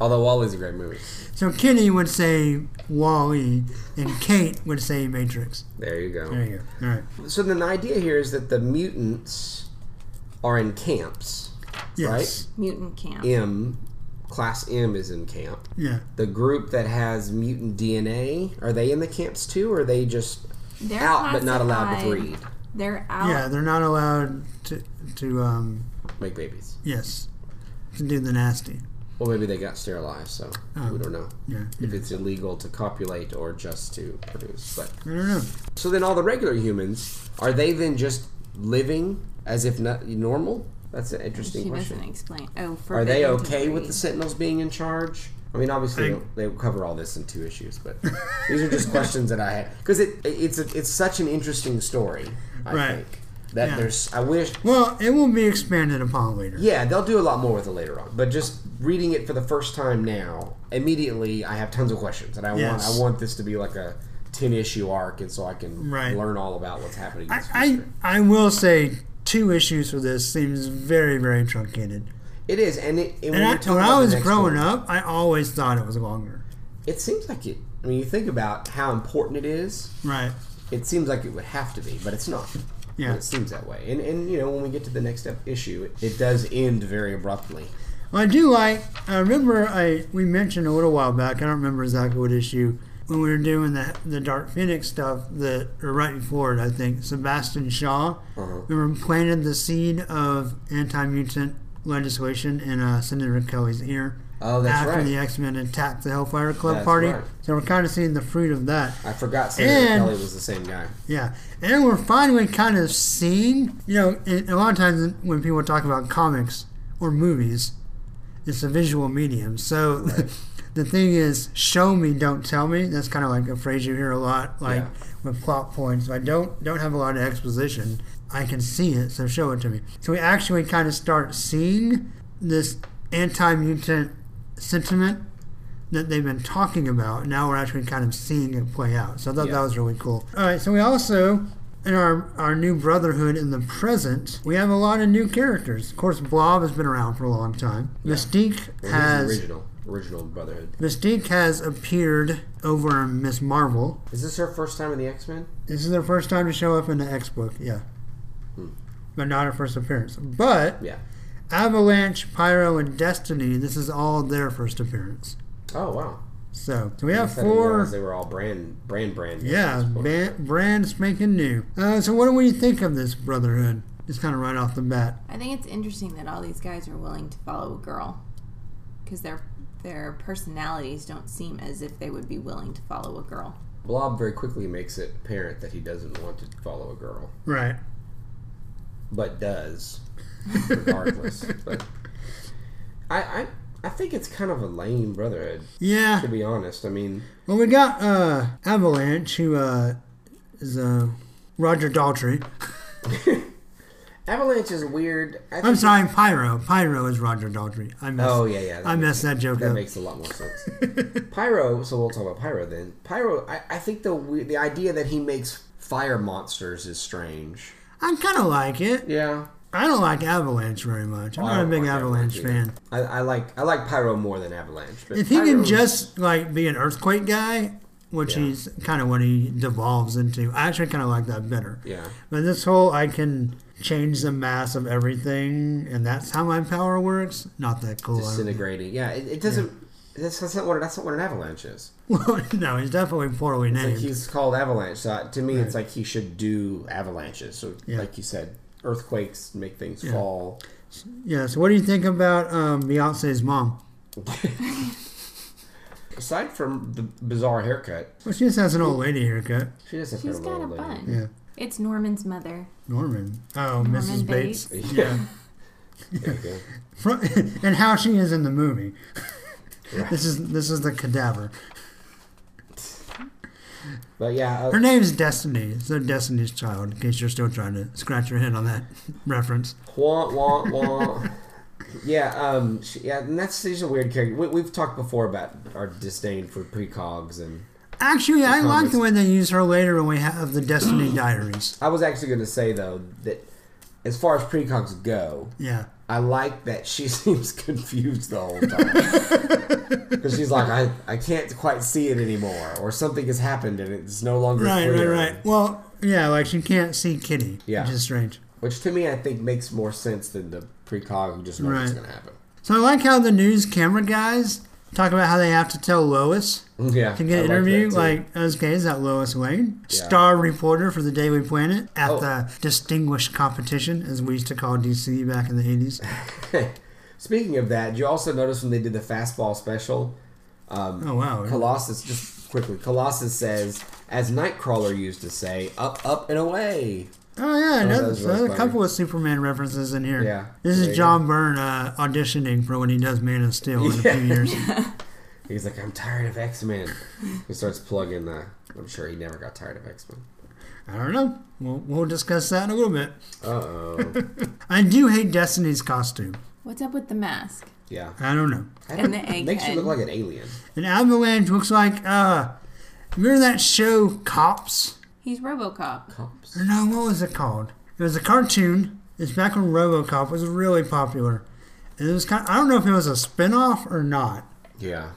[SPEAKER 3] Although Wally's a great movie.
[SPEAKER 2] So Kitty would say Wally, and Kate would say Matrix.
[SPEAKER 3] There you go.
[SPEAKER 2] There you go. All right.
[SPEAKER 3] So then the idea here is that the mutants are in camps.
[SPEAKER 2] Yes.
[SPEAKER 5] mutant camp.
[SPEAKER 3] M, class M is in camp.
[SPEAKER 2] Yeah.
[SPEAKER 3] The group that has mutant DNA are they in the camps too, or are they just
[SPEAKER 5] They're
[SPEAKER 3] out but not allowed to
[SPEAKER 5] classified-
[SPEAKER 3] breed,
[SPEAKER 5] They're out.
[SPEAKER 2] Yeah, they're not allowed to, to um,
[SPEAKER 3] make babies?
[SPEAKER 2] yes, to do the nasty.
[SPEAKER 3] Well, maybe they got sterilized, so we don't know
[SPEAKER 2] Oh. Yeah.
[SPEAKER 3] if it's illegal to copulate or just to produce. But
[SPEAKER 2] I don't know.
[SPEAKER 3] so then, all the regular humans are they then just living as if not normal? That's an interesting
[SPEAKER 5] She doesn't
[SPEAKER 3] question.
[SPEAKER 5] explain. Oh,
[SPEAKER 3] Are
[SPEAKER 5] forbidden
[SPEAKER 3] they
[SPEAKER 5] to
[SPEAKER 3] okay with
[SPEAKER 5] breed.
[SPEAKER 3] the Sentinels being in charge? I mean, obviously
[SPEAKER 2] I-
[SPEAKER 3] they will cover all this in two issues, but these are just questions that I had because it it's a, it's such an interesting story. I
[SPEAKER 2] Right.
[SPEAKER 3] think that
[SPEAKER 2] Yeah.
[SPEAKER 3] there's I wish
[SPEAKER 2] Well, it will be expanded upon later.
[SPEAKER 3] Yeah, they'll do a lot more with it later on. But just reading it for the first time now, immediately I have tons of questions, and I
[SPEAKER 2] Yes.
[SPEAKER 3] want I want this to be like a ten issue arc, and so I can
[SPEAKER 2] Right.
[SPEAKER 3] learn all about what's happening. In
[SPEAKER 2] I,
[SPEAKER 3] this
[SPEAKER 2] I
[SPEAKER 3] future.
[SPEAKER 2] I will say two issues for this seems very very truncated.
[SPEAKER 3] It is, and it and when,
[SPEAKER 2] And
[SPEAKER 3] you're
[SPEAKER 2] I,
[SPEAKER 3] talking
[SPEAKER 2] when
[SPEAKER 3] about
[SPEAKER 2] I
[SPEAKER 3] the
[SPEAKER 2] was
[SPEAKER 3] next
[SPEAKER 2] growing
[SPEAKER 3] one,
[SPEAKER 2] up, I always thought it was longer.
[SPEAKER 3] it seems like it. I mean, you think about how important it is.
[SPEAKER 2] Right.
[SPEAKER 3] It seems like it would have to be, but it's not.
[SPEAKER 2] Yeah.
[SPEAKER 3] It seems that way, and and you know when we get to the next ep- issue, it, it does end very abruptly.
[SPEAKER 2] Well, I do like. I remember I we mentioned a little while back. I don't remember exactly what issue when we were doing the the Dark Phoenix stuff, that or right before it, I think Sebastian Shaw,
[SPEAKER 3] Uh-huh.
[SPEAKER 2] we were planted the seed of anti mutant legislation in uh, Senator Kelly's ear.
[SPEAKER 3] Oh, that's
[SPEAKER 2] after
[SPEAKER 3] right.
[SPEAKER 2] the X Men attacked the Hellfire Club
[SPEAKER 3] That's
[SPEAKER 2] party,
[SPEAKER 3] right.
[SPEAKER 2] so we're kind of seeing the fruit of that.
[SPEAKER 3] I forgot Senator
[SPEAKER 2] And-
[SPEAKER 3] Kelly was the same guy.
[SPEAKER 2] Yeah, and we're finally kind of seeing, you know, it, a lot of times when people talk about comics or movies, it's a visual medium. So the thing is, show me, don't tell me. That's kind of like a phrase you hear a lot, like
[SPEAKER 3] Yeah.
[SPEAKER 2] with plot points. If I don't don't have a lot of exposition. I can see it, so show it to me. So we actually kind of start seeing this anti-mutant sentiment that they've been talking about. Now we're actually kind of seeing it play out. So I thought
[SPEAKER 3] Yeah.
[SPEAKER 2] that was really cool. All right, so we also in our our new brotherhood in the present, we have a lot of new characters. Of course, Blob has been around for a long time. Mystique
[SPEAKER 3] Well, he's the
[SPEAKER 2] has
[SPEAKER 3] original original Brotherhood.
[SPEAKER 2] Mystique has appeared over in Miss Marvel.
[SPEAKER 3] Is this her first time in the X Men?
[SPEAKER 2] This is her first time to show up in the X book, yeah.
[SPEAKER 3] Hmm.
[SPEAKER 2] But not her first appearance. But
[SPEAKER 3] Yeah.
[SPEAKER 2] Avalanche, Pyro, and Destiny, this is all their first appearance.
[SPEAKER 3] Oh wow.
[SPEAKER 2] So, so we
[SPEAKER 3] I
[SPEAKER 2] have
[SPEAKER 3] guess I didn't realize
[SPEAKER 2] four.
[SPEAKER 3] They were all brand brand brand.
[SPEAKER 2] Yeah,
[SPEAKER 3] names.
[SPEAKER 2] brand, brand spanking new. Uh, so, what do we think of this Brotherhood? Just kind of right off the bat.
[SPEAKER 5] I think it's interesting that all these guys are willing to follow a girl because their their personalities don't seem as if they would be willing to follow a girl.
[SPEAKER 3] Blob very quickly makes it apparent that he doesn't want to follow a girl,
[SPEAKER 2] Right.
[SPEAKER 3] but does, regardless. but I, I I think it's kind of a lame Brotherhood. To
[SPEAKER 2] Yeah.
[SPEAKER 3] be honest, I mean,
[SPEAKER 2] Well, we got uh, Avalanche, who uh, is uh, Roger Daltrey.
[SPEAKER 3] Avalanche is weird. I
[SPEAKER 2] I'm
[SPEAKER 3] think-
[SPEAKER 2] sorry, Pyro. Pyro is Roger Daltrey. I messed,
[SPEAKER 3] Oh yeah, yeah. that
[SPEAKER 2] I
[SPEAKER 3] makes
[SPEAKER 2] messed that joke
[SPEAKER 3] That
[SPEAKER 2] up.
[SPEAKER 3] makes a lot more sense. Pyro. So we'll talk about Pyro then. Pyro. I, I think the we- the idea that he makes fire monsters is strange.
[SPEAKER 2] I kind of like it.
[SPEAKER 3] Yeah.
[SPEAKER 2] I don't like Avalanche very much. I'm
[SPEAKER 3] I
[SPEAKER 2] not a
[SPEAKER 3] don't
[SPEAKER 2] big
[SPEAKER 3] like
[SPEAKER 2] Avalanche
[SPEAKER 3] either.
[SPEAKER 2] fan.
[SPEAKER 3] I, I like I like Pyro more than Avalanche. But
[SPEAKER 2] If he
[SPEAKER 3] Pyro-
[SPEAKER 2] can just like be an earthquake guy, which
[SPEAKER 3] Yeah.
[SPEAKER 2] he's kind of what he devolves into, I actually kind of like that better.
[SPEAKER 3] yeah,
[SPEAKER 2] But this whole I can change the mass of everything and that's how my power works. Not that cool. I don't-
[SPEAKER 3] disintegrating. Yeah, it, it doesn't. That's, that's not what that's not what an Avalanche is.
[SPEAKER 2] Well, no, he's definitely poorly
[SPEAKER 3] It's like
[SPEAKER 2] named.
[SPEAKER 3] he's called Avalanche. So uh, to me, it's like he should do avalanches. So
[SPEAKER 2] Yeah.
[SPEAKER 3] like you said, earthquakes make things fall.
[SPEAKER 2] yeah. So what do you think about um, Beyonce's mom?
[SPEAKER 3] Aside from the bizarre haircut,
[SPEAKER 2] Well, she just has an old lady haircut.
[SPEAKER 3] she doesn't.
[SPEAKER 5] She's
[SPEAKER 3] fit
[SPEAKER 5] got a
[SPEAKER 3] little lady.
[SPEAKER 5] bun.
[SPEAKER 2] Yeah.
[SPEAKER 5] It's Norman's mother.
[SPEAKER 2] Norman. Oh,
[SPEAKER 5] Norman
[SPEAKER 2] Mrs. Bates.
[SPEAKER 5] Bates.
[SPEAKER 2] Yeah.
[SPEAKER 3] There you go.
[SPEAKER 2] From, and how she is in the movie. this is this is the cadaver.
[SPEAKER 3] But yeah,
[SPEAKER 2] Her
[SPEAKER 3] uh,
[SPEAKER 2] name's Destiny, so Destiny's Child. In case you're still trying to scratch your head on that reference.
[SPEAKER 3] wah wah wah. yeah, um, she, yeah, and that's she's a weird character. We, we've talked before about our disdain for precogs, and
[SPEAKER 2] Actually, I like
[SPEAKER 3] comics.
[SPEAKER 2] the way they use her later when we have the Destiny Diaries.
[SPEAKER 3] I was actually going to say though that as far as precogs go,
[SPEAKER 2] Yeah,
[SPEAKER 3] I like that she seems confused the whole time because she's like, I, I can't quite see it anymore, or something has happened and it's no longer
[SPEAKER 2] right, right,
[SPEAKER 3] clear.
[SPEAKER 2] right. Well, yeah, like she can't see Kitty.
[SPEAKER 3] Yeah.
[SPEAKER 2] which is strange.
[SPEAKER 3] Which to me, I think makes more sense than the precog who just knows what's
[SPEAKER 2] Right.
[SPEAKER 3] going to happen.
[SPEAKER 2] So I like how the news camera guys talk about how they have to tell Lois
[SPEAKER 3] Yeah,
[SPEAKER 2] to get an
[SPEAKER 3] I like that,
[SPEAKER 2] interview.
[SPEAKER 3] too.
[SPEAKER 2] Like, okay, is that Lois Lane, star reporter for the Daily Planet at
[SPEAKER 3] Oh.
[SPEAKER 2] the Distinguished Competition, as we used to call DC back in the eighties?
[SPEAKER 3] Uh, Speaking of that, did you also notice when they did the fastball special?
[SPEAKER 2] Oh wow,
[SPEAKER 3] Colossus, just quickly, Colossus says, as Nightcrawler used to say, up, up, and away.
[SPEAKER 2] Oh yeah,
[SPEAKER 3] that
[SPEAKER 2] another,
[SPEAKER 3] was
[SPEAKER 2] so
[SPEAKER 3] really
[SPEAKER 2] there's a couple
[SPEAKER 3] funny.
[SPEAKER 2] of Superman references in here.
[SPEAKER 3] Yeah.
[SPEAKER 2] this
[SPEAKER 3] There
[SPEAKER 2] is
[SPEAKER 3] you
[SPEAKER 2] John Byrne uh, auditioning for when he does Man of Steel in a few years.
[SPEAKER 3] He's like, I'm tired of X Men. he starts plugging, uh, I'm sure he never got tired of X Men.
[SPEAKER 2] I don't know. We'll, we'll discuss that in a little bit.
[SPEAKER 3] Uh oh.
[SPEAKER 2] I do hate Destiny's costume.
[SPEAKER 5] What's up with the mask
[SPEAKER 3] Yeah.
[SPEAKER 2] I don't know.
[SPEAKER 5] and the egg
[SPEAKER 3] Makes you
[SPEAKER 5] head?
[SPEAKER 3] look like an alien.
[SPEAKER 2] And Avalanche looks like uh, remember that show Cops?
[SPEAKER 5] He's RoboCop.
[SPEAKER 3] Cops.
[SPEAKER 2] Or no, what was it called? It was a cartoon. It's back when RoboCop was really popular. And it was kind. I don't know if it was a spinoff or not.
[SPEAKER 3] Yeah.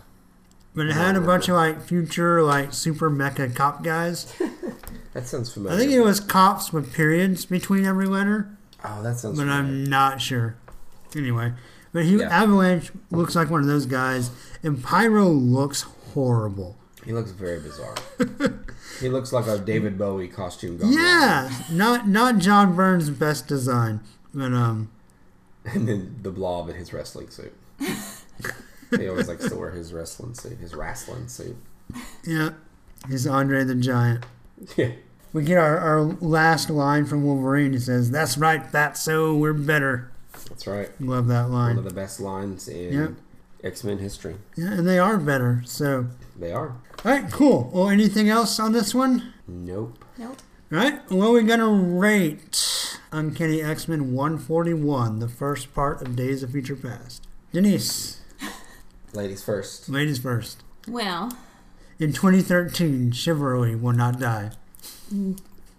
[SPEAKER 2] But it had a bunch of like future like super mecha cop guys.
[SPEAKER 3] That sounds familiar.
[SPEAKER 2] I think it was cops with periods between every letter,
[SPEAKER 3] Oh, that sounds
[SPEAKER 2] but
[SPEAKER 3] familiar.
[SPEAKER 2] I'm not sure. Anyway, but he
[SPEAKER 3] Yeah.
[SPEAKER 2] Avalanche looks like one of those guys, and Pyro looks horrible.
[SPEAKER 3] He looks very bizarre. he looks like a David Bowie costume. Gone wrong.
[SPEAKER 2] Yeah, not not John Burns' best design, but um,
[SPEAKER 3] And then the blob in his wrestling suit. he always likes to wear his wrestling suit, his wrestling suit.
[SPEAKER 2] yeah, he's Andre the Giant.
[SPEAKER 3] Yeah.
[SPEAKER 2] We get our, our last line from Wolverine. He says, "That's right, that's so we're better."
[SPEAKER 3] That's right.
[SPEAKER 2] Love that
[SPEAKER 3] One of
[SPEAKER 2] line.
[SPEAKER 3] the best lines in
[SPEAKER 2] Yep.
[SPEAKER 3] X Men history.
[SPEAKER 2] Yeah, and they are better. So,
[SPEAKER 3] They are.
[SPEAKER 2] all right, cool. Well, anything else on this one?
[SPEAKER 3] Nope.
[SPEAKER 5] Nope.
[SPEAKER 2] All right. Well, we're gonna rate Uncanny X Men 141, the first part of Days of Future Past. Denise,
[SPEAKER 3] Ladies first.
[SPEAKER 2] ladies first.
[SPEAKER 5] Well,
[SPEAKER 2] In 2013, chivalry will not die.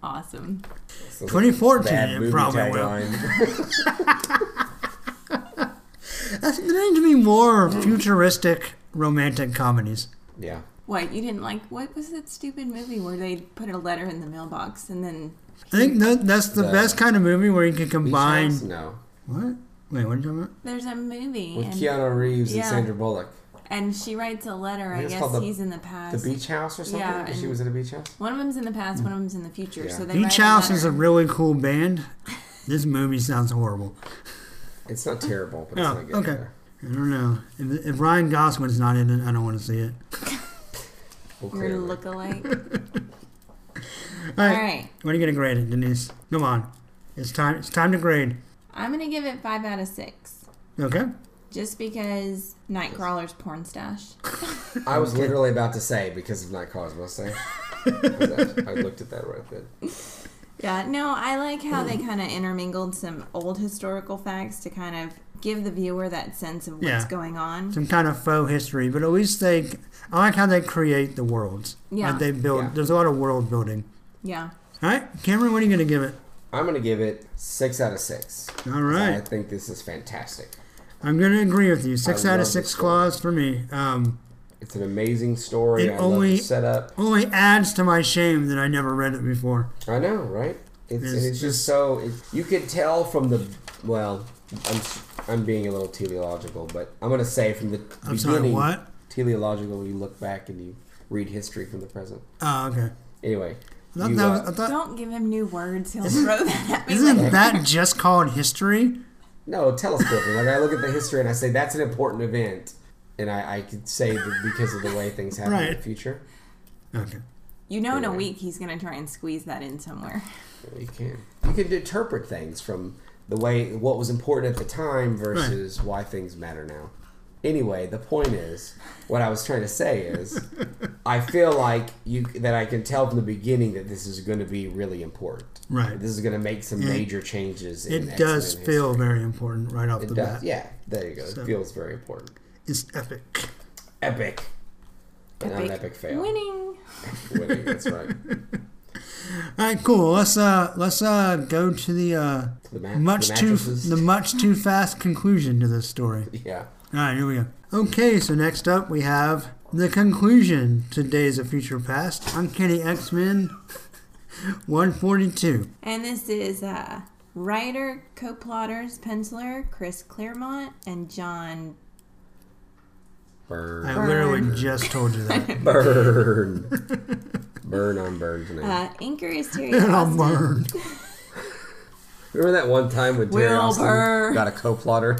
[SPEAKER 5] awesome.
[SPEAKER 3] This is a
[SPEAKER 2] 2014,
[SPEAKER 3] bad
[SPEAKER 2] it
[SPEAKER 3] movie
[SPEAKER 2] probably will.
[SPEAKER 3] tagline.
[SPEAKER 2] I think there need to be more futuristic romantic comedies.
[SPEAKER 3] yeah.
[SPEAKER 5] What you didn't like? What was that stupid movie where they put a letter in the mailbox and then
[SPEAKER 2] I think that, that's the
[SPEAKER 3] The-
[SPEAKER 2] best kind of movie where you can
[SPEAKER 3] Beach
[SPEAKER 2] combine.
[SPEAKER 3] House? No.
[SPEAKER 2] What? Wait, what are you talking about?
[SPEAKER 5] there's a movie
[SPEAKER 3] With
[SPEAKER 5] and,
[SPEAKER 3] Keanu Reeves
[SPEAKER 5] Yeah.
[SPEAKER 3] and Sandra Bullock.
[SPEAKER 5] and she writes a letter. I
[SPEAKER 3] think it's
[SPEAKER 5] guess
[SPEAKER 3] called the-
[SPEAKER 5] he's in the
[SPEAKER 3] The
[SPEAKER 5] past.
[SPEAKER 3] beach house or something?
[SPEAKER 5] Yeah,
[SPEAKER 3] Because she
[SPEAKER 5] and-
[SPEAKER 3] was in a beach house?
[SPEAKER 5] One of them's in the past. One of them's in the future.
[SPEAKER 3] Yeah.
[SPEAKER 5] So they
[SPEAKER 2] Beach
[SPEAKER 5] write
[SPEAKER 2] House is a
[SPEAKER 5] letter.
[SPEAKER 2] really cool band. This movie sounds horrible.
[SPEAKER 3] It's not terrible, but it's
[SPEAKER 2] Oh,
[SPEAKER 3] not good.
[SPEAKER 2] okay.
[SPEAKER 3] either.
[SPEAKER 2] I don't know. If, if Ryan Gosling's not in it, I don't want to see it.
[SPEAKER 5] We're
[SPEAKER 3] Well, clearly.
[SPEAKER 5] look-alike.
[SPEAKER 2] All
[SPEAKER 5] All
[SPEAKER 2] right.
[SPEAKER 5] right.
[SPEAKER 2] What are you gonna grade it, Denise? Come on. It's time. It's time to grade.
[SPEAKER 5] I'm gonna give it five out of six,
[SPEAKER 2] Okay.
[SPEAKER 5] just because Nightcrawler's porn stash.
[SPEAKER 3] I was literally about to say because of Nightcrawler's mustache. I looked at that right then.
[SPEAKER 5] Yeah, no, I like how they kind of intermingled some old historical facts to kind of give the viewer that sense of what's
[SPEAKER 2] Yeah.
[SPEAKER 5] going on.
[SPEAKER 2] Some kind of faux history, but at least they. I like how they create the worlds.
[SPEAKER 5] Yeah.
[SPEAKER 2] Like they build.
[SPEAKER 3] Yeah.
[SPEAKER 2] There's a lot of world building.
[SPEAKER 5] Yeah,
[SPEAKER 2] All right, Cameron. What are you gonna give it?
[SPEAKER 3] I'm gonna give it six out of six.
[SPEAKER 2] All right.
[SPEAKER 3] I think this is fantastic.
[SPEAKER 2] I'm gonna agree with you. Six
[SPEAKER 3] I
[SPEAKER 2] out of
[SPEAKER 3] love this
[SPEAKER 2] six
[SPEAKER 3] story.
[SPEAKER 2] claws for me. Um,
[SPEAKER 3] It's an amazing story.
[SPEAKER 2] It
[SPEAKER 3] I
[SPEAKER 2] only-
[SPEAKER 3] love the setup.
[SPEAKER 2] only adds to my shame that I never read it before.
[SPEAKER 3] I know, right? It's
[SPEAKER 2] It's-
[SPEAKER 3] and it's just so it, you could tell from the well. I'm s- I'm being a little teleological, but I'm gonna say from the
[SPEAKER 2] I'm
[SPEAKER 3] beginning.
[SPEAKER 2] sorry, what?
[SPEAKER 3] Teleological. You look back and you read history from the present.
[SPEAKER 2] Oh, okay.
[SPEAKER 3] Anyway,
[SPEAKER 2] I thought
[SPEAKER 3] you,
[SPEAKER 2] that was,
[SPEAKER 3] uh,
[SPEAKER 2] I thought,
[SPEAKER 5] don't give him new words; he'll throw that at me.
[SPEAKER 2] isn't that just called history?
[SPEAKER 3] No, tell us different. like I look at the history and I say that's an important event, and I, I could say that because of the way things happen in
[SPEAKER 2] Right.
[SPEAKER 3] the future,
[SPEAKER 2] Okay.
[SPEAKER 5] You know, in a
[SPEAKER 3] Yeah.
[SPEAKER 5] week he's gonna try and squeeze that in somewhere.
[SPEAKER 3] you can you can interpret things from the way what was important at the time versus why things matter now. Anyway, the point is, what I was trying to say is, I feel like you that I can tell from the beginning that this is going to be really important.
[SPEAKER 2] Right.
[SPEAKER 3] This is going to make some major changes.
[SPEAKER 2] It
[SPEAKER 3] in
[SPEAKER 2] does
[SPEAKER 3] X-Men
[SPEAKER 2] feel
[SPEAKER 3] history.
[SPEAKER 2] very important right off the
[SPEAKER 3] It does.
[SPEAKER 2] bat.
[SPEAKER 3] Yeah. There you go.
[SPEAKER 2] So-
[SPEAKER 3] It feels very important.
[SPEAKER 2] It's epic.
[SPEAKER 3] Epic. But not an epic fail.
[SPEAKER 5] Winning.
[SPEAKER 3] winning. That's right.
[SPEAKER 2] All right, cool. Let's uh let's uh go to the uh
[SPEAKER 3] The ma-
[SPEAKER 2] much
[SPEAKER 3] the
[SPEAKER 2] too
[SPEAKER 3] mattresses.
[SPEAKER 2] the much too fast conclusion to this story.
[SPEAKER 3] Yeah.
[SPEAKER 2] All right, here we go. Okay, so next up we have the conclusion to Days of Future Past. Uncanny X Men 142.
[SPEAKER 5] And this is uh, writer, co-plotters, penciler Chris Claremont and John.
[SPEAKER 3] Burn.
[SPEAKER 2] I literally just told you that.
[SPEAKER 3] Burn. burn on burn tonight.
[SPEAKER 5] Uh, inker is Terry
[SPEAKER 2] and I'll
[SPEAKER 5] Austin.
[SPEAKER 2] burn.
[SPEAKER 3] Remember that one time when Terry Austin
[SPEAKER 5] Wilbur.
[SPEAKER 3] got a co-plotter?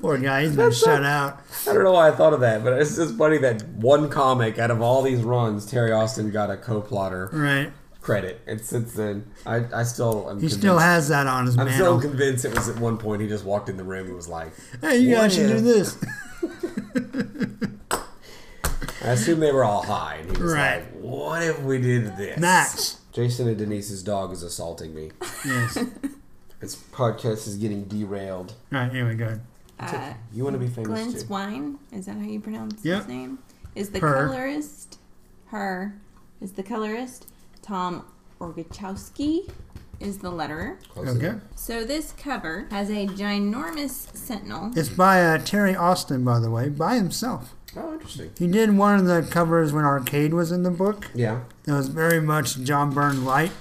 [SPEAKER 2] Poor guy, he's been shut out.
[SPEAKER 3] I don't know why I thought of that, but it's just funny that one comic out of all these runs, Terry Austin got a co-plotter
[SPEAKER 2] Right.
[SPEAKER 3] credit, and since then, I, I still am.
[SPEAKER 2] He still
[SPEAKER 3] convinced-
[SPEAKER 2] has that on his
[SPEAKER 3] I'm still
[SPEAKER 2] mantle.
[SPEAKER 3] convinced it was at one point he just walked in the room and was like,
[SPEAKER 2] Hey, you
[SPEAKER 3] What
[SPEAKER 2] guys should do
[SPEAKER 3] if-
[SPEAKER 2] this.
[SPEAKER 3] I assume they were all high, and he was
[SPEAKER 2] Right.
[SPEAKER 3] like, "What if we did this?"
[SPEAKER 2] Max.
[SPEAKER 3] Jason and Denise's dog is assaulting me.
[SPEAKER 2] Yes. All
[SPEAKER 3] This podcast is getting derailed.
[SPEAKER 2] right, here we go.
[SPEAKER 5] Uh,
[SPEAKER 3] You want to be famous
[SPEAKER 5] Glenn
[SPEAKER 3] too.
[SPEAKER 5] Swine, is that how you pronounce
[SPEAKER 2] Yep.
[SPEAKER 5] his name? Is the
[SPEAKER 2] Her.
[SPEAKER 5] colorist her? Is the colorist Tom Orgachowski? Is the letterer?
[SPEAKER 3] Close
[SPEAKER 2] Okay.
[SPEAKER 3] enough.
[SPEAKER 5] So this cover has a ginormous sentinel.
[SPEAKER 2] It's by uh, Terry Austin, by the way, by himself.
[SPEAKER 3] Oh, interesting.
[SPEAKER 2] He did one of the covers when Arcade was in the book.
[SPEAKER 3] Yeah.
[SPEAKER 2] That was very much John Byrne light.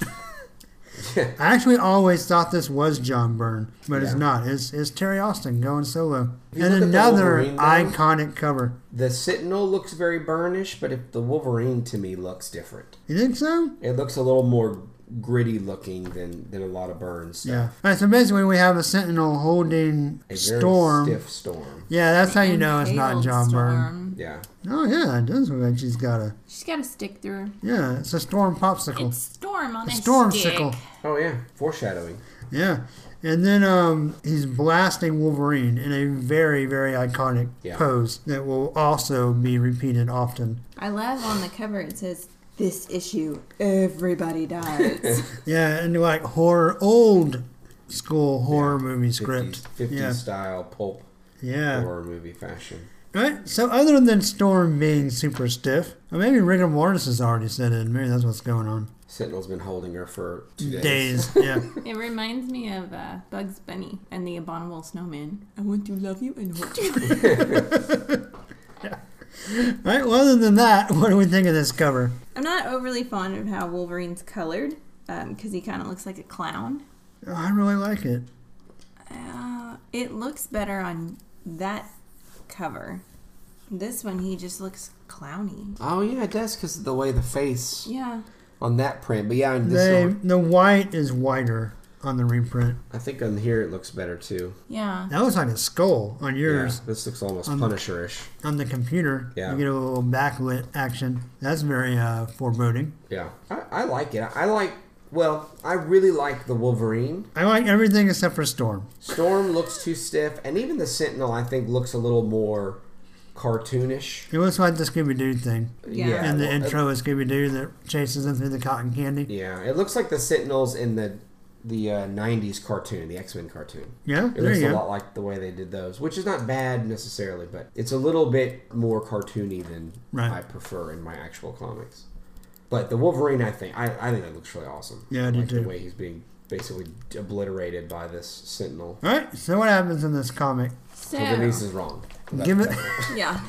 [SPEAKER 2] I actually always thought this was John Byrne, but it's
[SPEAKER 3] Yeah.
[SPEAKER 2] not. It's, it's Terry Austin going solo. And
[SPEAKER 3] you look at the
[SPEAKER 2] another
[SPEAKER 3] Wolverine, though-
[SPEAKER 2] iconic cover.
[SPEAKER 3] The Sentinel looks very burnish, but if the Wolverine to me looks different.
[SPEAKER 2] You think so?
[SPEAKER 3] It looks a little more gritty looking than than a lot of burns.
[SPEAKER 2] Yeah. All right, so basically, we have a Sentinel holding
[SPEAKER 3] A very
[SPEAKER 2] Storm.
[SPEAKER 3] stiff storm.
[SPEAKER 2] Yeah, that's how you know it's not
[SPEAKER 5] Impaled
[SPEAKER 2] John Byrne.
[SPEAKER 5] Storm.
[SPEAKER 3] Yeah.
[SPEAKER 2] Oh, yeah, it does look like she's got a.
[SPEAKER 5] She's got a stick through her.
[SPEAKER 2] Yeah, it's a Storm popsicle.
[SPEAKER 5] It's storm on a,
[SPEAKER 2] storm
[SPEAKER 5] stick.
[SPEAKER 2] sickle.
[SPEAKER 3] Oh yeah. Foreshadowing.
[SPEAKER 2] Yeah. And then um, he's blasting Wolverine in a very, very iconic
[SPEAKER 3] Yeah.
[SPEAKER 2] pose that will also be repeated often.
[SPEAKER 5] I love on the cover it says this issue everybody dies.
[SPEAKER 2] Yeah, and like horror, old school horror movie script.
[SPEAKER 3] 50s, 50s
[SPEAKER 2] yeah.
[SPEAKER 3] style pulp
[SPEAKER 2] Yeah.
[SPEAKER 3] horror movie fashion.
[SPEAKER 2] Right? So, other than Storm being super stiff, or maybe rigor mortis has already set in. Maybe that's what's going on.
[SPEAKER 3] Sentinel's been holding her for two days.
[SPEAKER 2] Days. Yeah.
[SPEAKER 5] it reminds me of uh, Bugs Bunny and the Abominable Snowman. I want to love you and hurt you.
[SPEAKER 2] All right. Well, other than that, what do we think of this cover?
[SPEAKER 5] I'm not overly fond of how Wolverine's colored because he kind of looks like a clown.
[SPEAKER 2] Oh, I really like it.
[SPEAKER 5] Uh, it looks better on that cover. This one, he just looks clowny.
[SPEAKER 3] Oh yeah, it does because of the way the face
[SPEAKER 5] Yeah.
[SPEAKER 3] on that print. But yeah, on this
[SPEAKER 2] They,
[SPEAKER 3] one,
[SPEAKER 2] the white is whiter on the reprint.
[SPEAKER 3] I think on here it looks better too.
[SPEAKER 5] Yeah.
[SPEAKER 2] That looks like a skull on
[SPEAKER 3] Yeah,
[SPEAKER 2] yours
[SPEAKER 3] this looks almost
[SPEAKER 2] Um,
[SPEAKER 3] Punisherish.
[SPEAKER 2] on the computer.
[SPEAKER 3] Yeah.
[SPEAKER 2] You get a little backlit action. That's very uh, foreboding.
[SPEAKER 3] Yeah, I, I like it. I like. Well, I really like the Wolverine.
[SPEAKER 2] I like everything except for Storm.
[SPEAKER 3] Storm looks too stiff, and even the Sentinel, I think, looks a little more cartoonish.
[SPEAKER 2] It looks like the Scooby Doo thing.
[SPEAKER 5] Yeah.
[SPEAKER 2] and the
[SPEAKER 3] well,
[SPEAKER 2] intro is Scooby Doo that chases them through the cotton candy.
[SPEAKER 3] It, yeah, it looks like the Sentinels in the the uh, '90s cartoon, the X Men cartoon.
[SPEAKER 2] Yeah,
[SPEAKER 3] It
[SPEAKER 2] there
[SPEAKER 3] looks
[SPEAKER 2] you
[SPEAKER 3] a
[SPEAKER 2] go.
[SPEAKER 3] lot like the way they did those, which is not bad necessarily, but it's a little bit more cartoony than
[SPEAKER 2] Right.
[SPEAKER 3] I prefer in my actual comics. But the Wolverine, I think, I, I think that looks really awesome.
[SPEAKER 2] Yeah, I do
[SPEAKER 3] like
[SPEAKER 2] too.
[SPEAKER 3] The way he's being basically obliterated by this Sentinel.
[SPEAKER 2] All right. So what happens in this comic?
[SPEAKER 5] So,
[SPEAKER 3] So Denise is wrong. That-
[SPEAKER 2] Give it,
[SPEAKER 5] yeah.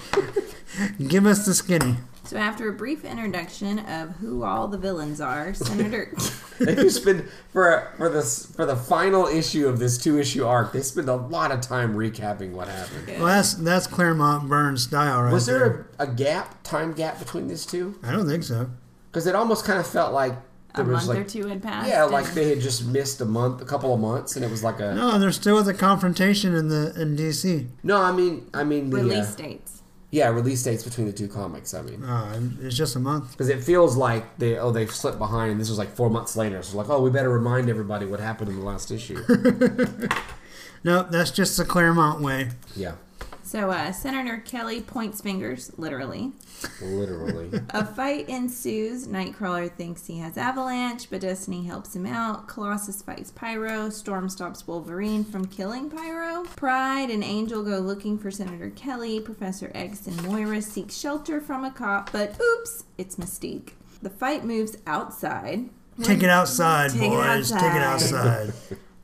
[SPEAKER 2] give us the skinny.
[SPEAKER 5] So after a brief introduction of who all the villains are, Senator
[SPEAKER 3] they spend for for this for the final issue of this two issue arc. They spend a lot of time recapping what happened.
[SPEAKER 2] Well, that's that's Claremont Burns style, right?
[SPEAKER 3] Was there a, a gap, time gap between these two?
[SPEAKER 2] I I don't think so.
[SPEAKER 3] Because it almost kind of felt like
[SPEAKER 5] a
[SPEAKER 3] there was
[SPEAKER 5] month
[SPEAKER 3] like
[SPEAKER 5] or two had passed.
[SPEAKER 3] yeah,
[SPEAKER 5] and-
[SPEAKER 3] like they had just missed a month, a couple of months, and it was like a no.
[SPEAKER 2] No, there's still the confrontation in the in DC.
[SPEAKER 3] I mean, I mean the uh,
[SPEAKER 5] release dates.
[SPEAKER 3] yeah release dates between the two comics. I mean.
[SPEAKER 2] Uh, it's just a month.
[SPEAKER 3] Because it feels like they oh they've slipped behind and this was like four months later so like oh we better remind everybody what happened in the last issue
[SPEAKER 2] No, that's just the Claremont way.
[SPEAKER 3] yeah
[SPEAKER 5] So uh, Senator Kelly points fingers, literally.
[SPEAKER 3] literally
[SPEAKER 5] A fight ensues. Nightcrawler thinks he has Avalanche, but Destiny helps him out. Colossus fights Pyro. Storm stops Wolverine from killing Pyro. Pride and Angel go looking for Senator Kelly. Professor X and Moira seek shelter from a cop, but oops, it's Mystique. The fight moves outside,
[SPEAKER 2] Take it outside,
[SPEAKER 5] Take it
[SPEAKER 2] boys. Take it
[SPEAKER 5] outside.
[SPEAKER 2] outside.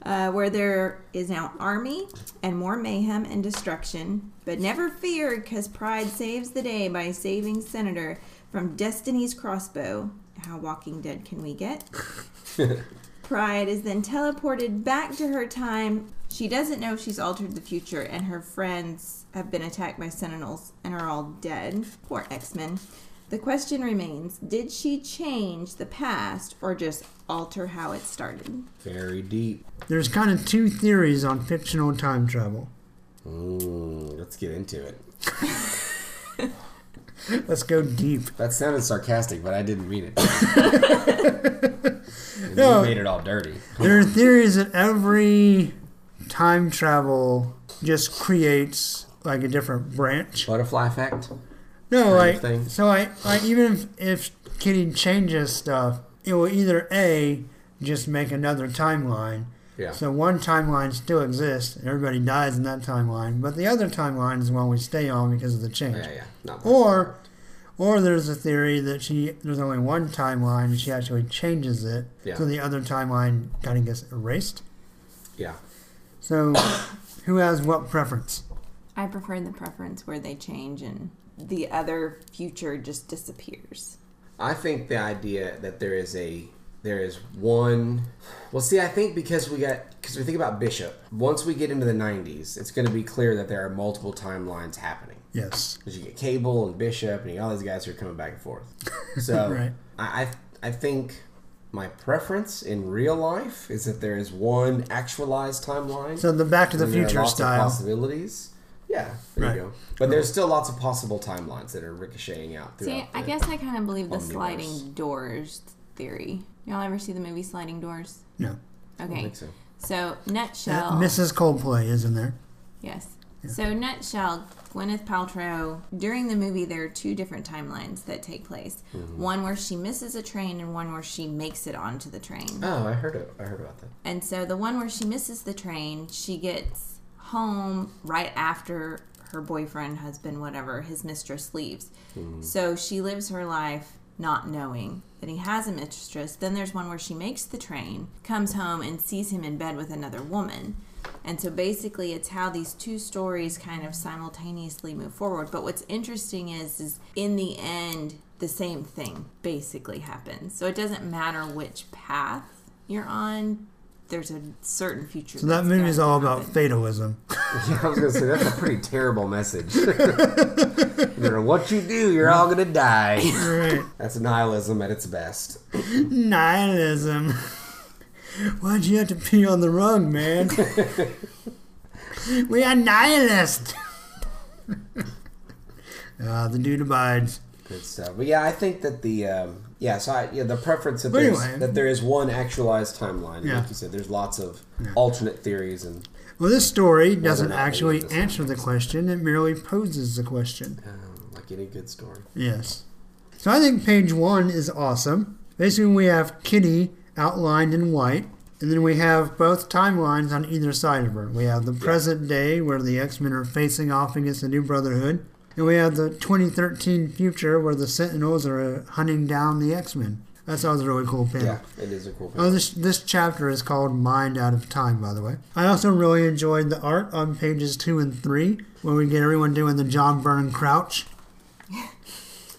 [SPEAKER 5] uh, where there is now army and more mayhem and destruction. But never fear, because Pride saves the day by saving Senator from Destiny's crossbow. How Walking Dead can we get? Pride is then teleported back to her time. She doesn't know she's altered the future, and her friends have been attacked by Sentinels and are all dead. Poor X Men. The question remains did she change the past or just alter how it started?
[SPEAKER 3] very deep
[SPEAKER 2] There's kind of two theories on fictional time travel.
[SPEAKER 3] Mm, let's get into it.
[SPEAKER 2] Let's go deep.
[SPEAKER 3] That sounded sarcastic, but I didn't mean it. And
[SPEAKER 2] No.
[SPEAKER 3] You made it all dirty.
[SPEAKER 2] There are theories that every time travel just creates like a different branch.
[SPEAKER 3] Butterfly effect.
[SPEAKER 2] No,
[SPEAKER 3] of
[SPEAKER 2] like
[SPEAKER 3] thing.
[SPEAKER 2] so, like, like even if, if Kitty changes stuff, it will either a just make another timeline.
[SPEAKER 3] Yeah.
[SPEAKER 2] So one timeline still exists. and Everybody dies in that timeline, but the other timeline is the one we stay on because of the change.
[SPEAKER 3] yeah, yeah. Not
[SPEAKER 2] Or, or there's a theory that she there's only one timeline and she actually changes it,
[SPEAKER 3] Yeah.
[SPEAKER 2] so the other timeline kind of gets erased.
[SPEAKER 3] yeah.
[SPEAKER 2] So, who has what preference?
[SPEAKER 5] I prefer the preference where they change and the other future just disappears.
[SPEAKER 3] I think the idea that there is a There is one. Well, see, I think because we got because we think about Bishop. Once we get into the '90s, it's going to be clear that there are multiple timelines happening.
[SPEAKER 2] Yes.
[SPEAKER 3] Because you get Cable and Bishop and you get all these guys who are coming back and forth. So
[SPEAKER 2] Right.
[SPEAKER 3] I, I I think my preference in real life is that there is one actualized timeline.
[SPEAKER 2] So the Back to the
[SPEAKER 3] and there are
[SPEAKER 2] Future
[SPEAKER 3] lots of
[SPEAKER 2] style.
[SPEAKER 3] possibilities. Yeah, there you
[SPEAKER 2] Right.
[SPEAKER 3] go. But there's still lots of possible timelines that are ricocheting out.
[SPEAKER 5] See,
[SPEAKER 3] throughout
[SPEAKER 5] I
[SPEAKER 3] the-
[SPEAKER 5] guess I kind of believe the
[SPEAKER 3] Omniverse.
[SPEAKER 5] sliding doors theory. Y'all ever see the movie Sliding Doors?
[SPEAKER 2] No.
[SPEAKER 5] Okay.
[SPEAKER 3] think so.
[SPEAKER 5] So,
[SPEAKER 2] Uh,
[SPEAKER 5] nutshell.
[SPEAKER 2] Mrs. Coldplay is in there.
[SPEAKER 5] Yes. So, nutshell, Gwyneth Paltrow, during the movie, there are two different timelines that take place
[SPEAKER 3] Mm-hmm.
[SPEAKER 5] one where she misses a train, and one where she makes it onto the train.
[SPEAKER 3] Oh, I heard it. I heard about that.
[SPEAKER 5] And so, the one where she misses the train, she gets home right after her boyfriend, husband, whatever, his mistress leaves. So, she lives her life not knowing that he has a mistress. Then there's one where she makes the train, comes home, and sees him in bed with another woman. And so basically it's how these two stories kind of simultaneously move forward. But what's interesting is is in the end the same thing basically happens. So it doesn't matter which path you're on, there's a certain future.
[SPEAKER 2] So that movie is all about
[SPEAKER 5] faith.
[SPEAKER 2] fatalism.
[SPEAKER 3] Yeah, I was gonna say that's a pretty terrible message. no matter what you do, you're all gonna die.
[SPEAKER 2] Right.
[SPEAKER 3] That's nihilism at its best.
[SPEAKER 2] Nihilism. Why'd you have to pee on the rug, man? we are nihilists. Ah, the dude abides.
[SPEAKER 3] Good stuff. But yeah, I think that the um, yeah, so I, yeah, the preference that
[SPEAKER 2] But
[SPEAKER 3] there's,
[SPEAKER 2] anyway.
[SPEAKER 3] that there is one actualized timeline.
[SPEAKER 2] Yeah.
[SPEAKER 3] Like you said, there's lots of alternate theories and
[SPEAKER 2] Well, this story doesn't
[SPEAKER 3] not really
[SPEAKER 2] actually
[SPEAKER 3] the same.
[SPEAKER 2] answer the question, it merely poses the question.
[SPEAKER 3] um, like any good story.
[SPEAKER 2] Yes. So I think page one is awesome. Basically, we have Kitty outlined in white, and then we have both timelines on either side of her. We have the present day, where the X Men are facing off against the New Brotherhood, and we have the 2013 future, where the Sentinels are uh, hunting down the X Men. That sounds a really cool panel.
[SPEAKER 3] Yeah, it is a cool.
[SPEAKER 2] Oh,
[SPEAKER 3] Panel.
[SPEAKER 2] this this chapter is called "Mind Out of Time." By the way, I also really enjoyed the art on pages two and three, where we get everyone doing the John Byrne crouch.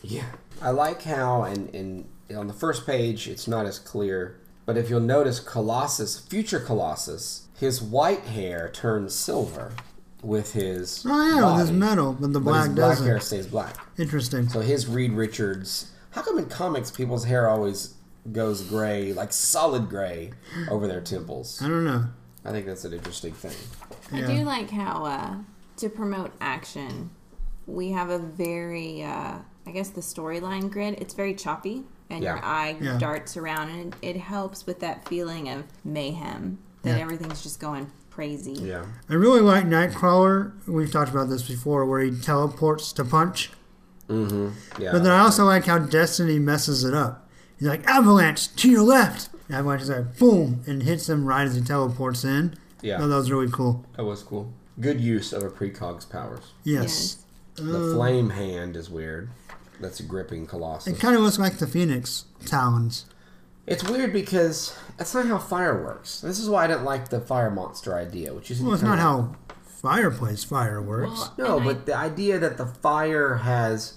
[SPEAKER 3] Yeah, I like how and and on the first page it's not as clear, but if you'll notice, Colossus, future Colossus, his white hair turns silver with his
[SPEAKER 2] Oh yeah, with this
[SPEAKER 3] body,
[SPEAKER 2] metal, but the
[SPEAKER 3] but
[SPEAKER 2] black
[SPEAKER 3] his black
[SPEAKER 2] doesn't.
[SPEAKER 3] hair stays black.
[SPEAKER 2] Interesting.
[SPEAKER 3] So his Reed Richards. How come in comics people's hair always goes gray, like solid gray, over their temples?
[SPEAKER 2] I don't know.
[SPEAKER 3] I think that's an interesting thing.
[SPEAKER 5] I
[SPEAKER 2] Yeah.
[SPEAKER 5] do like how uh, to promote action, we have a very, uh, I guess, the storyline grid. It's very choppy, and your
[SPEAKER 3] Yeah.
[SPEAKER 5] eye
[SPEAKER 2] Yeah.
[SPEAKER 5] darts around, and it, it helps with that feeling of mayhem that
[SPEAKER 2] Yeah.
[SPEAKER 5] everything's just going crazy.
[SPEAKER 3] Yeah.
[SPEAKER 2] I really like Nightcrawler. We've talked about this before, where he teleports to punch.
[SPEAKER 3] Yeah.
[SPEAKER 2] But then I also like how Destiny messes it up. He's like, "Avalanche to your left!" And Avalanche is like, "Boom!" and hits him right as he teleports in.
[SPEAKER 3] Yeah.
[SPEAKER 2] No, that was really cool.
[SPEAKER 3] that was cool. Good use of a precog's powers.
[SPEAKER 2] Yes. Mm.
[SPEAKER 3] The flame hand is weird. That's gripping Colossus.
[SPEAKER 2] It kind of looks like the Phoenix talons.
[SPEAKER 3] It's weird because that's not how fire works. This is why I didn't like the fire monster idea, which is
[SPEAKER 2] Well, it's not how fireplace fire works.
[SPEAKER 3] No, but the idea that the fire has,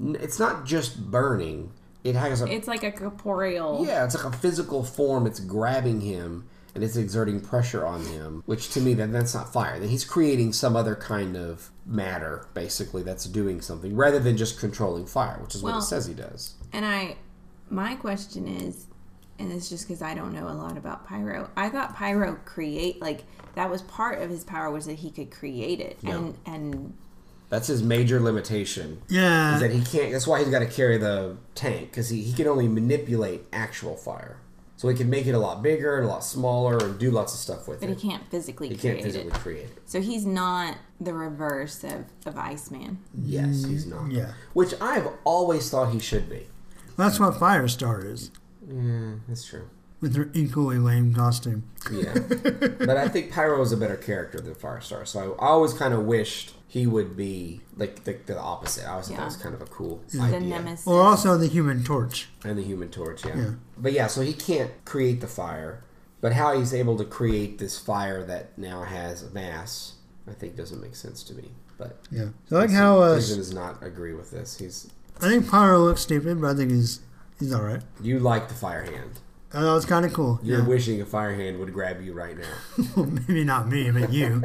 [SPEAKER 3] n- it's not just burning. It has a
[SPEAKER 5] It's like a corporeal.
[SPEAKER 3] yeah, it's like a physical form. It's grabbing him and it's exerting pressure on him, which to me then that's not fire. Then he's creating some other kind of matter, basically that's doing something rather than just controlling fire, which is what
[SPEAKER 5] Well-
[SPEAKER 3] it says he does.
[SPEAKER 5] And I, my question is, and it's just because I don't know a lot about Pyro. I thought Pyro create like that was part of his power was that he could create it, and and
[SPEAKER 3] That's his major limitation.
[SPEAKER 2] Yeah.
[SPEAKER 3] is that he can't. That's why he's got to carry the tank because he, he can only manipulate actual fire. So he can make it a lot bigger and a lot smaller and do lots of stuff with
[SPEAKER 5] but he
[SPEAKER 3] it.
[SPEAKER 5] can't physically
[SPEAKER 3] He
[SPEAKER 5] create
[SPEAKER 3] can't physically
[SPEAKER 5] it.
[SPEAKER 3] create it.
[SPEAKER 5] So he's not the reverse of, of Iceman.
[SPEAKER 3] Yes, he's not.
[SPEAKER 2] Mm, yeah.
[SPEAKER 3] Which I've always thought he should be.
[SPEAKER 2] That's what Firestar is,
[SPEAKER 3] That's true.
[SPEAKER 2] with her equally lame costume.
[SPEAKER 3] Yeah. but I think Pyro is a better character than Firestar. So I always kind of wished he would be like the, the opposite. I always thought that
[SPEAKER 5] Yeah.
[SPEAKER 3] was kind of a cool
[SPEAKER 5] The
[SPEAKER 3] idea.
[SPEAKER 5] nemesis.
[SPEAKER 2] Or also the Human Torch.
[SPEAKER 3] And the Human Torch, yeah.
[SPEAKER 2] Yeah.
[SPEAKER 3] But yeah, so he can't create the fire, but how he's able to create this fire that now has mass, I think doesn't make sense to me. But
[SPEAKER 2] Yeah. So I like how uh,
[SPEAKER 3] Vision does not agree with this. He's
[SPEAKER 2] I think Pyro looks stupid, but I think he's he's all right.
[SPEAKER 3] you like the fire hand.
[SPEAKER 2] Oh, that was kind of cool.
[SPEAKER 3] You're wishing a fire hand would grab you right now.
[SPEAKER 2] Well, maybe not me, but you.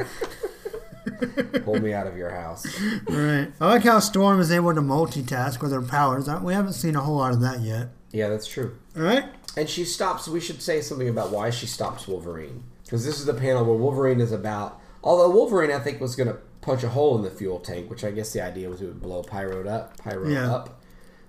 [SPEAKER 3] Pull me out of your house.
[SPEAKER 2] right. I like how Storm is able to multitask with her powers. I- We haven't seen a whole lot of that yet.
[SPEAKER 3] Yeah, that's true.
[SPEAKER 2] All right.
[SPEAKER 3] And she stops. We should say something about why she stops Wolverine because this is the panel where Wolverine is about. Although Wolverine, I think, was going to punch a hole in the fuel tank, which I guess the idea was it would blow Pyro up, Pyro
[SPEAKER 2] Yeah.
[SPEAKER 3] up.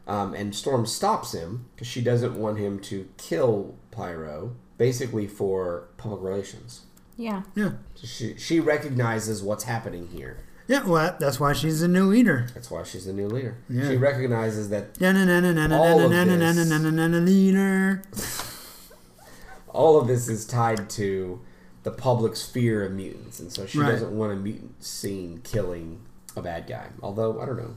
[SPEAKER 3] Um, and Storm stops him because she doesn't want him to kill Pyro, basically for public relations.
[SPEAKER 5] Yeah.
[SPEAKER 2] Yeah.
[SPEAKER 3] So she she recognizes what's happening here.
[SPEAKER 2] Yeah, well, that- that's why she's the new leader.
[SPEAKER 3] That's why she's the new leader.
[SPEAKER 2] Yeah.
[SPEAKER 3] She recognizes that All of
[SPEAKER 2] Leader.
[SPEAKER 3] all of this is tied to the public's fear of mutants, and so she
[SPEAKER 2] Right.
[SPEAKER 3] doesn't want a mutant seen killing a bad guy. Although I don't know,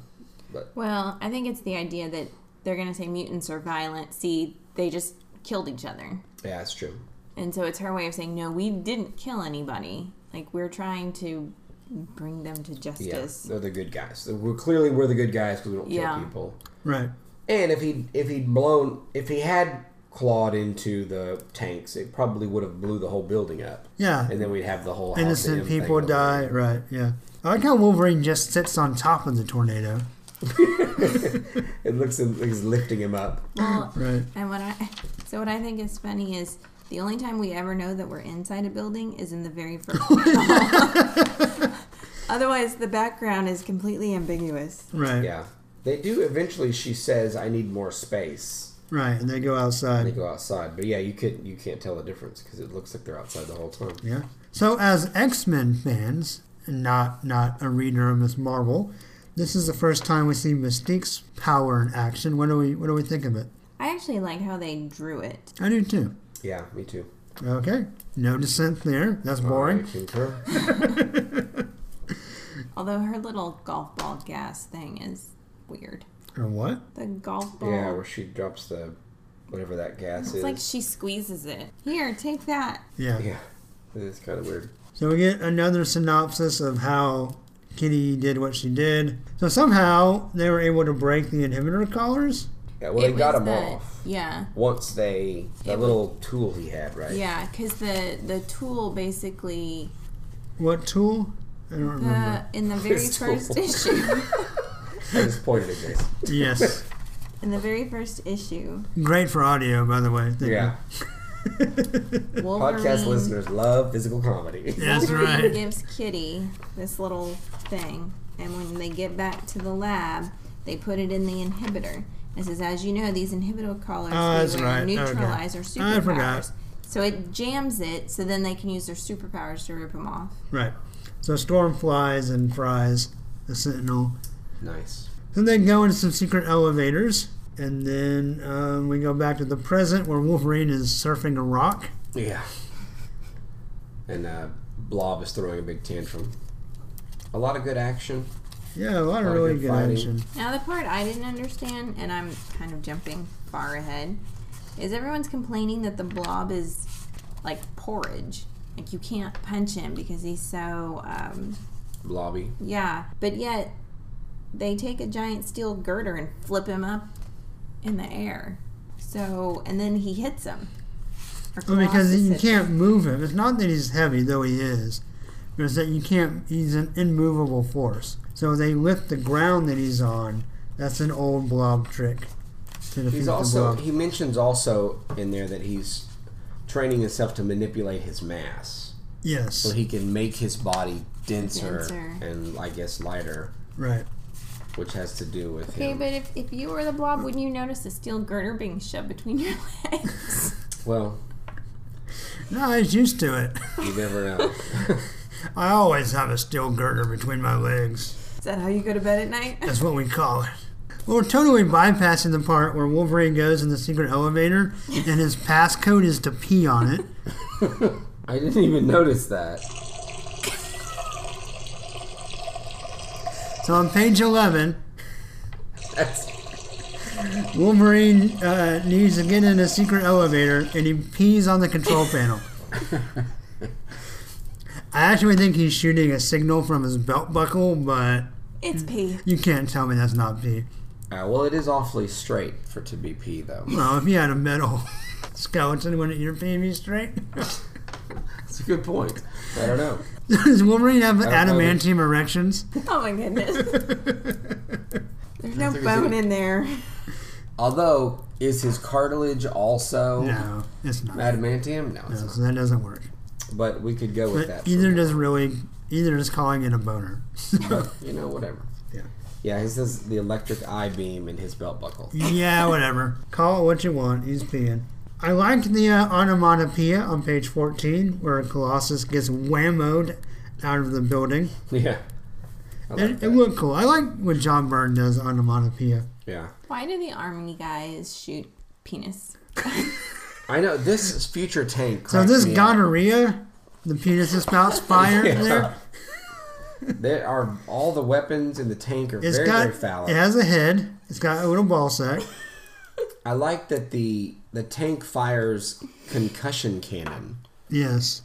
[SPEAKER 3] but
[SPEAKER 5] Well, I think it's the idea that they're going to say mutants are violent. See, they just killed each other.
[SPEAKER 3] yeah, it's true.
[SPEAKER 5] And so it's her way of saying, no, we didn't kill anybody. Like, we're trying to bring them to
[SPEAKER 3] Yeah,
[SPEAKER 5] justice.
[SPEAKER 3] they're the good guys. We're clearly we're the good guys because we don't
[SPEAKER 5] Yeah.
[SPEAKER 3] kill people.
[SPEAKER 2] Right.
[SPEAKER 3] And if he if he'd blown if he had clawed into the tanks, it probably would have blew the whole building up.
[SPEAKER 2] Yeah.
[SPEAKER 3] and then we'd have the whole house
[SPEAKER 2] Innocent
[SPEAKER 3] of him
[SPEAKER 2] people
[SPEAKER 3] thing over.
[SPEAKER 2] die. Right. Yeah. I like how Wolverine just sits on top of the tornado.
[SPEAKER 3] It looks he's lifting him up.
[SPEAKER 5] Well,
[SPEAKER 2] Right.
[SPEAKER 5] and what I, so what I think is funny is the only time we ever know that we're inside a building is in the very first panel. Otherwise, the background is completely ambiguous.
[SPEAKER 2] Right.
[SPEAKER 3] Yeah, they do. Eventually, she says, "I need more space."
[SPEAKER 2] Right. And they go
[SPEAKER 3] They
[SPEAKER 2] outside.
[SPEAKER 3] go outside, but yeah, you could you can't tell the difference because it looks like they're outside the whole time.
[SPEAKER 2] Yeah. So as X Men fans, not not a reader of Miss Marvel, this is the first time we see Mystique's power in action. What do we what do we think of it?
[SPEAKER 5] I actually like how they drew it.
[SPEAKER 2] I do too.
[SPEAKER 3] Yeah, me too.
[SPEAKER 2] Okay. No dissent there. That's boring.
[SPEAKER 3] I concur.
[SPEAKER 5] Although her little golf ball gas thing is weird.
[SPEAKER 2] Or what?
[SPEAKER 5] The golf ball.
[SPEAKER 3] yeah, where she drops the whatever that gas
[SPEAKER 5] it's
[SPEAKER 3] is.
[SPEAKER 5] like she squeezes it. Here, take that.
[SPEAKER 2] Yeah.
[SPEAKER 3] yeah, it's kind of weird.
[SPEAKER 2] So we get another synopsis of how Kitty did what she did. So somehow they were able to break the inhibitor collars.
[SPEAKER 3] Yeah, well, they
[SPEAKER 5] It
[SPEAKER 3] got
[SPEAKER 5] was
[SPEAKER 3] him
[SPEAKER 5] the-
[SPEAKER 3] off
[SPEAKER 5] Yeah.
[SPEAKER 3] once they that
[SPEAKER 5] It was-
[SPEAKER 3] little tool he had, right?
[SPEAKER 5] Yeah, because the the tool basically
[SPEAKER 2] What tool? I don't remember.
[SPEAKER 5] the in the very
[SPEAKER 3] His tool.
[SPEAKER 5] first issue
[SPEAKER 3] I just pointed at this.
[SPEAKER 2] yes.
[SPEAKER 5] in the very first issue
[SPEAKER 2] Great for audio, by the way. Thank you.
[SPEAKER 3] Yeah,
[SPEAKER 5] Wolverine
[SPEAKER 3] podcast listeners love physical comedy.
[SPEAKER 2] That's
[SPEAKER 5] Wolverine
[SPEAKER 2] right.
[SPEAKER 5] gives Kitty this little thing, and when they get back to the lab, they put it in the inhibitor. It says, as you know, these inhibitor collars
[SPEAKER 2] Oh,
[SPEAKER 5] they
[SPEAKER 2] that's
[SPEAKER 5] wear
[SPEAKER 2] right.
[SPEAKER 5] neutralize their
[SPEAKER 2] Okay. I forgot.
[SPEAKER 5] superpowers. So it jams it, so then they can use their superpowers to rip them off.
[SPEAKER 2] Right. So Storm flies and fries the Sentinel.
[SPEAKER 3] Nice.
[SPEAKER 2] Then they go into some secret elevators. And then um, we go back to the present where Wolverine is surfing a rock.
[SPEAKER 3] Yeah. And uh, Blob is throwing a big tantrum. A lot of good action.
[SPEAKER 2] Yeah, a lot of
[SPEAKER 3] Lot of
[SPEAKER 2] really
[SPEAKER 3] good
[SPEAKER 2] good
[SPEAKER 3] fighting.
[SPEAKER 2] action.
[SPEAKER 5] Now, the part I didn't understand, and I'm kind of jumping far ahead, is everyone's complaining that the blob is like porridge. Like, you can't punch him because he's so um,
[SPEAKER 3] Blobby.
[SPEAKER 5] Yeah, but yet they take a giant steel girder and flip him up in the air. So, and then he hits him. Or
[SPEAKER 2] Well, because
[SPEAKER 5] Colossus
[SPEAKER 2] you
[SPEAKER 5] hits him.
[SPEAKER 2] can't move him. It's not that he's heavy, though he is. but It's that you can't. He's an immovable force. So they lift the ground that he's on. That's an old blob trick. To defeat
[SPEAKER 3] He's
[SPEAKER 2] the
[SPEAKER 3] also
[SPEAKER 2] blob.
[SPEAKER 3] he mentions also in there that he's training himself to manipulate his mass.
[SPEAKER 2] yes.
[SPEAKER 3] So he can make his body denser,
[SPEAKER 5] Denser.
[SPEAKER 3] and I guess lighter,
[SPEAKER 2] right.
[SPEAKER 3] which has to do with
[SPEAKER 5] Okay,
[SPEAKER 3] him.
[SPEAKER 5] but if, if you were the blob, wouldn't you notice a steel girder being shoved between your legs?
[SPEAKER 3] Well,
[SPEAKER 2] No, he's used to it.
[SPEAKER 3] you never know.
[SPEAKER 2] I always have a steel girder between my legs.
[SPEAKER 5] Is that how you go to bed at night?
[SPEAKER 2] That's what we call it. Well, We're totally bypassing the part where Wolverine goes in the secret elevator and his passcode is to pee on it.
[SPEAKER 3] I didn't even notice that.
[SPEAKER 2] So on page 11,
[SPEAKER 3] That's uh,
[SPEAKER 2] Wolverine uh, needs to get in a secret elevator and he pees on the control panel. I actually think he's shooting a signal from his belt buckle, but
[SPEAKER 5] It's pee.
[SPEAKER 2] you can't tell me that's not pee.
[SPEAKER 3] Uh, well, it is awfully straight for to be P though.
[SPEAKER 2] Well, if you had a metal skeleton, wouldn't your pee be straight?
[SPEAKER 3] That's a good point. I don't know.
[SPEAKER 2] Does Wolverine have
[SPEAKER 3] don't know.
[SPEAKER 2] adamantium erections?
[SPEAKER 5] Oh my goodness. There's no bone in there.
[SPEAKER 3] Although, is his cartilage also
[SPEAKER 2] No, it's not.
[SPEAKER 3] adamantium? No,
[SPEAKER 2] No,
[SPEAKER 3] it's not.
[SPEAKER 2] so that doesn't work.
[SPEAKER 3] But we could go
[SPEAKER 2] But
[SPEAKER 3] with that. for
[SPEAKER 2] either
[SPEAKER 3] now.
[SPEAKER 2] does really, either is calling it a boner.
[SPEAKER 3] But, you know, whatever.
[SPEAKER 2] Yeah.
[SPEAKER 3] Yeah, he says the electric eye beam in his belt buckle.
[SPEAKER 2] yeah, whatever. Call it what you want. He's peeing. I liked the uh, onomatopoeia on page 14 where Colossus gets whammoed out of the building.
[SPEAKER 3] Yeah. I like
[SPEAKER 2] It, it
[SPEAKER 3] that.
[SPEAKER 2] looked cool. I like when John Byrne does onomatopoeia.
[SPEAKER 3] yeah.
[SPEAKER 1] Why do the army guys shoot penis?
[SPEAKER 3] I know this is future tank.
[SPEAKER 2] So this
[SPEAKER 3] gunner.
[SPEAKER 2] gonorrhea, the penis that spouts fire
[SPEAKER 3] Yeah.
[SPEAKER 2] there,
[SPEAKER 3] There are all the weapons in the tank are
[SPEAKER 2] it's
[SPEAKER 3] very
[SPEAKER 2] got,
[SPEAKER 3] very phallic.
[SPEAKER 2] it has a head, it's got a little ball sack.
[SPEAKER 3] I like that the the tank fires concussion cannon,
[SPEAKER 2] Yes.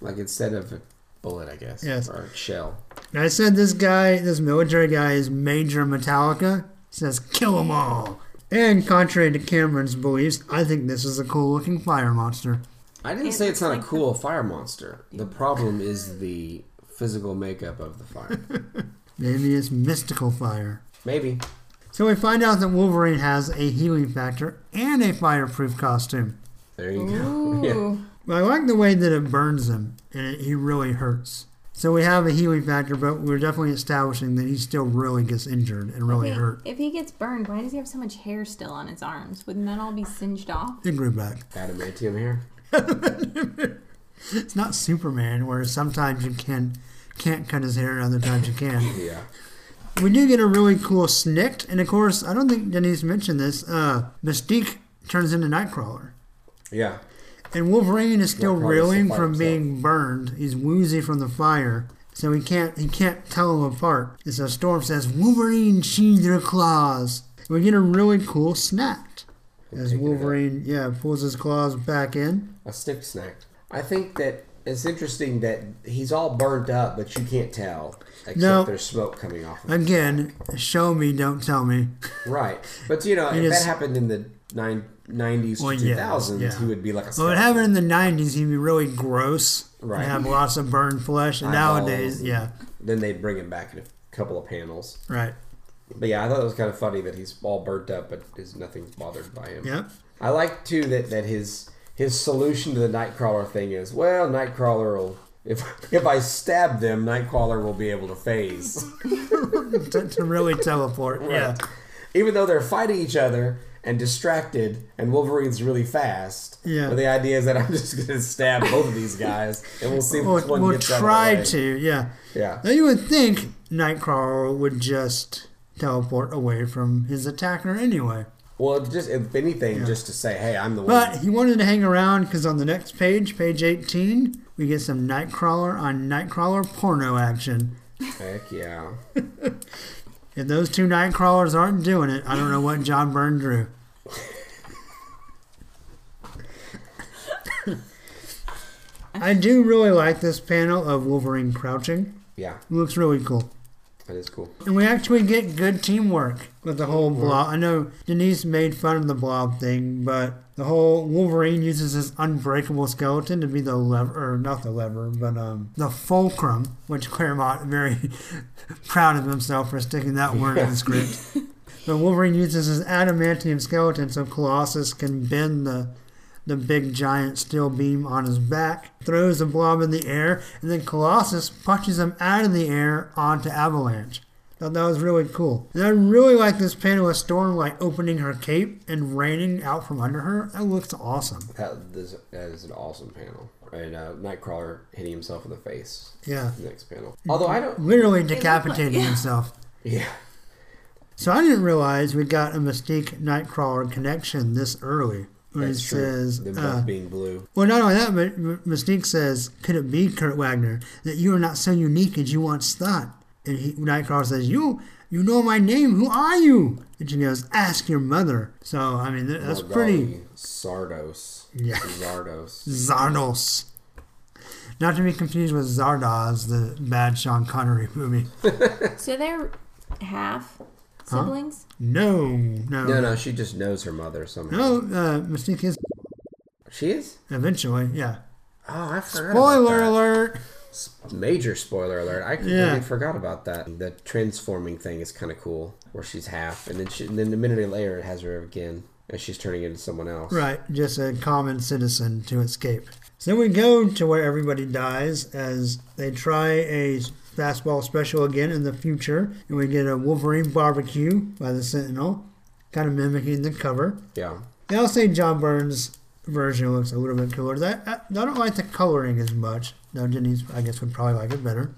[SPEAKER 3] like instead of a bullet, I guess,
[SPEAKER 2] Yes.
[SPEAKER 3] or a shell.
[SPEAKER 2] And I said this guy, this military guy is Major Metallica. Says kill 'em all. And contrary to Cameron's beliefs, I think this is a cool looking fire monster.
[SPEAKER 3] I didn't
[SPEAKER 1] It
[SPEAKER 3] say
[SPEAKER 1] looks
[SPEAKER 3] it's not a
[SPEAKER 1] like
[SPEAKER 3] cool fire monster. The problem is the physical makeup of the fire.
[SPEAKER 2] Maybe it's mystical fire.
[SPEAKER 3] Maybe.
[SPEAKER 2] So we find out that Wolverine has a healing factor and a fireproof costume.
[SPEAKER 3] There you go. Yeah.
[SPEAKER 2] But I like the way that it burns him, and it, he really hurts. So we have a healing factor, but we're definitely establishing that he still really gets injured and really
[SPEAKER 1] Wait,
[SPEAKER 2] hurt.
[SPEAKER 1] if he gets burned, why does he have so much hair still on his arms? Wouldn't that all be singed off?
[SPEAKER 2] It grew back.
[SPEAKER 3] Adamantium here.
[SPEAKER 2] It's not Superman, where sometimes you can can't cut his hair, and other times you can.
[SPEAKER 3] Yeah.
[SPEAKER 2] We do get a really cool snicked, and of course, I don't think Denise mentioned this. Uh, Mystique turns into Nightcrawler,
[SPEAKER 3] Yeah.
[SPEAKER 2] and Wolverine is still
[SPEAKER 3] Nightcrawler's still
[SPEAKER 2] reeling
[SPEAKER 3] by
[SPEAKER 2] from
[SPEAKER 3] himself.
[SPEAKER 2] being burned. He's woozy from the fire, so he can't he can't tell them apart. And so Storm says, "Wolverine, sheathe your claws." And we get a really cool snapped as
[SPEAKER 3] Taking it up.
[SPEAKER 2] Wolverine, yeah, pulls his claws back in.
[SPEAKER 3] A stick snack. I think that it's interesting that he's all burnt up, but you can't tell except
[SPEAKER 2] No.
[SPEAKER 3] there's smoke coming off. of him.
[SPEAKER 2] Again, show me, don't tell me.
[SPEAKER 3] Right. But you know, if
[SPEAKER 2] is-
[SPEAKER 3] that happened in the nine, 90s to
[SPEAKER 2] Well, yeah,
[SPEAKER 3] 2000s,
[SPEAKER 2] yeah.
[SPEAKER 3] he would be like a
[SPEAKER 2] Well, it
[SPEAKER 3] skeleton.
[SPEAKER 2] happened in the '90s. He'd be really gross
[SPEAKER 3] Right.
[SPEAKER 2] and have lots of burned flesh. And
[SPEAKER 3] Eyeballs
[SPEAKER 2] nowadays,
[SPEAKER 3] and-
[SPEAKER 2] yeah,
[SPEAKER 3] Then they bring him back in a couple of panels.
[SPEAKER 2] right,
[SPEAKER 3] But yeah, I thought it was kind of funny that he's all burnt up, but is nothing's bothered by him.
[SPEAKER 2] yep,
[SPEAKER 3] I like too that that his his solution to the Nightcrawler thing is well, Nightcrawler will if if I stab them, Nightcrawler will be able to phase,
[SPEAKER 2] to, to really teleport. Yeah,
[SPEAKER 3] even though they're fighting each other and distracted, and Wolverine's really fast.
[SPEAKER 2] Yeah.
[SPEAKER 3] But the idea is that I'm just going to stab both of these guys, and we'll see which
[SPEAKER 2] we'll,
[SPEAKER 3] one
[SPEAKER 2] we'll
[SPEAKER 3] gets out of the
[SPEAKER 2] try
[SPEAKER 3] way.
[SPEAKER 2] to. Yeah.
[SPEAKER 3] Yeah.
[SPEAKER 2] Now you would think Nightcrawler would just teleport away from his attacker anyway,
[SPEAKER 3] Well, just if anything, just to say, hey, I'm the
[SPEAKER 2] but
[SPEAKER 3] one.
[SPEAKER 2] he wanted to hang around because on the next page, page 18, we get some Nightcrawler on Nightcrawler porno action.
[SPEAKER 3] Heck yeah.
[SPEAKER 2] If those two Nightcrawlers aren't doing it, I don't know what John Byrne drew. I do really like this panel of Wolverine crouching.
[SPEAKER 3] Yeah,
[SPEAKER 2] looks really cool.
[SPEAKER 3] that is cool.
[SPEAKER 2] And we actually get good teamwork with the whole blob. I know Denise made fun of the blob thing, but the whole Wolverine uses his unbreakable skeleton to be the lever, or not the lever, but um, the fulcrum, which Claremont very proud of himself for sticking that word in the script. But Wolverine uses his adamantium skeleton so Colossus can bend the the big giant steel beam on his back, throws the blob in the air, and then Colossus punches him out of the air onto Avalanche. Thought that was really cool. And I really like this panel with Storm like opening her cape and raining out from under her. That looks awesome.
[SPEAKER 3] That, this, that is an awesome panel. And uh, Nightcrawler hitting himself in the face.
[SPEAKER 2] Yeah.
[SPEAKER 3] Next panel. Although I don't.
[SPEAKER 2] Literally decapitating
[SPEAKER 5] yeah.
[SPEAKER 2] himself.
[SPEAKER 3] Yeah.
[SPEAKER 2] So I didn't realize we got a Mystique Nightcrawler connection this early. When it
[SPEAKER 3] That's true.
[SPEAKER 2] says,
[SPEAKER 3] Them both
[SPEAKER 2] uh,
[SPEAKER 3] being blue.
[SPEAKER 2] Well, not only that, but M- Mystique says, "Could it be Kurt Wagner that you are not so unique as you once thought?" And he, Nightcrawler says, "You, you know my name. Who are you?" And she goes, "Ask your mother." So I mean, th-
[SPEAKER 3] Oh,
[SPEAKER 2] that's pretty
[SPEAKER 3] Margali, Sardos.
[SPEAKER 2] Yeah.
[SPEAKER 3] Zardos.
[SPEAKER 2] Zardos. Not to be confused with Zardoz, the bad Sean Connery movie.
[SPEAKER 1] So they're half
[SPEAKER 5] siblings?
[SPEAKER 2] No, no,
[SPEAKER 3] No, no, she just knows her mother somehow.
[SPEAKER 2] No, uh, Mystique is
[SPEAKER 3] She is?
[SPEAKER 2] eventually, yeah.
[SPEAKER 3] Oh, I forgot. about
[SPEAKER 2] Spoiler
[SPEAKER 3] that.
[SPEAKER 2] alert!
[SPEAKER 3] S- Major spoiler alert. I completely
[SPEAKER 2] Yeah.
[SPEAKER 3] forgot about that. The transforming thing is kind of cool, where she's half, and then she, and then a minute later it has her again, and she's turning into someone else.
[SPEAKER 2] Right, just a common citizen to escape. So then we go to where everybody dies as they try a fastball special again in the future, and we get a Wolverine barbecue by the Sentinel, kind of mimicking the cover.
[SPEAKER 3] Yeah.
[SPEAKER 2] Yeah, I'll say John Burns' version looks a little bit cooler. That I, I don't like the coloring as much. Now Denise, I guess, would probably like it better.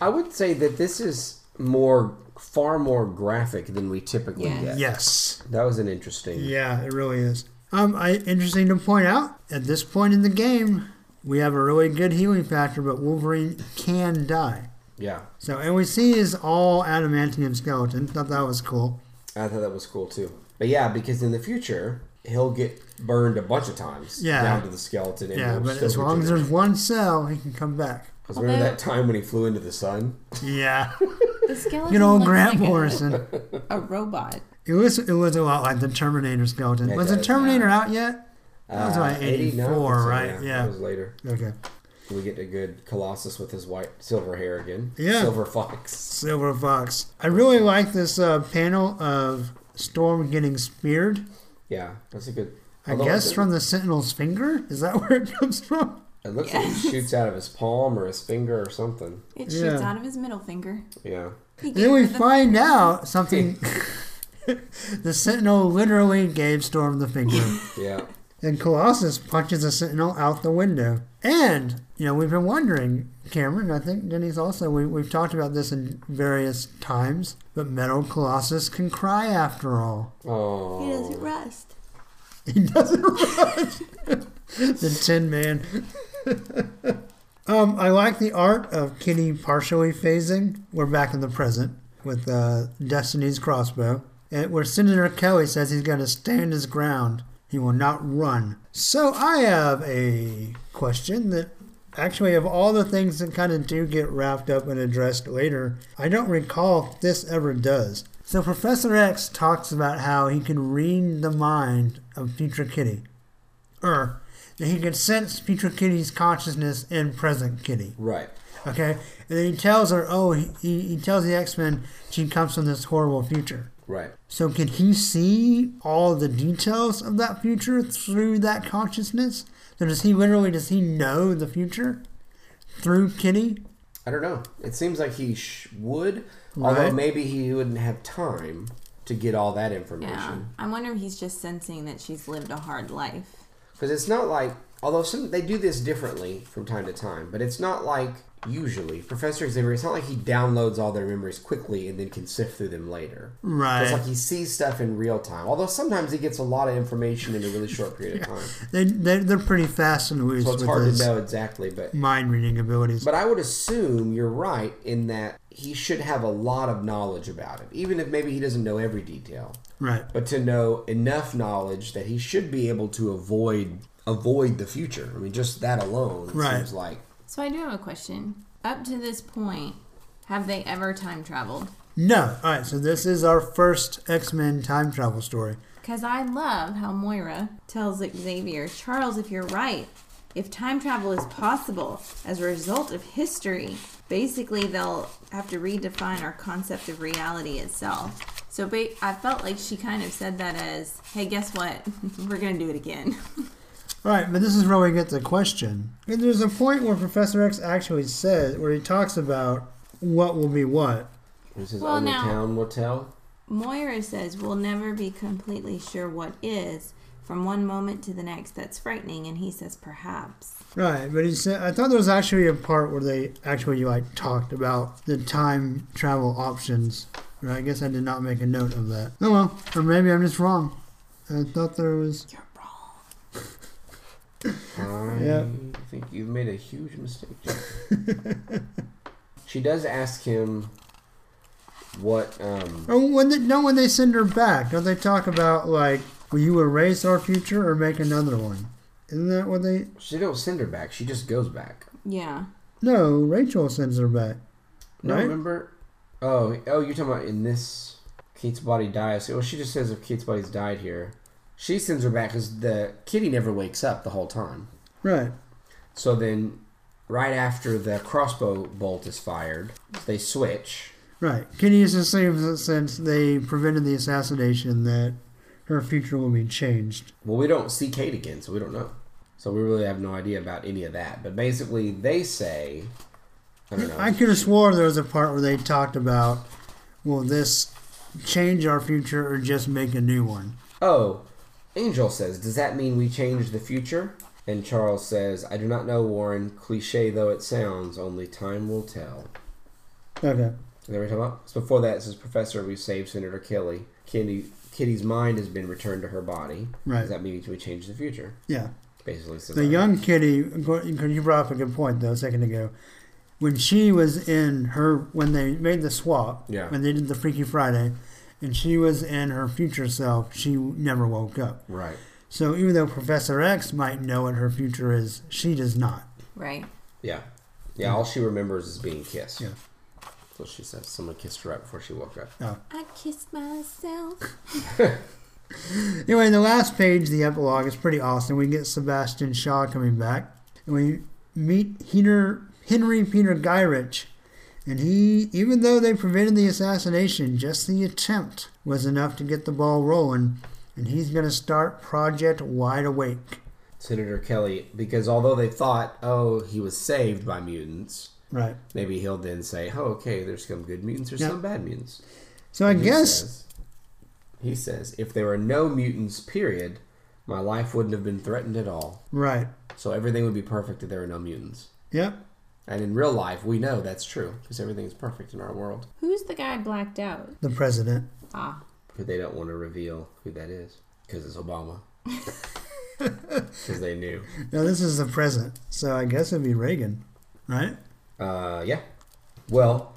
[SPEAKER 3] I would say that this is more, far more graphic than we typically
[SPEAKER 5] Yeah.
[SPEAKER 3] get.
[SPEAKER 2] Yes.
[SPEAKER 3] That was an interesting.
[SPEAKER 2] Yeah, it really is. Um, I, interesting to point out at this point in the game, we have a really good healing factor, but Wolverine can die.
[SPEAKER 3] yeah.
[SPEAKER 2] So, and we see his all adamantium skeleton. Thought that was cool.
[SPEAKER 3] I thought that was cool too. But yeah, because in the future he'll get burned a bunch of times
[SPEAKER 2] Yeah.
[SPEAKER 3] down to the skeleton. And
[SPEAKER 2] Yeah,
[SPEAKER 3] he'll
[SPEAKER 2] but
[SPEAKER 3] still
[SPEAKER 2] as long as
[SPEAKER 3] regenerate.
[SPEAKER 2] there's one cell, he can come back.
[SPEAKER 3] 'Cause remember that time when he flew into the sun?
[SPEAKER 2] Yeah,
[SPEAKER 1] The skeleton
[SPEAKER 2] good old
[SPEAKER 1] looks
[SPEAKER 2] Grant
[SPEAKER 1] like a-
[SPEAKER 2] Morrison.
[SPEAKER 1] A, robot.
[SPEAKER 2] It was it was a lot like the Terminator skeleton.
[SPEAKER 3] It
[SPEAKER 2] was the
[SPEAKER 3] does,
[SPEAKER 2] Terminator out yet? That was
[SPEAKER 3] Uh,
[SPEAKER 2] like
[SPEAKER 3] 89,
[SPEAKER 2] '84,
[SPEAKER 3] so
[SPEAKER 2] right?
[SPEAKER 3] That
[SPEAKER 2] Yeah.
[SPEAKER 3] was later.
[SPEAKER 2] Okay.
[SPEAKER 3] We get a good Colossus with his white silver hair again.
[SPEAKER 2] Yeah.
[SPEAKER 3] Silver fox.
[SPEAKER 2] Silver Fox. I really like this uh, panel of Storm getting speared.
[SPEAKER 3] Yeah, that's a good.
[SPEAKER 2] I
[SPEAKER 3] although
[SPEAKER 2] guess
[SPEAKER 3] it,
[SPEAKER 2] from the Sentinel's finger. Is that where it comes from?
[SPEAKER 3] It looks like he shoots out of his palm or his finger or something.
[SPEAKER 1] It
[SPEAKER 2] Yeah.
[SPEAKER 1] shoots out of his middle finger.
[SPEAKER 3] Yeah.
[SPEAKER 1] He gave
[SPEAKER 2] And then we
[SPEAKER 1] her the-
[SPEAKER 2] find out something. the Sentinel literally gave Storm the finger.
[SPEAKER 3] Yeah.
[SPEAKER 2] and Colossus punches the Sentinel out the window. And, you know, we've been wondering, Cameron, I think Denny's also, we, we've talked about this in various times, but Metal Colossus can cry after all.
[SPEAKER 3] Oh.
[SPEAKER 5] He doesn't rust.
[SPEAKER 2] He doesn't rush. the Tin Man. um, I like the art of Kitty partially phasing. We're back in the present with uh, Destiny's crossbow, and where Senator Kelly says he's going to stand his ground. He will not run. So I have a question that. Actually, of all the things that kind of do get wrapped up and addressed later, I don't recall if this ever does. So Professor X talks about how he can read the mind of future Kitty, or that he can sense future Kitty's consciousness in present Kitty.
[SPEAKER 3] Right.
[SPEAKER 2] Okay, and then he tells her, oh, he, he he tells the X Men she comes from this horrible future.
[SPEAKER 3] Right.
[SPEAKER 2] So can he see all the details of that future through that consciousness? So does he literally does he know the future through Kitty?
[SPEAKER 3] I don't know. It seems like he sh- would, although
[SPEAKER 2] Right.
[SPEAKER 3] maybe he wouldn't have time to get all that
[SPEAKER 1] Yeah.
[SPEAKER 3] information.
[SPEAKER 1] I wonder if he's just sensing that she's lived a hard life.
[SPEAKER 3] Because it's not like, although some they do this differently from time to time, but it's not like usually Professor Xavier. It's not like he downloads all their memories quickly and then can sift through them later.
[SPEAKER 2] Right.
[SPEAKER 3] It's like he sees stuff in real time. Although sometimes he gets a lot of information in a really short period of time,
[SPEAKER 2] They they they're pretty fast and loose
[SPEAKER 3] so it's
[SPEAKER 2] with
[SPEAKER 3] hard
[SPEAKER 2] his
[SPEAKER 3] to know exactly. But
[SPEAKER 2] mind reading abilities.
[SPEAKER 3] But I would assume you're right in that he should have a lot of knowledge about it, even if maybe he doesn't know every detail.
[SPEAKER 2] right.
[SPEAKER 3] But to know enough knowledge that he should be able to avoid avoid the future. I mean, just that alone
[SPEAKER 2] Right.
[SPEAKER 3] seems like
[SPEAKER 1] So I do have a question. Up to this point, have they ever time traveled?
[SPEAKER 2] No. All right. So this is our first X Men time travel story.
[SPEAKER 1] Because I love how Moira
[SPEAKER 5] Tells Xavier, Charles, if you're right, if time travel is possible as a result of history, basically they'll have to redefine our concept of reality itself. So ba- I felt like she kind of said that as, hey, guess what? We're going to do it again.
[SPEAKER 2] All right. But this is where we get the question. And there's a point where Professor X actually says, where he talks about what will be what.
[SPEAKER 3] this is
[SPEAKER 1] Well,
[SPEAKER 3] only
[SPEAKER 1] now-
[SPEAKER 3] town will tell.
[SPEAKER 5] Moira says, We'll never be completely sure what is from one moment to the next. That's frightening. And he says, Perhaps.
[SPEAKER 2] Right. But he said, I thought there was actually a part where they actually like talked about the time travel options. Right. I guess I did not make a note of that. Oh well. Or maybe I'm just wrong. I thought there was.
[SPEAKER 1] You're wrong.
[SPEAKER 3] I
[SPEAKER 2] Yeah.
[SPEAKER 3] think you've made a huge mistake. Jacob. she does ask him what um,
[SPEAKER 2] Oh, when they, no, when they send her back, don't they talk about like, will you erase our future or make another one? Isn't that what they?
[SPEAKER 3] she don't send her back. She just goes back.
[SPEAKER 1] Yeah.
[SPEAKER 2] No, Rachel sends her back.
[SPEAKER 3] No,
[SPEAKER 2] Right?
[SPEAKER 3] remember? Oh, oh, you're talking about in this. Kate's body dies. Well, she just says if Kate's body's died here. She sends her back because the kitty never wakes up the whole time.
[SPEAKER 2] Right.
[SPEAKER 3] So then, right after the crossbow bolt is fired, they switch.
[SPEAKER 2] Right. Kitty is assumes that since they prevented the assassination that her future will be changed.
[SPEAKER 3] Well, we don't see Kate again, so we don't know. So we really have no idea about any of that. But basically, they say, I don't know.
[SPEAKER 2] I could have swore there was a part where they talked about will this change our future or just make a new one?
[SPEAKER 3] Oh, Angel says, does that mean we change the future? And Charles says, I do not know, Warren. Cliche though it sounds, only time will tell.
[SPEAKER 2] Okay.
[SPEAKER 3] Is that what you're talking about? So before that, it says, Professor, we saved Senator Kelly. Kitty, Kitty's mind has been returned to her body.
[SPEAKER 2] Right.
[SPEAKER 3] Does that mean we change the future?
[SPEAKER 2] Yeah.
[SPEAKER 3] Basically, says
[SPEAKER 2] The
[SPEAKER 3] Iris.
[SPEAKER 2] young kitty, you brought up a good point though a second ago. When she was in her, when they made the swap,
[SPEAKER 3] Yeah.
[SPEAKER 2] when they did the Freaky Friday, and she was in her future self, she never woke up.
[SPEAKER 3] Right.
[SPEAKER 2] So even though Professor X might know what her future is, she does not.
[SPEAKER 1] Right.
[SPEAKER 3] Yeah. Yeah, all she remembers is being kissed.
[SPEAKER 2] Yeah.
[SPEAKER 3] So she says someone kissed her right before she woke up.
[SPEAKER 1] I kissed myself.
[SPEAKER 2] Anyway, the last page, the epilogue, is pretty awesome. We get Sebastian Shaw coming back, and we meet Heater, Henry Peter Gyrich. And he, even though they prevented the assassination, just the attempt was enough to get the ball rolling. And he's going to start Project Wide Awake.
[SPEAKER 3] Senator Kelly, because although they thought, oh, he was saved by mutants,
[SPEAKER 2] Right.
[SPEAKER 3] maybe he'll then say, oh, okay, there's some good mutants, there's
[SPEAKER 2] Yeah.
[SPEAKER 3] some bad mutants.
[SPEAKER 2] So I
[SPEAKER 3] He
[SPEAKER 2] guess,
[SPEAKER 3] says- he says, if there were no mutants, period, my life wouldn't have been threatened at all.
[SPEAKER 2] right.
[SPEAKER 3] So everything would be perfect if there were no mutants.
[SPEAKER 2] Yep.
[SPEAKER 3] And in real life, we know that's true because everything is perfect in our world.
[SPEAKER 1] Who's the guy blacked out?
[SPEAKER 2] The president.
[SPEAKER 1] Ah,
[SPEAKER 3] But they don't want to reveal who that is because it's Obama. Because they knew.
[SPEAKER 2] Now, this is the present. So I guess it'd be Reagan, right?
[SPEAKER 3] Uh, yeah. Well,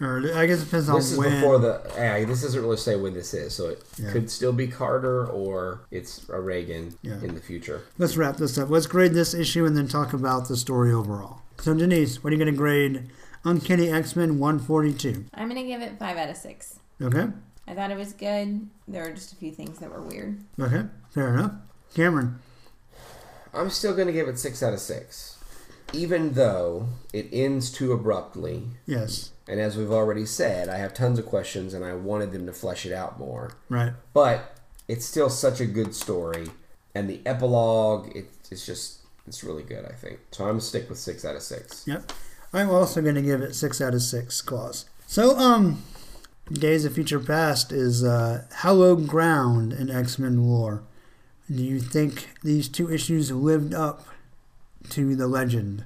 [SPEAKER 2] Or I guess it depends on
[SPEAKER 3] this is
[SPEAKER 2] when.
[SPEAKER 3] before the. eh, this doesn't really say when this is, so it
[SPEAKER 2] Yeah.
[SPEAKER 3] could still be Carter or it's a Reagan
[SPEAKER 2] Yeah.
[SPEAKER 3] in the future.
[SPEAKER 2] Let's wrap this up. Let's grade this issue and then talk about the story overall. So, Denise, what are you going to grade Uncanny X Men 142?
[SPEAKER 1] I'm gonna give it five out of six.
[SPEAKER 2] Okay?
[SPEAKER 1] I thought it was good. There were just a few things that were weird.
[SPEAKER 2] Okay. Fair enough. Cameron,
[SPEAKER 3] I'm still going to give it six out of six, even though it ends too abruptly.
[SPEAKER 2] yes.
[SPEAKER 3] And as we've already said, I have tons of questions, and I wanted them to flesh it out more.
[SPEAKER 2] Right.
[SPEAKER 3] but it's still such a good story and the epilogue it, it's just it's really good i think so i'm gonna stick with six out of six
[SPEAKER 2] Yep. I'm also going to give it 6 out of 6 claws. So, um, Days of Future Past is uh, hallowed ground in X Men lore. Do you think these two issues lived up to the legend?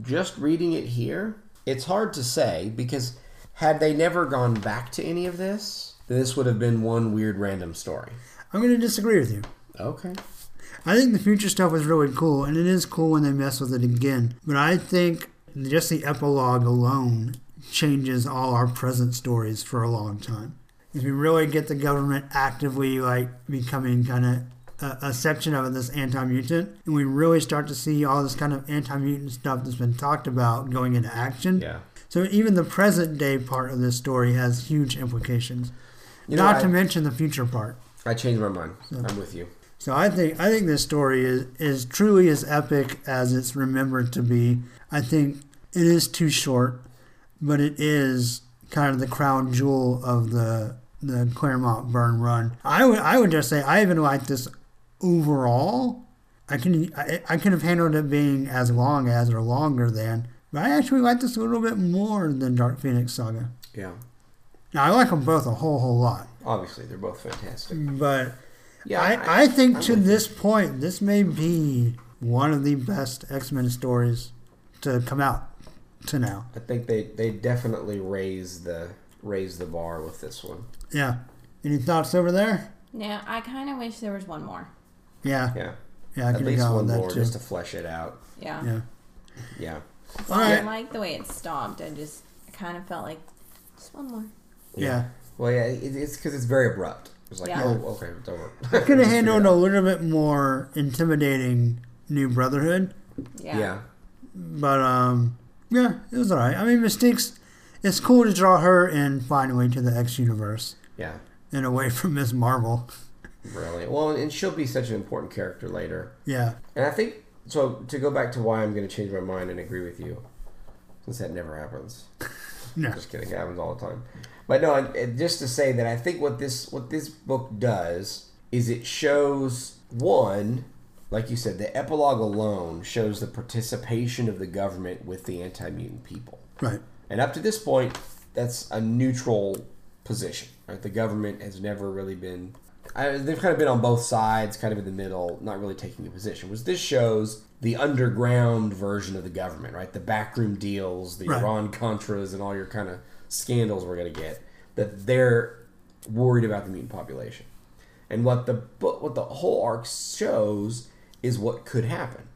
[SPEAKER 3] just reading it here it's hard to say because had they never gone back to any of this this would have been one weird random story
[SPEAKER 2] I'm going to disagree with you.
[SPEAKER 3] okay
[SPEAKER 2] I think the future stuff was really cool, and it is cool when they mess with it again. But I think just the epilogue alone changes all our present stories for a long time. If we really get the government actively like becoming kind of a, a section of it that's anti-mutant, and we really start to see all this kind of anti-mutant stuff that's been talked about going into action.
[SPEAKER 3] yeah
[SPEAKER 2] So even the present day part of this story has huge implications.
[SPEAKER 3] you know
[SPEAKER 2] Not
[SPEAKER 3] I,
[SPEAKER 2] to mention the future part.
[SPEAKER 3] I changed my mind i'm with you
[SPEAKER 2] So I think I think this story is, is truly as epic as it's remembered to be. I think it is too short, but it is kind of the crown jewel of the the Claremont Burn Run. I would I would just say I even like this overall. I can I, I could have handled it being as long as or longer than, but I actually like this a little bit more than Dark Phoenix Saga.
[SPEAKER 3] yeah
[SPEAKER 2] Now I like them both a whole whole lot,
[SPEAKER 3] obviously they're both fantastic
[SPEAKER 2] but
[SPEAKER 3] yeah
[SPEAKER 2] I, I think
[SPEAKER 3] I'm
[SPEAKER 2] to
[SPEAKER 3] with you.
[SPEAKER 2] this point, this may be one of the best X Men stories to come out to now.
[SPEAKER 3] i think they they definitely raise the raise the bar with this one
[SPEAKER 2] Yeah. Any thoughts over there?
[SPEAKER 1] Now I kind of wish there was one more.
[SPEAKER 2] Yeah. Yeah,
[SPEAKER 3] yeah
[SPEAKER 2] I
[SPEAKER 3] At
[SPEAKER 2] could have
[SPEAKER 3] least
[SPEAKER 2] gone
[SPEAKER 3] one
[SPEAKER 2] with that
[SPEAKER 3] more
[SPEAKER 2] too.
[SPEAKER 3] just to flesh it out.
[SPEAKER 1] Yeah.
[SPEAKER 2] yeah.
[SPEAKER 3] Yeah.
[SPEAKER 2] All
[SPEAKER 1] I
[SPEAKER 2] right.
[SPEAKER 1] didn't like the way it stopped. I just I kind of felt like just one more.
[SPEAKER 2] Yeah.
[SPEAKER 3] Well, yeah, it, it's because it's very abrupt. It's like,
[SPEAKER 1] Yeah.
[SPEAKER 3] oh, okay, it's over.
[SPEAKER 2] Could have handled a little bit more intimidating New Brotherhood,
[SPEAKER 1] Yeah.
[SPEAKER 3] Yeah. yeah.
[SPEAKER 2] but um, yeah, it was all right. I mean, Mystique's. It's cool to draw her in finally to the X universe. and away from Ms. Marvel.
[SPEAKER 3] Really. Well, and she'll be such an important character later.
[SPEAKER 2] Yeah.
[SPEAKER 3] And I think so. To go back to why I'm going to change my mind and agree with you, since that never happens.
[SPEAKER 2] No.
[SPEAKER 3] Just kidding. It happens all the time. But no, and- and just to say that I think what this what this book does is it shows one, like you said, the epilogue alone shows the participation of the government with the anti mutant people.
[SPEAKER 2] Right.
[SPEAKER 3] And up to this point, that's a neutral position. Right? The government has never really been. I, they've kind of been on both sides, kind of in the middle, not really taking a position. Which this shows the underground version of the government, right? The backroom deals, the
[SPEAKER 2] Right.
[SPEAKER 3] Iran Contras, and all your kind of scandals we're going to get. That they're worried about the mutant population, and what the book, what the whole arc shows is what could happen.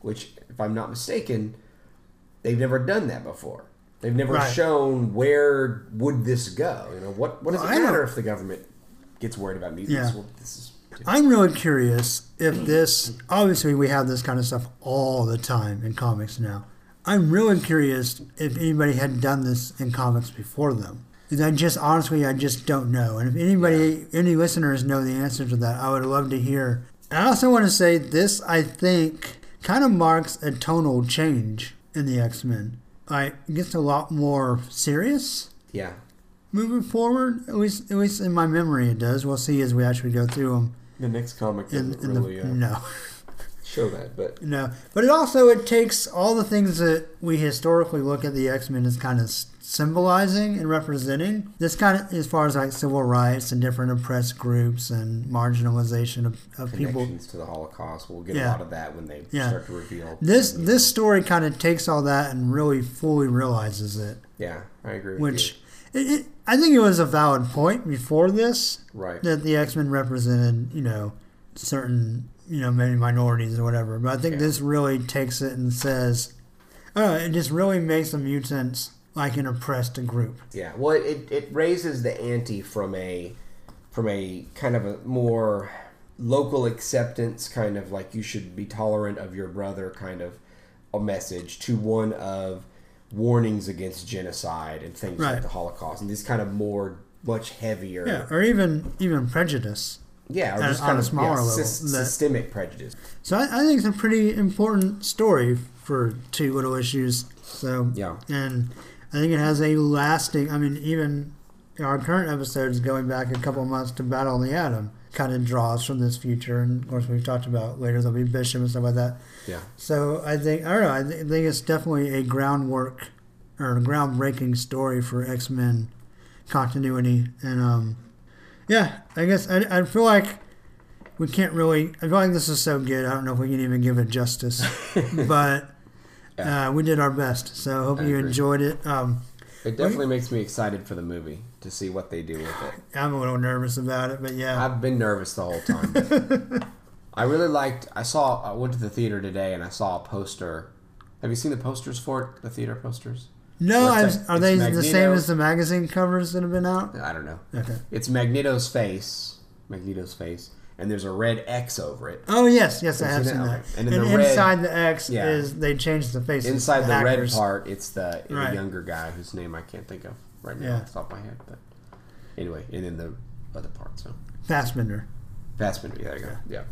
[SPEAKER 3] Which, if I'm not mistaken, they've never done that before. They've never
[SPEAKER 2] Right.
[SPEAKER 3] shown where would this go. You know, what what does
[SPEAKER 2] Well, I
[SPEAKER 3] it matter
[SPEAKER 2] don't-
[SPEAKER 3] if the government gets worried about mutants?
[SPEAKER 2] Yeah.
[SPEAKER 3] Well, this is
[SPEAKER 2] I'm really curious if this. Obviously, we have this kind of stuff all the time in comics now. I'm really curious if anybody had done this in comics before them. 'Cause I just honestly, I just don't know. And if anybody, any listeners know the answer to that, I would love to hear. I also want to say this. I think kind of marks a tonal change in the X Men. Like, it gets a lot more serious
[SPEAKER 3] yeah.
[SPEAKER 2] moving forward. At least, at least in my memory, it does. We'll see as we actually go through them
[SPEAKER 3] The next comic
[SPEAKER 2] in,
[SPEAKER 3] doesn't
[SPEAKER 2] in the,
[SPEAKER 3] really uh,
[SPEAKER 2] no
[SPEAKER 3] show that, but
[SPEAKER 2] no but it also it takes all the things that we historically look at the x-men as kind of symbolizing and representing this kind of as far as like civil rights and different oppressed groups and marginalization of, of people
[SPEAKER 3] connections to the Holocaust. We'll get a
[SPEAKER 2] Yeah.
[SPEAKER 3] lot of that when they
[SPEAKER 2] Yeah.
[SPEAKER 3] start to reveal
[SPEAKER 2] this this story kind of takes all that and really fully realizes it
[SPEAKER 3] Yeah, I agree. With
[SPEAKER 2] which it, it, i think it was a valid point before this
[SPEAKER 3] you. right?
[SPEAKER 2] that the X Men represented, you know, certain, you know, maybe minorities or whatever. But I think
[SPEAKER 3] Yeah.
[SPEAKER 2] this really takes it and says, oh, it just really makes the mutants like an oppressed group.
[SPEAKER 3] Yeah, well, it, it raises the ante from a from a kind of a more local acceptance, kind of like you should be tolerant of your brother, kind of a message to one of warnings against genocide and things
[SPEAKER 2] Right.
[SPEAKER 3] like the Holocaust and these kind of more much heavier,
[SPEAKER 2] Yeah, or even even prejudice.
[SPEAKER 3] yeah, or
[SPEAKER 2] At-
[SPEAKER 3] just
[SPEAKER 2] on
[SPEAKER 3] kind
[SPEAKER 2] a
[SPEAKER 3] of
[SPEAKER 2] smaller
[SPEAKER 3] yeah,
[SPEAKER 2] level,
[SPEAKER 3] sys-
[SPEAKER 2] that-
[SPEAKER 3] systemic prejudice.
[SPEAKER 2] So I, I think it's a pretty important story for two little issues. So
[SPEAKER 3] Yeah.
[SPEAKER 2] and I think it has a lasting. I mean, even our current episodes going back a couple months to Battle on the Atom kind of draws from this future. And of course, we've talked about later there'll be Bishop and stuff like that.
[SPEAKER 3] Yeah,
[SPEAKER 2] So I think I don't know. I, th- I think it's definitely a groundwork or a groundbreaking story for X Men continuity, and um, yeah, I guess I, I feel like we can't really. I feel like this is so good. I don't know if we can even give it justice, but uh, we did our best. So I hope
[SPEAKER 3] I
[SPEAKER 2] you
[SPEAKER 3] agree.
[SPEAKER 2] enjoyed it. Um,
[SPEAKER 3] it definitely makes me excited for the movie to see what they do with it.
[SPEAKER 2] I'm a little nervous about it, but yeah,
[SPEAKER 3] I've been nervous the whole time. I really liked. I saw. I went to the theater today and I saw a poster. Have you seen the posters for it? The theater posters?
[SPEAKER 2] no,
[SPEAKER 3] what's
[SPEAKER 2] I've,
[SPEAKER 3] that?
[SPEAKER 2] are
[SPEAKER 3] It's
[SPEAKER 2] they the same
[SPEAKER 3] Magneto.
[SPEAKER 2] as the magazine covers that have been out?
[SPEAKER 3] I don't know.
[SPEAKER 2] Okay.
[SPEAKER 3] It's Magneto's face. Magneto's face, and there's a red X over it.
[SPEAKER 2] Oh yes, yes, I
[SPEAKER 3] Have
[SPEAKER 2] have
[SPEAKER 3] you
[SPEAKER 2] seen
[SPEAKER 3] seen
[SPEAKER 2] that.
[SPEAKER 3] that? Okay.
[SPEAKER 2] And,
[SPEAKER 3] And then the red-
[SPEAKER 2] inside the X
[SPEAKER 3] Yeah.
[SPEAKER 2] is they changed the faces.
[SPEAKER 3] Inside the red
[SPEAKER 2] actors.
[SPEAKER 3] part, it's the, the
[SPEAKER 2] Right.
[SPEAKER 3] younger guy whose name I can't think of right now
[SPEAKER 2] Yeah.
[SPEAKER 3] off the top of my head. But anyway, and then the other part. So
[SPEAKER 2] Fassbender.
[SPEAKER 3] Fastbender. There you go. Yeah.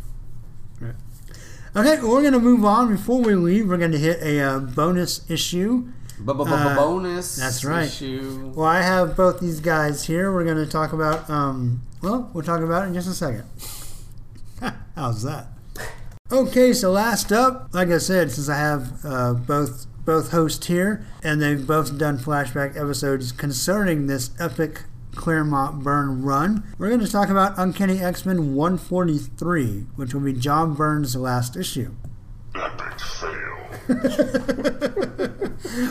[SPEAKER 2] Okay, we're gonna move on. Before we leave, we're gonna hit a uh, bonus issue.
[SPEAKER 3] Bonus.
[SPEAKER 2] Uh, that's right.
[SPEAKER 3] Issue.
[SPEAKER 2] Well, I have both these guys here. We're gonna talk about. Um, well, we'll talk about it in just a second. How's that? Okay, so last up, like I said, since I have uh, both both hosts here, and they've both done flashback episodes concerning this epic Claremont Byrne run, we're going to talk about Uncanny X Men 143, which will be John Byrne's last issue.
[SPEAKER 4] Epic fail.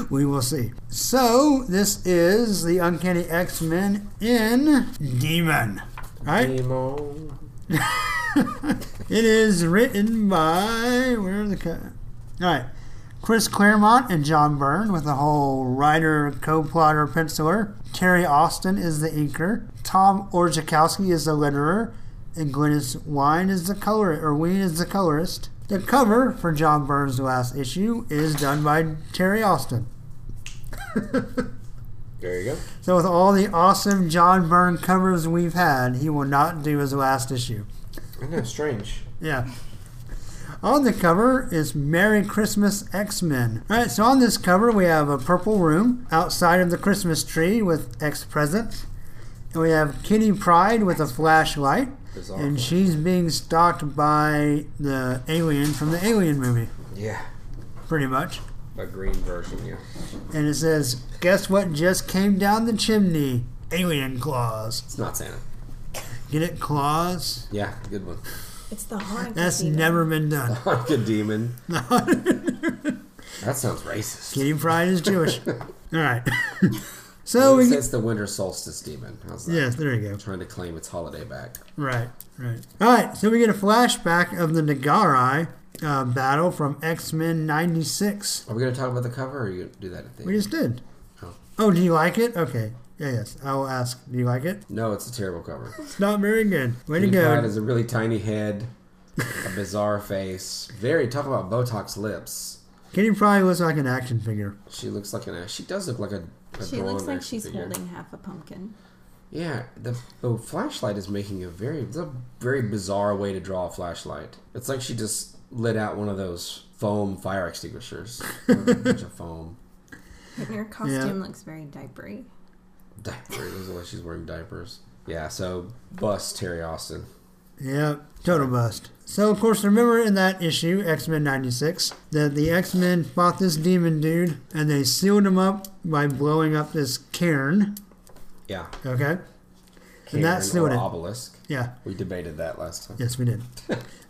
[SPEAKER 2] We will see. So this is the Uncanny X Men in Demon. Right?
[SPEAKER 3] Emo.
[SPEAKER 2] It is written by where are the co- all right, Chris Claremont and John Byrne with a whole writer, co-plotter, penciler. Terry Austin is the inker. Tom Orzakowski is the letterer, and Glynis Wine is the color or Ween is the colorist. The cover for John Byrne's last issue is done by Terry Austin.
[SPEAKER 3] There you go.
[SPEAKER 2] So, with all the awesome John Byrne covers we've had, he will not do his last issue.
[SPEAKER 3] I know, strange.
[SPEAKER 2] Yeah. On the cover is Merry Christmas X Men. Alright, so on this cover we have a purple room outside of the Christmas tree with X presents. And we have Kitty Pride with a flashlight.
[SPEAKER 3] Bizarre
[SPEAKER 2] And
[SPEAKER 3] flash.
[SPEAKER 2] she's being stalked by the alien from the alien movie,
[SPEAKER 3] Yeah.
[SPEAKER 2] pretty much.
[SPEAKER 3] A green version, yeah.
[SPEAKER 2] And it says, Guess what just came down the chimney? Alien claws.
[SPEAKER 3] It's not Santa.
[SPEAKER 2] Get it, claws?
[SPEAKER 3] Yeah, good one.
[SPEAKER 5] It's the Hanukkah.
[SPEAKER 2] That's
[SPEAKER 5] season.
[SPEAKER 2] never been done.
[SPEAKER 3] Good demon. That sounds racist.
[SPEAKER 2] Kitty Pride is Jewish. Alright. so
[SPEAKER 3] Well,
[SPEAKER 2] Oh, we
[SPEAKER 3] it
[SPEAKER 2] get.
[SPEAKER 3] says the winter solstice demon. How's that?
[SPEAKER 2] Yes, there you go.
[SPEAKER 3] Trying to claim its holiday back.
[SPEAKER 2] Right, right. All right, so we get a flashback of the Nagarai uh, battle from X Men '96.
[SPEAKER 3] Are we going to talk about the cover, or are you going to do that at the
[SPEAKER 2] We
[SPEAKER 3] end?
[SPEAKER 2] just did.
[SPEAKER 3] Oh.
[SPEAKER 2] Oh, do you like it? Okay. Yeah, yes. I will ask. Do you like it?
[SPEAKER 3] No, it's a terrible cover.
[SPEAKER 2] It's not very good. Way to
[SPEAKER 3] Kitty Pryde
[SPEAKER 2] go.
[SPEAKER 3] has a really tiny head, a bizarre face. Very talk about Botox lips.
[SPEAKER 2] Kitty Pryde looks like an action figure.
[SPEAKER 3] She looks like an. She does look like a. a
[SPEAKER 1] She
[SPEAKER 3] drawn
[SPEAKER 1] looks like
[SPEAKER 3] action
[SPEAKER 1] she's
[SPEAKER 3] figure.
[SPEAKER 1] holding half a pumpkin.
[SPEAKER 3] Yeah, the, the flashlight is making a very it's a very bizarre way to draw a flashlight. It's like she just lit out one of those foam fire extinguishers. a bunch of foam.
[SPEAKER 5] And Her costume looks very diapery.
[SPEAKER 3] Diapers. It was like she's wearing diapers. Yeah, so bust Terry Austin.
[SPEAKER 2] Yep, total bust. So of course, remember in that issue X Men '96 that the X Men fought this demon dude and they sealed him up by blowing up this cairn.
[SPEAKER 3] Yeah.
[SPEAKER 2] Okay.
[SPEAKER 3] Cairn
[SPEAKER 2] that's
[SPEAKER 3] or
[SPEAKER 2] doing it.
[SPEAKER 3] obelisk.
[SPEAKER 2] Yeah.
[SPEAKER 3] We debated that last time.
[SPEAKER 2] Yes, we did.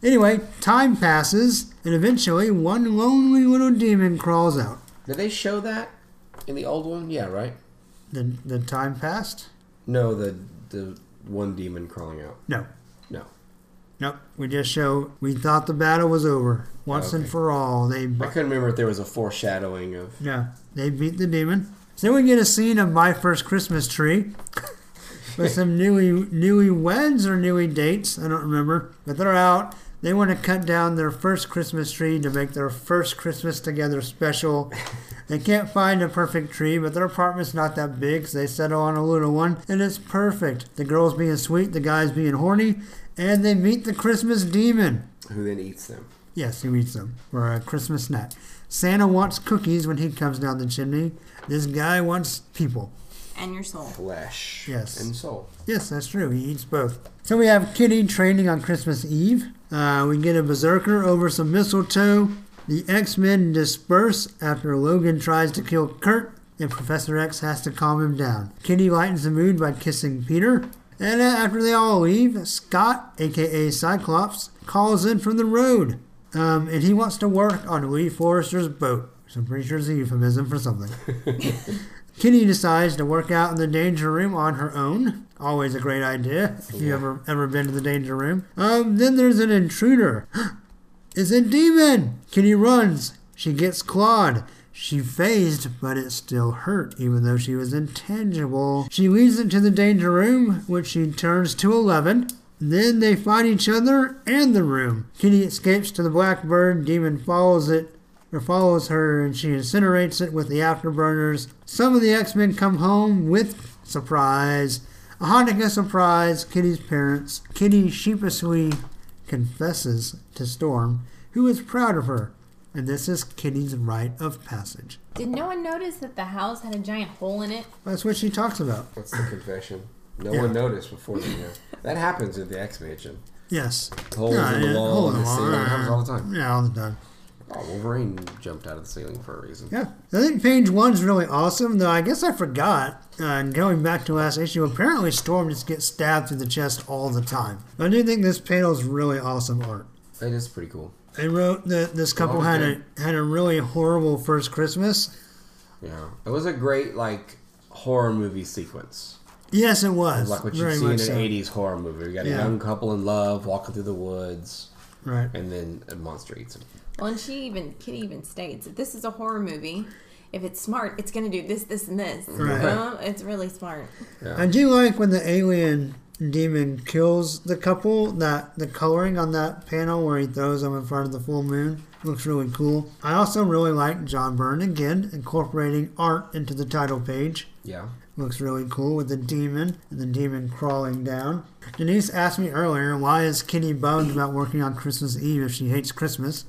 [SPEAKER 2] anyway, time passes, and eventually one lonely little demon crawls out.
[SPEAKER 3] Did they show that in the old one? Yeah, right?
[SPEAKER 2] The, the time passed?
[SPEAKER 3] No, the the one demon crawling out.
[SPEAKER 2] No.
[SPEAKER 3] No.
[SPEAKER 2] Nope. We just show we thought the battle was over. Once and
[SPEAKER 3] Okay.
[SPEAKER 2] for all. They
[SPEAKER 3] I couldn't remember if there was a foreshadowing of
[SPEAKER 2] no, they beat the demon. So we get a scene of my first Christmas tree. With some newly newly weds or newly dates, I don't remember. But they're out. They want to cut down their first Christmas tree to make their first Christmas together special. They can't find a perfect tree, but their apartment's not that big, so they settle on a little one, and it's perfect. The girl's being sweet, the guy's being horny, and they meet the Christmas demon.
[SPEAKER 3] who then eats them.
[SPEAKER 2] Yes, he eats them for a Christmas snack. Santa wants cookies when he comes down the chimney. This guy wants people.
[SPEAKER 5] And your soul.
[SPEAKER 3] Flesh
[SPEAKER 2] Yes.
[SPEAKER 3] and soul.
[SPEAKER 2] Yes, that's true. He eats both. So we have Kitty training on Christmas Eve. Uh, we get a berserker over some mistletoe. The X Men disperse after Logan tries to kill Kurt, and Professor X has to calm him down. Kitty lightens the mood by kissing Peter. And uh, after they all leave, Scott, aka Cyclops, calls in from the road. Um, and he wants to work on Lee Forrester's boat. So I'm pretty sure it's a euphemism for something. Kitty decides to work out in the danger room on her own. Always a great idea if you ever ever been to the danger room. Um, then there's an intruder. it's a demon. Kitty runs. She gets clawed. She phased, but it still hurt, even though she was intangible. She leads it to the danger room, which she turns to 11. Then they fight each other and the room. Kitty escapes to the blackbird. Demon follows it or follows her and she incinerates it with the afterburners. Some of the X Men come home with surprise. A Hanukkah surprise, Kitty's parents. Kitty sheepishly confesses to Storm, who is proud of her. And this is Kitty's rite of passage.
[SPEAKER 1] Did no one notice that the house had a giant hole in it?
[SPEAKER 2] That's what she talks about.
[SPEAKER 3] What's the confession? No
[SPEAKER 2] Yeah.
[SPEAKER 3] one noticed before the year. That happens at the X Mansion.
[SPEAKER 2] Yes.
[SPEAKER 3] Holes in the wall,
[SPEAKER 2] hole
[SPEAKER 3] in the ceiling, it happens all the time.
[SPEAKER 2] Yeah, all the time.
[SPEAKER 3] Oh, Wolverine jumped out of the ceiling for a reason.
[SPEAKER 2] Yeah. I think page one's really awesome, though I guess I forgot. Uh, and going back to last issue, apparently Storm just gets stabbed through the chest all the time. I do think this panel's really awesome art.
[SPEAKER 3] That is pretty cool.
[SPEAKER 2] They wrote that this couple had a had a really horrible first Christmas.
[SPEAKER 3] Yeah, it was a great like horror movie sequence,
[SPEAKER 2] Yes, it was.
[SPEAKER 3] like what you'd
[SPEAKER 2] Very
[SPEAKER 3] see in an
[SPEAKER 2] much so.
[SPEAKER 3] '80s horror movie. We got
[SPEAKER 2] Yeah.
[SPEAKER 3] a young couple in love walking through the woods,
[SPEAKER 2] Right.
[SPEAKER 3] and then a monster eats them.
[SPEAKER 1] Well, and she even Kitty even states that this is a horror movie. If it's smart, it's gonna do this, this, and this.
[SPEAKER 2] Right.
[SPEAKER 1] Well, it's really smart.
[SPEAKER 2] I do like when the alien demon kills the couple. That the coloring on that panel where he throws them in front of the full moon looks really cool. I also really like John Byrne again incorporating art into the title page.
[SPEAKER 3] Yeah,
[SPEAKER 2] Looks really cool with the demon and the demon crawling down. Denise asked me earlier why is Kitty bummed about working on Christmas Eve if she hates Christmas.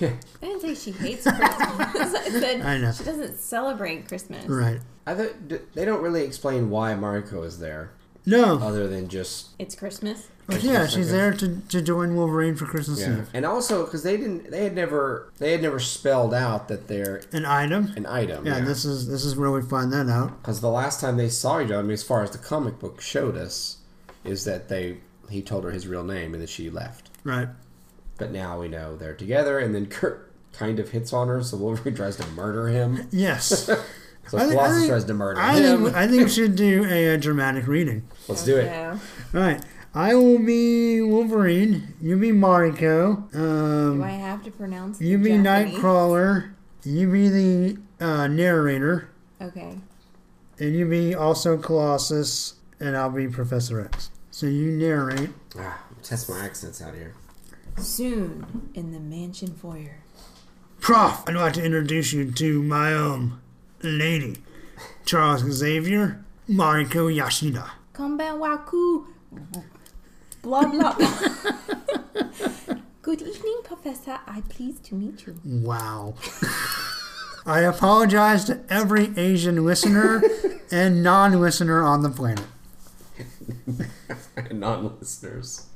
[SPEAKER 1] I didn't say she hates Christmas. I said
[SPEAKER 2] I know.
[SPEAKER 1] she doesn't celebrate Christmas.
[SPEAKER 2] Right.
[SPEAKER 3] I thought d- they don't really explain why Mariko is there,
[SPEAKER 2] No.
[SPEAKER 3] other than just
[SPEAKER 1] It's Christmas.
[SPEAKER 2] But yeah, she's there to, to join Wolverine for Christmas
[SPEAKER 3] yeah.
[SPEAKER 2] Eve.
[SPEAKER 3] And also because they didn't, they had never, they had never spelled out that they're
[SPEAKER 2] An item.
[SPEAKER 3] an item.
[SPEAKER 2] Yeah, this is this is where we find that out.
[SPEAKER 3] Because the last time they saw each other, I mean, as far as the comic book showed us, is that they he told her his real name and then she left.
[SPEAKER 2] Right.
[SPEAKER 3] But now we know they're together, and then Kurt kind of hits on her, so Wolverine tries to murder him.
[SPEAKER 2] Yes.
[SPEAKER 3] So
[SPEAKER 2] I think- I
[SPEAKER 3] Colossus
[SPEAKER 2] think-
[SPEAKER 3] tries to murder
[SPEAKER 2] I
[SPEAKER 3] him.
[SPEAKER 2] think I think we should do a, uh dramatic reading.
[SPEAKER 3] Let's do it.
[SPEAKER 1] So,
[SPEAKER 2] All right. I will be Wolverine. You be Mariko.
[SPEAKER 1] do
[SPEAKER 2] Um,
[SPEAKER 1] I have to pronounce the
[SPEAKER 2] you be
[SPEAKER 1] Japanese?
[SPEAKER 2] Nightcrawler. You be the uh, narrator,
[SPEAKER 1] Okay.
[SPEAKER 2] and you be also Colossus, and I'll be Professor X. So you narrate.
[SPEAKER 3] Ah, test my accents out here.
[SPEAKER 1] Soon in the mansion foyer.
[SPEAKER 2] Prof, I'd like to introduce you to my um lady, Charles Xavier Mariko Yashida.
[SPEAKER 1] Konban waku. Blah blah. Good evening, Professor. I pleased to meet you.
[SPEAKER 2] Wow. I apologize to every Asian listener and non listener on the planet.
[SPEAKER 3] Non-listeners.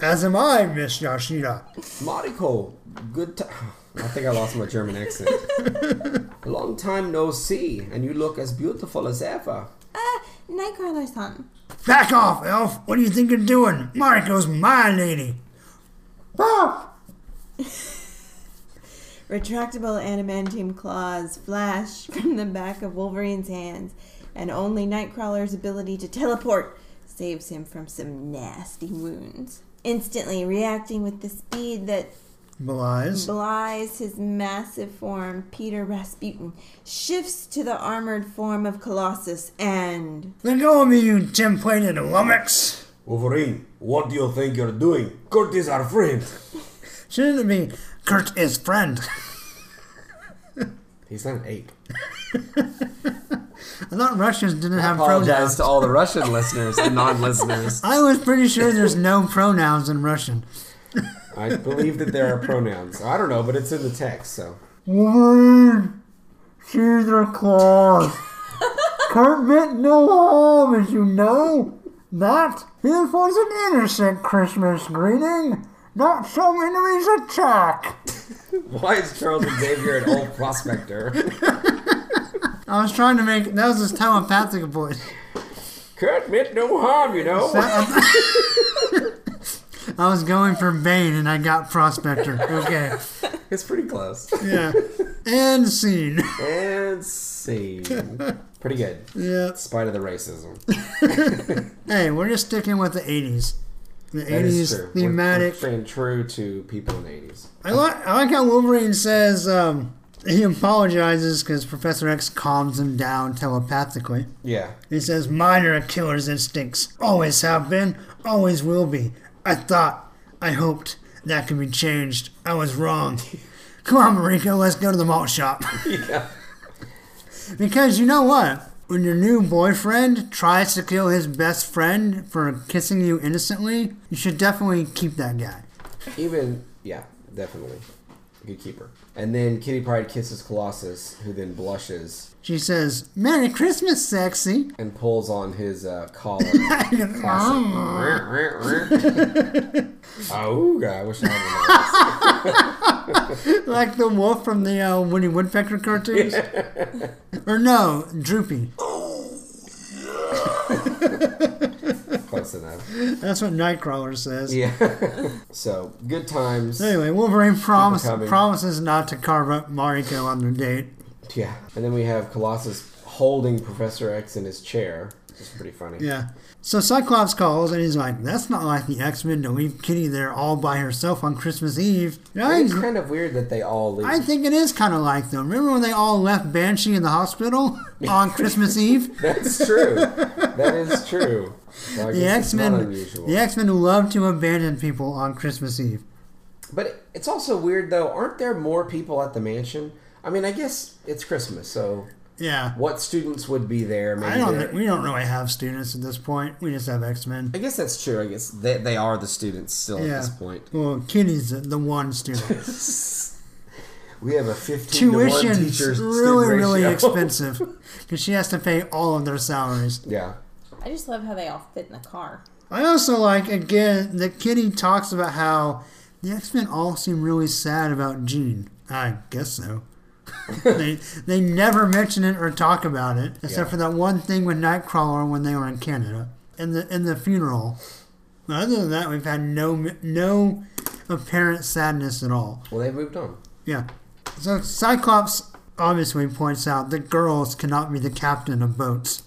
[SPEAKER 2] As am I, Miss Yoshida.
[SPEAKER 3] Mariko, good time. I think I lost my German accent. Long time no see, and you look as beautiful as ever.
[SPEAKER 5] Ah, Nightcrawler-san.
[SPEAKER 2] Back off, elf! What do you think you're doing? Mariko's my lady. Woof!
[SPEAKER 5] Retractable adamantium claws flash from the back of Wolverine's hands, and only Nightcrawler's ability to teleport saves him from some nasty wounds. Instantly reacting with the speed that
[SPEAKER 2] Belies.
[SPEAKER 5] belies his massive form, Peter Rasputin shifts to the armored form of Colossus and.
[SPEAKER 2] Let go of me, you tin-plated lummox.
[SPEAKER 3] Wolverine, what do you think you're doing? Kurt is our friend.
[SPEAKER 2] Shouldn't it be Kurt is friend?
[SPEAKER 3] He's not an ape.
[SPEAKER 2] I thought Russians didn't have
[SPEAKER 3] Apologize
[SPEAKER 2] pronouns.
[SPEAKER 3] to all the Russian listeners and non-listeners.
[SPEAKER 2] I was pretty sure there's no pronouns in Russian.
[SPEAKER 3] I believe that there are pronouns. I don't know, but it's in the text, so.
[SPEAKER 2] Wolverine, she's a claws. Kurt meant no harm, as you know. That it was an innocent Christmas greeting, not some enemy's attack.
[SPEAKER 3] Why is Charles Xavier an old prospector?
[SPEAKER 2] I was trying to make that was his telepathic voice.
[SPEAKER 3] Kurt meant no harm, you know.
[SPEAKER 2] um, I was going for Bane and I got Prospector. Okay,
[SPEAKER 3] It's pretty close.
[SPEAKER 2] yeah, and scene.
[SPEAKER 3] And scene. Pretty good.
[SPEAKER 2] Yeah.
[SPEAKER 3] In spite of the racism.
[SPEAKER 2] Hey, we're just sticking with the '80s. The
[SPEAKER 3] That is
[SPEAKER 2] '80s
[SPEAKER 3] true. We're-
[SPEAKER 2] thematic.
[SPEAKER 3] We're staying true to people in the 80s.
[SPEAKER 2] I like, I like how Wolverine says um, he apologizes because Professor X calms him down telepathically.
[SPEAKER 3] Yeah.
[SPEAKER 2] He says, Mine are a killer's instincts. Always have been, always will be. I thought, I hoped that could be changed. I was wrong. Come on, Mariko, let's go to the malt shop.
[SPEAKER 3] Yeah.
[SPEAKER 2] because you know what? When your new boyfriend tries to kill his best friend for kissing you innocently, you should definitely keep that guy.
[SPEAKER 3] Even, yeah, definitely. Good keeper. And then Kitty Pride kisses Colossus, who then blushes
[SPEAKER 2] She says, Merry Christmas, sexy.
[SPEAKER 3] and pulls on his uh, collar.
[SPEAKER 2] Mom.
[SPEAKER 3] Classic. Auga, I wish I had one of those.
[SPEAKER 2] Like the wolf from the uh, Woody Woodpecker cartoons? or no, Droopy.
[SPEAKER 3] Close enough.
[SPEAKER 2] That's what Nightcrawler says.
[SPEAKER 3] Yeah. so good times.
[SPEAKER 2] Anyway, Wolverine promise,
[SPEAKER 3] coming.
[SPEAKER 2] promises not to carve up Mariko on their date.
[SPEAKER 3] Yeah. And then we have Colossus holding Professor X in his chair. Which is pretty funny.
[SPEAKER 2] Yeah. So Cyclops calls and he's like, that's not like the X Men to leave Kitty there all by herself on Christmas Eve. And I,
[SPEAKER 3] It's
[SPEAKER 2] agree-
[SPEAKER 3] kind of weird that they all leave.
[SPEAKER 2] I think it is kind of like them. Remember when they all left Banshee in the hospital on Christmas Eve?
[SPEAKER 3] That's true. that is true. So I
[SPEAKER 2] The
[SPEAKER 3] guess
[SPEAKER 2] X
[SPEAKER 3] it's not
[SPEAKER 2] Men,
[SPEAKER 3] unusual.
[SPEAKER 2] the X Men love to abandon people on Christmas Eve.
[SPEAKER 3] But it's also weird though. Aren't there more people at the mansion? I mean, I guess it's Christmas, so
[SPEAKER 2] Yeah.
[SPEAKER 3] What students would be there? Maybe
[SPEAKER 2] I don't.
[SPEAKER 3] they're-
[SPEAKER 2] thi- we don't really have students at this point. We just have X Men.
[SPEAKER 3] I guess that's true. I guess they, they are the students still
[SPEAKER 2] Yeah.
[SPEAKER 3] at this point.
[SPEAKER 2] Well, Kitty's the, the one student.
[SPEAKER 3] We have a fifteen to one
[SPEAKER 2] Tuition's
[SPEAKER 3] teacher
[SPEAKER 2] really, really
[SPEAKER 3] ratio.
[SPEAKER 2] expensive because she has to pay all of their salaries.
[SPEAKER 3] Yeah,
[SPEAKER 1] I just love how they all fit in the car.
[SPEAKER 2] I also like again that Kitty talks about how the X Men all seem really sad about Jean. I guess so. they they never mention it or talk about it except
[SPEAKER 3] Yeah.
[SPEAKER 2] for that one thing with Nightcrawler when they were in Canada in the in the funeral. But other than that, we've had no no apparent sadness at all.
[SPEAKER 3] well, they've moved on.
[SPEAKER 2] Yeah. So Cyclops obviously points out that girls cannot be the captain of boats.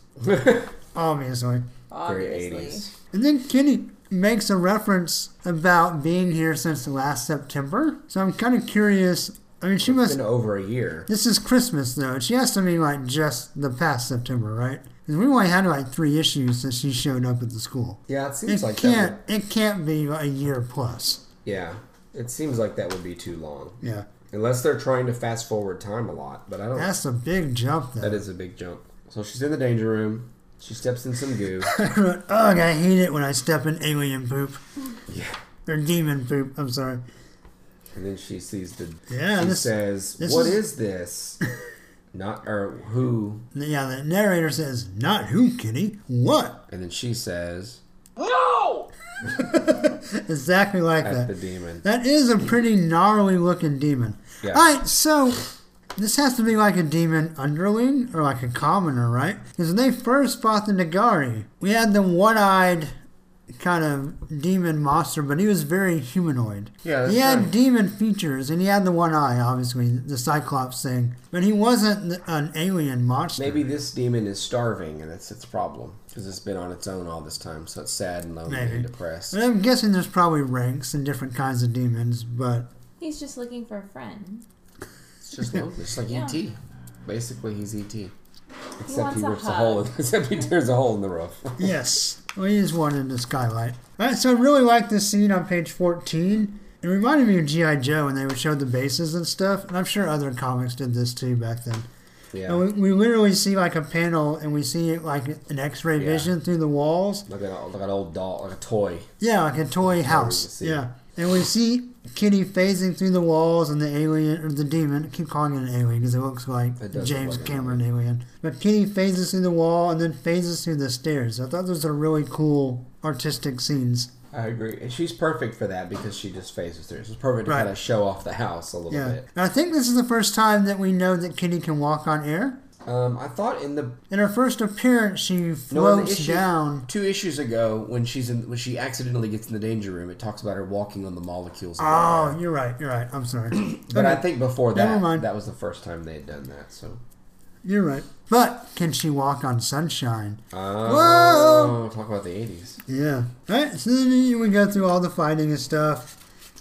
[SPEAKER 2] obviously.
[SPEAKER 3] Very
[SPEAKER 1] Obviously.
[SPEAKER 3] eighties.
[SPEAKER 2] And then Kitty makes a reference about being here since last September. So I'm kind of curious. I mean, she must.
[SPEAKER 3] Been over a year.
[SPEAKER 2] This is Christmas, though. She has to mean like just the past September, right? 'Cause we only had like three issues since she showed up at the school.
[SPEAKER 3] Yeah, it seems
[SPEAKER 2] It
[SPEAKER 3] like that.
[SPEAKER 2] can't.
[SPEAKER 3] would-
[SPEAKER 2] It can't be a year plus.
[SPEAKER 3] yeah, it seems like that would be too long,
[SPEAKER 2] Yeah,
[SPEAKER 3] unless they're trying to fast forward time a lot. But I don't.
[SPEAKER 2] that's a big jump. Though.
[SPEAKER 3] That is a big jump. So she's in the danger room. She steps in some goo.
[SPEAKER 2] I wrote, Ugh, I hate it when I step in alien poop. Yeah. Or demon poop, I'm sorry.
[SPEAKER 3] And then she sees the.
[SPEAKER 2] Yeah,
[SPEAKER 3] She
[SPEAKER 2] this-
[SPEAKER 3] says, "What
[SPEAKER 2] this
[SPEAKER 3] is
[SPEAKER 2] is-
[SPEAKER 3] this?" Not or who?
[SPEAKER 2] And Yeah, the narrator says, Not who, kitty? What?
[SPEAKER 3] And then she says,
[SPEAKER 2] Exactly like
[SPEAKER 3] "At the
[SPEAKER 2] that.
[SPEAKER 3] demon."
[SPEAKER 2] That is a pretty gnarly looking demon.
[SPEAKER 3] Yeah.
[SPEAKER 2] Alright, so this has to be like a demon underling or like a commoner, right? Because when they first fought the Nagari, we had the one eyed kind of demon monster, but he was very humanoid.
[SPEAKER 3] Yeah, that's
[SPEAKER 2] he had
[SPEAKER 3] right.
[SPEAKER 2] demon features, and he had the one eye, obviously, the Cyclops thing. But he wasn't th- an alien monster.
[SPEAKER 3] Maybe this demon is starving, and that's its problem because it's been on its own all this time, so it's sad and lonely
[SPEAKER 2] Maybe.
[SPEAKER 3] and depressed.
[SPEAKER 2] But I'm guessing there's probably ranks and different kinds of demons, but
[SPEAKER 1] He's just looking for a friend.
[SPEAKER 3] It's just lonely. It's like
[SPEAKER 1] Yeah.
[SPEAKER 3] ET. Basically, he's ET. Except
[SPEAKER 1] wants
[SPEAKER 3] he,
[SPEAKER 1] a
[SPEAKER 3] rips a, hole. In, except he tears a hole in the roof.
[SPEAKER 2] yes, we just wanted the skylight. All right, so I really like this scene on page 14. It reminded me of G.I. Joe when they would show the bases and stuff, and I'm sure other comics did this too back then.
[SPEAKER 3] yeah.
[SPEAKER 2] And we, we literally see like a panel and we see like an x ray
[SPEAKER 3] Yeah.
[SPEAKER 2] vision through the walls.
[SPEAKER 3] Look at like an old doll, like a toy.
[SPEAKER 2] Yeah, like a toy
[SPEAKER 3] to
[SPEAKER 2] house.
[SPEAKER 3] see.
[SPEAKER 2] Yeah. And we see Kitty phasing through the walls and the alien, or the demon, I keep calling it an alien because it looks like
[SPEAKER 3] It does look
[SPEAKER 2] James
[SPEAKER 3] like an
[SPEAKER 2] Cameron alien. But Kitty phases through the wall and then phases through the stairs. I thought those are really cool artistic scenes.
[SPEAKER 3] I agree, and she's perfect for that because she just phases through. It's perfect to
[SPEAKER 2] Right.
[SPEAKER 3] kind of show off the house a little
[SPEAKER 2] Yeah.
[SPEAKER 3] bit.
[SPEAKER 2] And I think this is the first time that we know that Kitty can walk on air.
[SPEAKER 3] Um, I thought in the
[SPEAKER 2] In her first appearance, she
[SPEAKER 3] no, in the
[SPEAKER 2] floats
[SPEAKER 3] issue-
[SPEAKER 2] down.
[SPEAKER 3] two issues ago when she's in when she accidentally gets in the danger room. It talks about her walking on the molecules. of the air.
[SPEAKER 2] Oh, you're right. You're right. I'm sorry.
[SPEAKER 3] But
[SPEAKER 2] Okay.
[SPEAKER 3] I think before that,
[SPEAKER 2] Never mind.
[SPEAKER 3] that was the first time they had done that. So,
[SPEAKER 2] You're right. But can she walk on sunshine?
[SPEAKER 3] oh, talk about the '80s.
[SPEAKER 2] Yeah. All right. So then we go through all the fighting and stuff.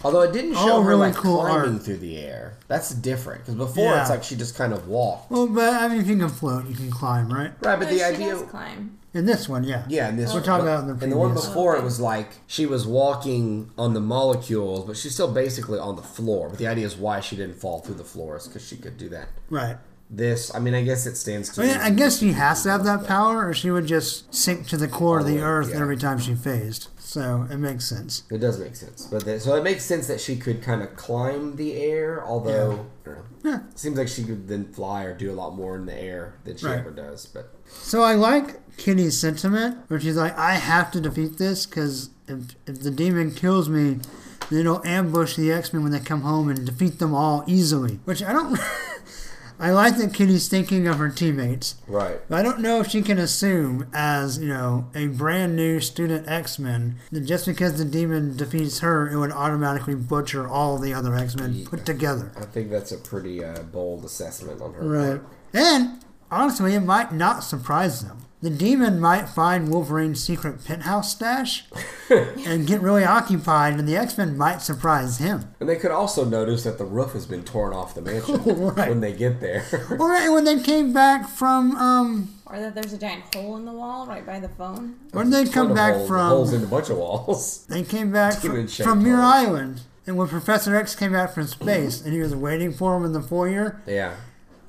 [SPEAKER 3] Although it didn't show
[SPEAKER 2] Oh,
[SPEAKER 3] her
[SPEAKER 2] really
[SPEAKER 3] like
[SPEAKER 2] cool
[SPEAKER 3] climbing
[SPEAKER 2] art.
[SPEAKER 3] through the air. That's different because before
[SPEAKER 2] Yeah.
[SPEAKER 3] it's like she just kind of walked.
[SPEAKER 2] Well, but I mean, if you can float, you can climb, right?
[SPEAKER 3] Right, but
[SPEAKER 1] No,
[SPEAKER 3] the
[SPEAKER 1] she
[SPEAKER 3] idea.
[SPEAKER 1] does climb.
[SPEAKER 2] In this one, yeah.
[SPEAKER 3] Yeah, and this
[SPEAKER 2] We're talking
[SPEAKER 3] but-
[SPEAKER 2] about in the
[SPEAKER 3] and the one
[SPEAKER 2] previous.
[SPEAKER 3] before it was like she was walking on the molecules, but she's still basically on the floor. But the idea is why she didn't fall through the floor is because she could do that.
[SPEAKER 2] Right.
[SPEAKER 3] This, I mean, I guess it stands to.
[SPEAKER 2] I, mean, I
[SPEAKER 3] reason.
[SPEAKER 2] guess she has to have that power, or she would just sink to the core of the
[SPEAKER 3] Oh,
[SPEAKER 2] earth
[SPEAKER 3] yeah.
[SPEAKER 2] every time she phased. So it makes sense.
[SPEAKER 3] It does make sense, but that, so it makes sense that she could kind of climb the air. Although, I don't know. seems like she could then fly or do a lot more in the air than she
[SPEAKER 2] Right.
[SPEAKER 3] ever does. But
[SPEAKER 2] So I like Kitty's sentiment, where she's like, "I have to defeat this because if if the demon kills me." Then it'll ambush the X Men when they come home and defeat them all easily. Which I don't. I like that Kitty's thinking of her teammates.
[SPEAKER 3] right,
[SPEAKER 2] I don't know if she can assume, as you know, a brand new student X Men, that just because the demon defeats her, it would automatically butcher all the other X Men put together.
[SPEAKER 3] I think that's a pretty uh, bold assessment on her.
[SPEAKER 2] Right. And honestly, it might not surprise them. The demon might find Wolverine's secret penthouse stash and get really occupied, and the X Men might surprise him.
[SPEAKER 3] And they could also notice that the roof has been torn off the mansion
[SPEAKER 2] Right.
[SPEAKER 3] when they get there.
[SPEAKER 2] Or when they came back from, um,
[SPEAKER 1] Or that there's a giant hole in the wall right by the phone.
[SPEAKER 2] when they come
[SPEAKER 3] Ton of
[SPEAKER 2] back
[SPEAKER 3] holes,
[SPEAKER 2] from
[SPEAKER 3] holes in a bunch of walls.
[SPEAKER 2] They came back from,
[SPEAKER 3] Demon-shaped
[SPEAKER 2] from Muir
[SPEAKER 3] hole.
[SPEAKER 2] Island. And when Professor X came back from space and he was waiting for him in the foyer,
[SPEAKER 3] Yeah,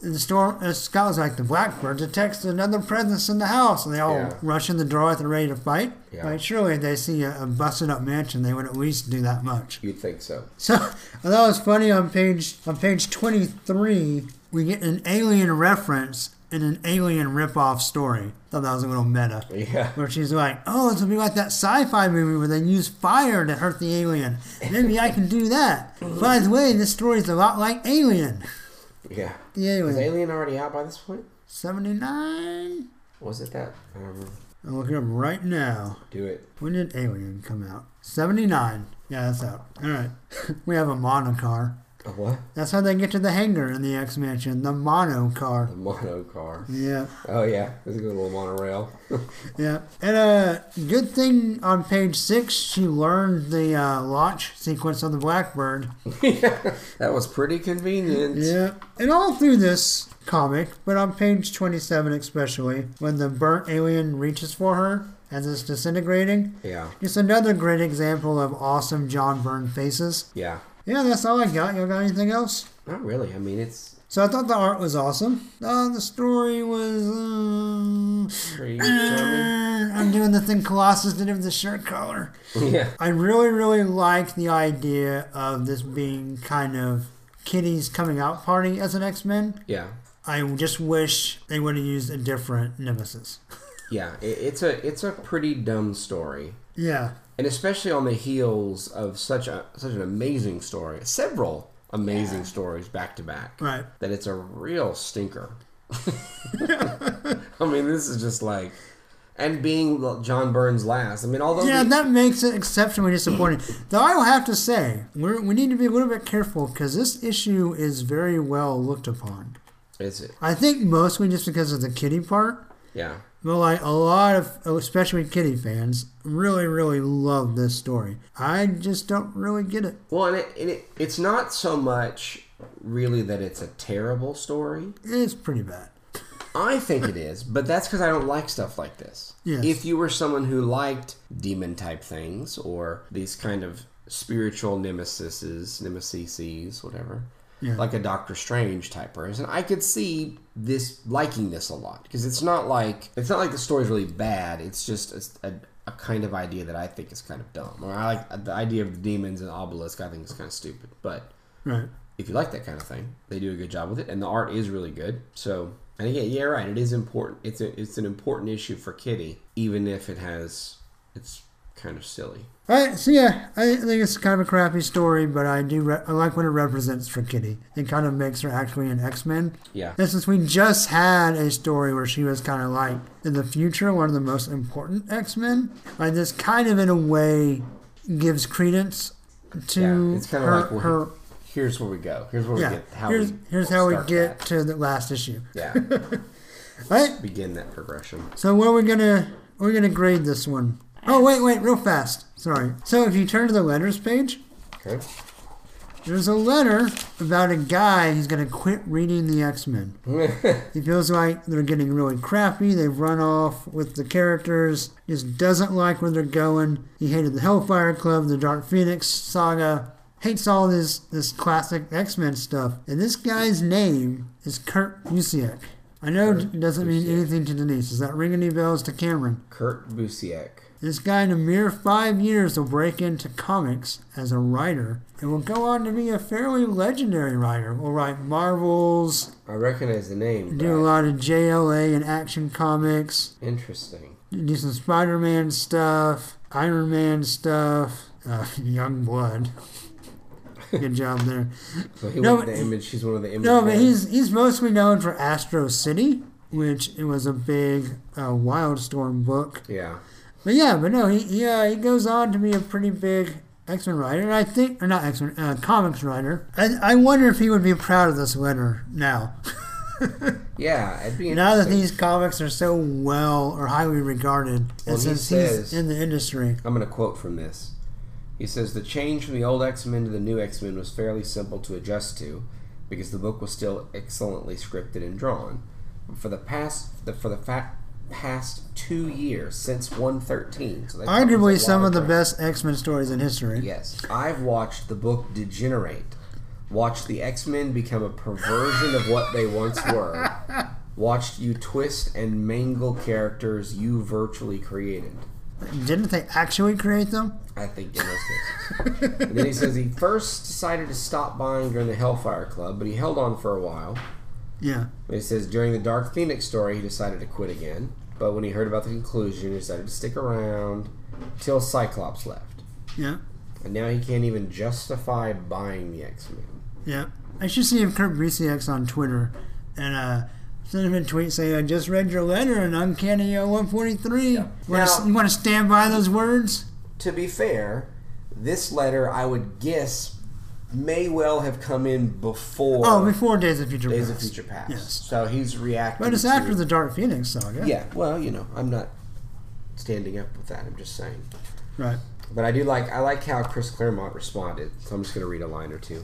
[SPEAKER 2] And the storm, uh, Scott's like, the Blackbird detects another presence in the house. And they all
[SPEAKER 3] Yeah.
[SPEAKER 2] rush in the Darth and ready to fight.
[SPEAKER 3] Yeah.
[SPEAKER 2] Like, surely if they see a, a busted up mansion, they would at least do that much.
[SPEAKER 3] You'd think so.
[SPEAKER 2] So I thought it was funny on page on page twenty three we get an alien reference in an alien ripoff story. Thought that was a little meta.
[SPEAKER 3] Yeah.
[SPEAKER 2] Where she's like, Oh, this will be like that sci fi movie where they use fire to hurt the alien. Maybe I can do that. By the way, this story's a lot like Alien.
[SPEAKER 3] Yeah.
[SPEAKER 2] The
[SPEAKER 3] Was
[SPEAKER 2] Alien.
[SPEAKER 3] Alien already out by this point?
[SPEAKER 2] Seventy nine?
[SPEAKER 3] Was it that? I don't remember.
[SPEAKER 2] I'll look it up right now.
[SPEAKER 3] Um, Do it.
[SPEAKER 2] When did Alien come out? Seventy nine. Yeah, that's out. Alright. we have a monocar.
[SPEAKER 3] A what?
[SPEAKER 2] That's how they get to the hangar in the X Mansion, the mono car.
[SPEAKER 3] A mono car.
[SPEAKER 2] Yeah,
[SPEAKER 3] Oh yeah, there's a good little monorail.
[SPEAKER 2] yeah. And uh, good thing on page six, she learned the uh, launch sequence of the Blackbird.
[SPEAKER 3] that was pretty convenient.
[SPEAKER 2] Yeah. And all through this comic, but on page 27 especially, when the burnt alien reaches for her as it's disintegrating,
[SPEAKER 3] Yeah.
[SPEAKER 2] just another great example of awesome John Byrne faces.
[SPEAKER 3] Yeah.
[SPEAKER 2] Yeah, that's all I got. Y'all got anything else?
[SPEAKER 3] Not really. I mean, it's
[SPEAKER 2] So I thought the art was awesome. Uh, the story was. um,
[SPEAKER 3] pretty. chummy.
[SPEAKER 2] I'm doing the thing Colossus did with the shirt collar.
[SPEAKER 3] yeah.
[SPEAKER 2] I really, really like the idea of this being kind of Kitty's coming out party as an X Men.
[SPEAKER 3] Yeah.
[SPEAKER 2] I just wish they would have used a different nemesis.
[SPEAKER 3] Yeah. It, it's a it's a pretty dumb story.
[SPEAKER 2] Yeah,
[SPEAKER 3] and especially on the heels of such a such an amazing story, several amazing stories back to back,
[SPEAKER 2] Right.
[SPEAKER 3] That it's a real stinker. I mean, this is just like, and being John Burns last. I mean, although
[SPEAKER 2] yeah,
[SPEAKER 3] the-
[SPEAKER 2] that makes it exceptionally disappointing. Though I will have to say, we're, we need to be a little bit careful because this issue is very well looked upon.
[SPEAKER 3] is it?
[SPEAKER 2] I think mostly just because of the Kitty part.
[SPEAKER 3] Yeah,
[SPEAKER 2] Well, like a lot of, especially Kitty fans, really, really love this story. I just don't really get it.
[SPEAKER 3] well, and it, and it it's not so much really that it's a terrible story.
[SPEAKER 2] It's pretty bad.
[SPEAKER 3] I think it is, but that's because I don't like stuff like this.
[SPEAKER 2] Yes.
[SPEAKER 3] If you were someone who liked demon type things or these kind of spiritual nemesises, nemesis, whatever,
[SPEAKER 2] Yeah.
[SPEAKER 3] like a Doctor Strange type person, I could see this liking this a lot because it's not like it's not like the story's really bad. It's just a, a, a kind of idea that I think is kind of dumb. Or I like the idea of demons and obelisk. I think is kind of stupid, but
[SPEAKER 2] Right.
[SPEAKER 3] if you like that kind of thing, they do a good job with it, and the art is really good. So, and again, yeah, right, it is important. It's a, it's an important issue for Kitty, even if it has it's kind of silly.
[SPEAKER 2] All right. So yeah, I think it's kind of a crappy story, but I do re- I like what it represents for Kitty. It kind of makes her actually an X Men.
[SPEAKER 3] Yeah,
[SPEAKER 2] And since we just had a story where she was kind of like in the future one of the most important X Men, like this kind of in a way gives credence to
[SPEAKER 3] yeah, it's kind of
[SPEAKER 2] her,
[SPEAKER 3] like well,
[SPEAKER 2] her
[SPEAKER 3] here's where we go. Here's where we
[SPEAKER 2] yeah.
[SPEAKER 3] get how
[SPEAKER 2] here's
[SPEAKER 3] we
[SPEAKER 2] here's how we
[SPEAKER 3] start
[SPEAKER 2] get to the last issue.
[SPEAKER 3] that. yeah
[SPEAKER 2] All right.
[SPEAKER 3] begin that progression.
[SPEAKER 2] So what are we gonna we're gonna grade this one? Oh wait, wait, real fast. Sorry. So if you turn to the letters page,
[SPEAKER 3] Okay.
[SPEAKER 2] there's a letter about a guy who's gonna quit reading the X Men. he feels like they're getting really crappy. They've run off with the characters. Just doesn't like where they're going. He hated the Hellfire Club, the Dark Phoenix saga. Hates all this this classic X Men stuff. And this guy's name is Kurt Busiek. I know it doesn't mean anything to Denise. Does that ring any bells to Cameron?
[SPEAKER 3] Kurt Busiek.
[SPEAKER 2] This guy in a mere five years will break into comics as a writer and will go on to be a fairly legendary writer. Will write Marvels,
[SPEAKER 3] I recognize the name.
[SPEAKER 2] do a
[SPEAKER 3] but-
[SPEAKER 2] lot of JLA and action comics,
[SPEAKER 3] Interesting.
[SPEAKER 2] do some Spider Man stuff, Iron Man stuff, uh, Young Blood. Good job there.
[SPEAKER 3] So he
[SPEAKER 2] No,
[SPEAKER 3] went the
[SPEAKER 2] but-
[SPEAKER 3] image. He's one of the image.
[SPEAKER 2] No, but
[SPEAKER 3] guys.
[SPEAKER 2] he's he's mostly known for Astro City, which it was a big uh, Wildstorm book.
[SPEAKER 3] yeah.
[SPEAKER 2] But yeah, but no, he he, uh, he goes on to be a pretty big X Men writer, and I think, or not X Men, uh, comics writer. I, I wonder if he would be proud of this letter now.
[SPEAKER 3] Yeah, it'd be
[SPEAKER 2] now that
[SPEAKER 3] interesting.
[SPEAKER 2] these comics are so well or highly regarded,
[SPEAKER 3] Well,
[SPEAKER 2] and
[SPEAKER 3] he
[SPEAKER 2] since
[SPEAKER 3] says-
[SPEAKER 2] he's in the industry,
[SPEAKER 3] I'm going to quote from this. He says the change from the old X-Men to the new X-Men was fairly simple to adjust to because the book was still excellently scripted and drawn. For the past the, for the fa- past 2 years since 113. So that covers a
[SPEAKER 2] arguably
[SPEAKER 3] lot
[SPEAKER 2] some of the
[SPEAKER 3] ground.
[SPEAKER 2] best X Men stories in history.
[SPEAKER 3] Yes. I've watched the book degenerate Watched the X Men become a perversion of what they once were. Watched you twist and mangle characters you virtually created.
[SPEAKER 2] Didn't they actually create them?
[SPEAKER 3] I think in most cases. and then he says he first decided to stop buying during the Hellfire Club, but he held on for a while.
[SPEAKER 2] Yeah.
[SPEAKER 3] It says during the Dark Phoenix story, he decided to quit again, but when he heard about the conclusion, he decided to stick around till Cyclops left.
[SPEAKER 2] Yeah.
[SPEAKER 3] And now he can't even justify buying the X Men.
[SPEAKER 2] Yeah. I should see if Kurt Brisiak's on Twitter and uh, send him a tweet saying, I just read your letter in Uncanny uh, 143.
[SPEAKER 3] Now-
[SPEAKER 2] You want to stand by those words?
[SPEAKER 3] To be fair, this letter, I would guess, may well have come in before,
[SPEAKER 2] Oh, before Days of Future
[SPEAKER 3] Days
[SPEAKER 2] Past.
[SPEAKER 3] of Future Past.
[SPEAKER 2] Yes.
[SPEAKER 3] So he's reacting.
[SPEAKER 2] But it's
[SPEAKER 3] to-
[SPEAKER 2] after the Dark Phoenix saga.
[SPEAKER 3] Yeah, well, you know, I'm not standing up with that. I'm just saying.
[SPEAKER 2] Right.
[SPEAKER 3] But I do like I like how Chris Claremont responded, so I'm just gonna read a line or two.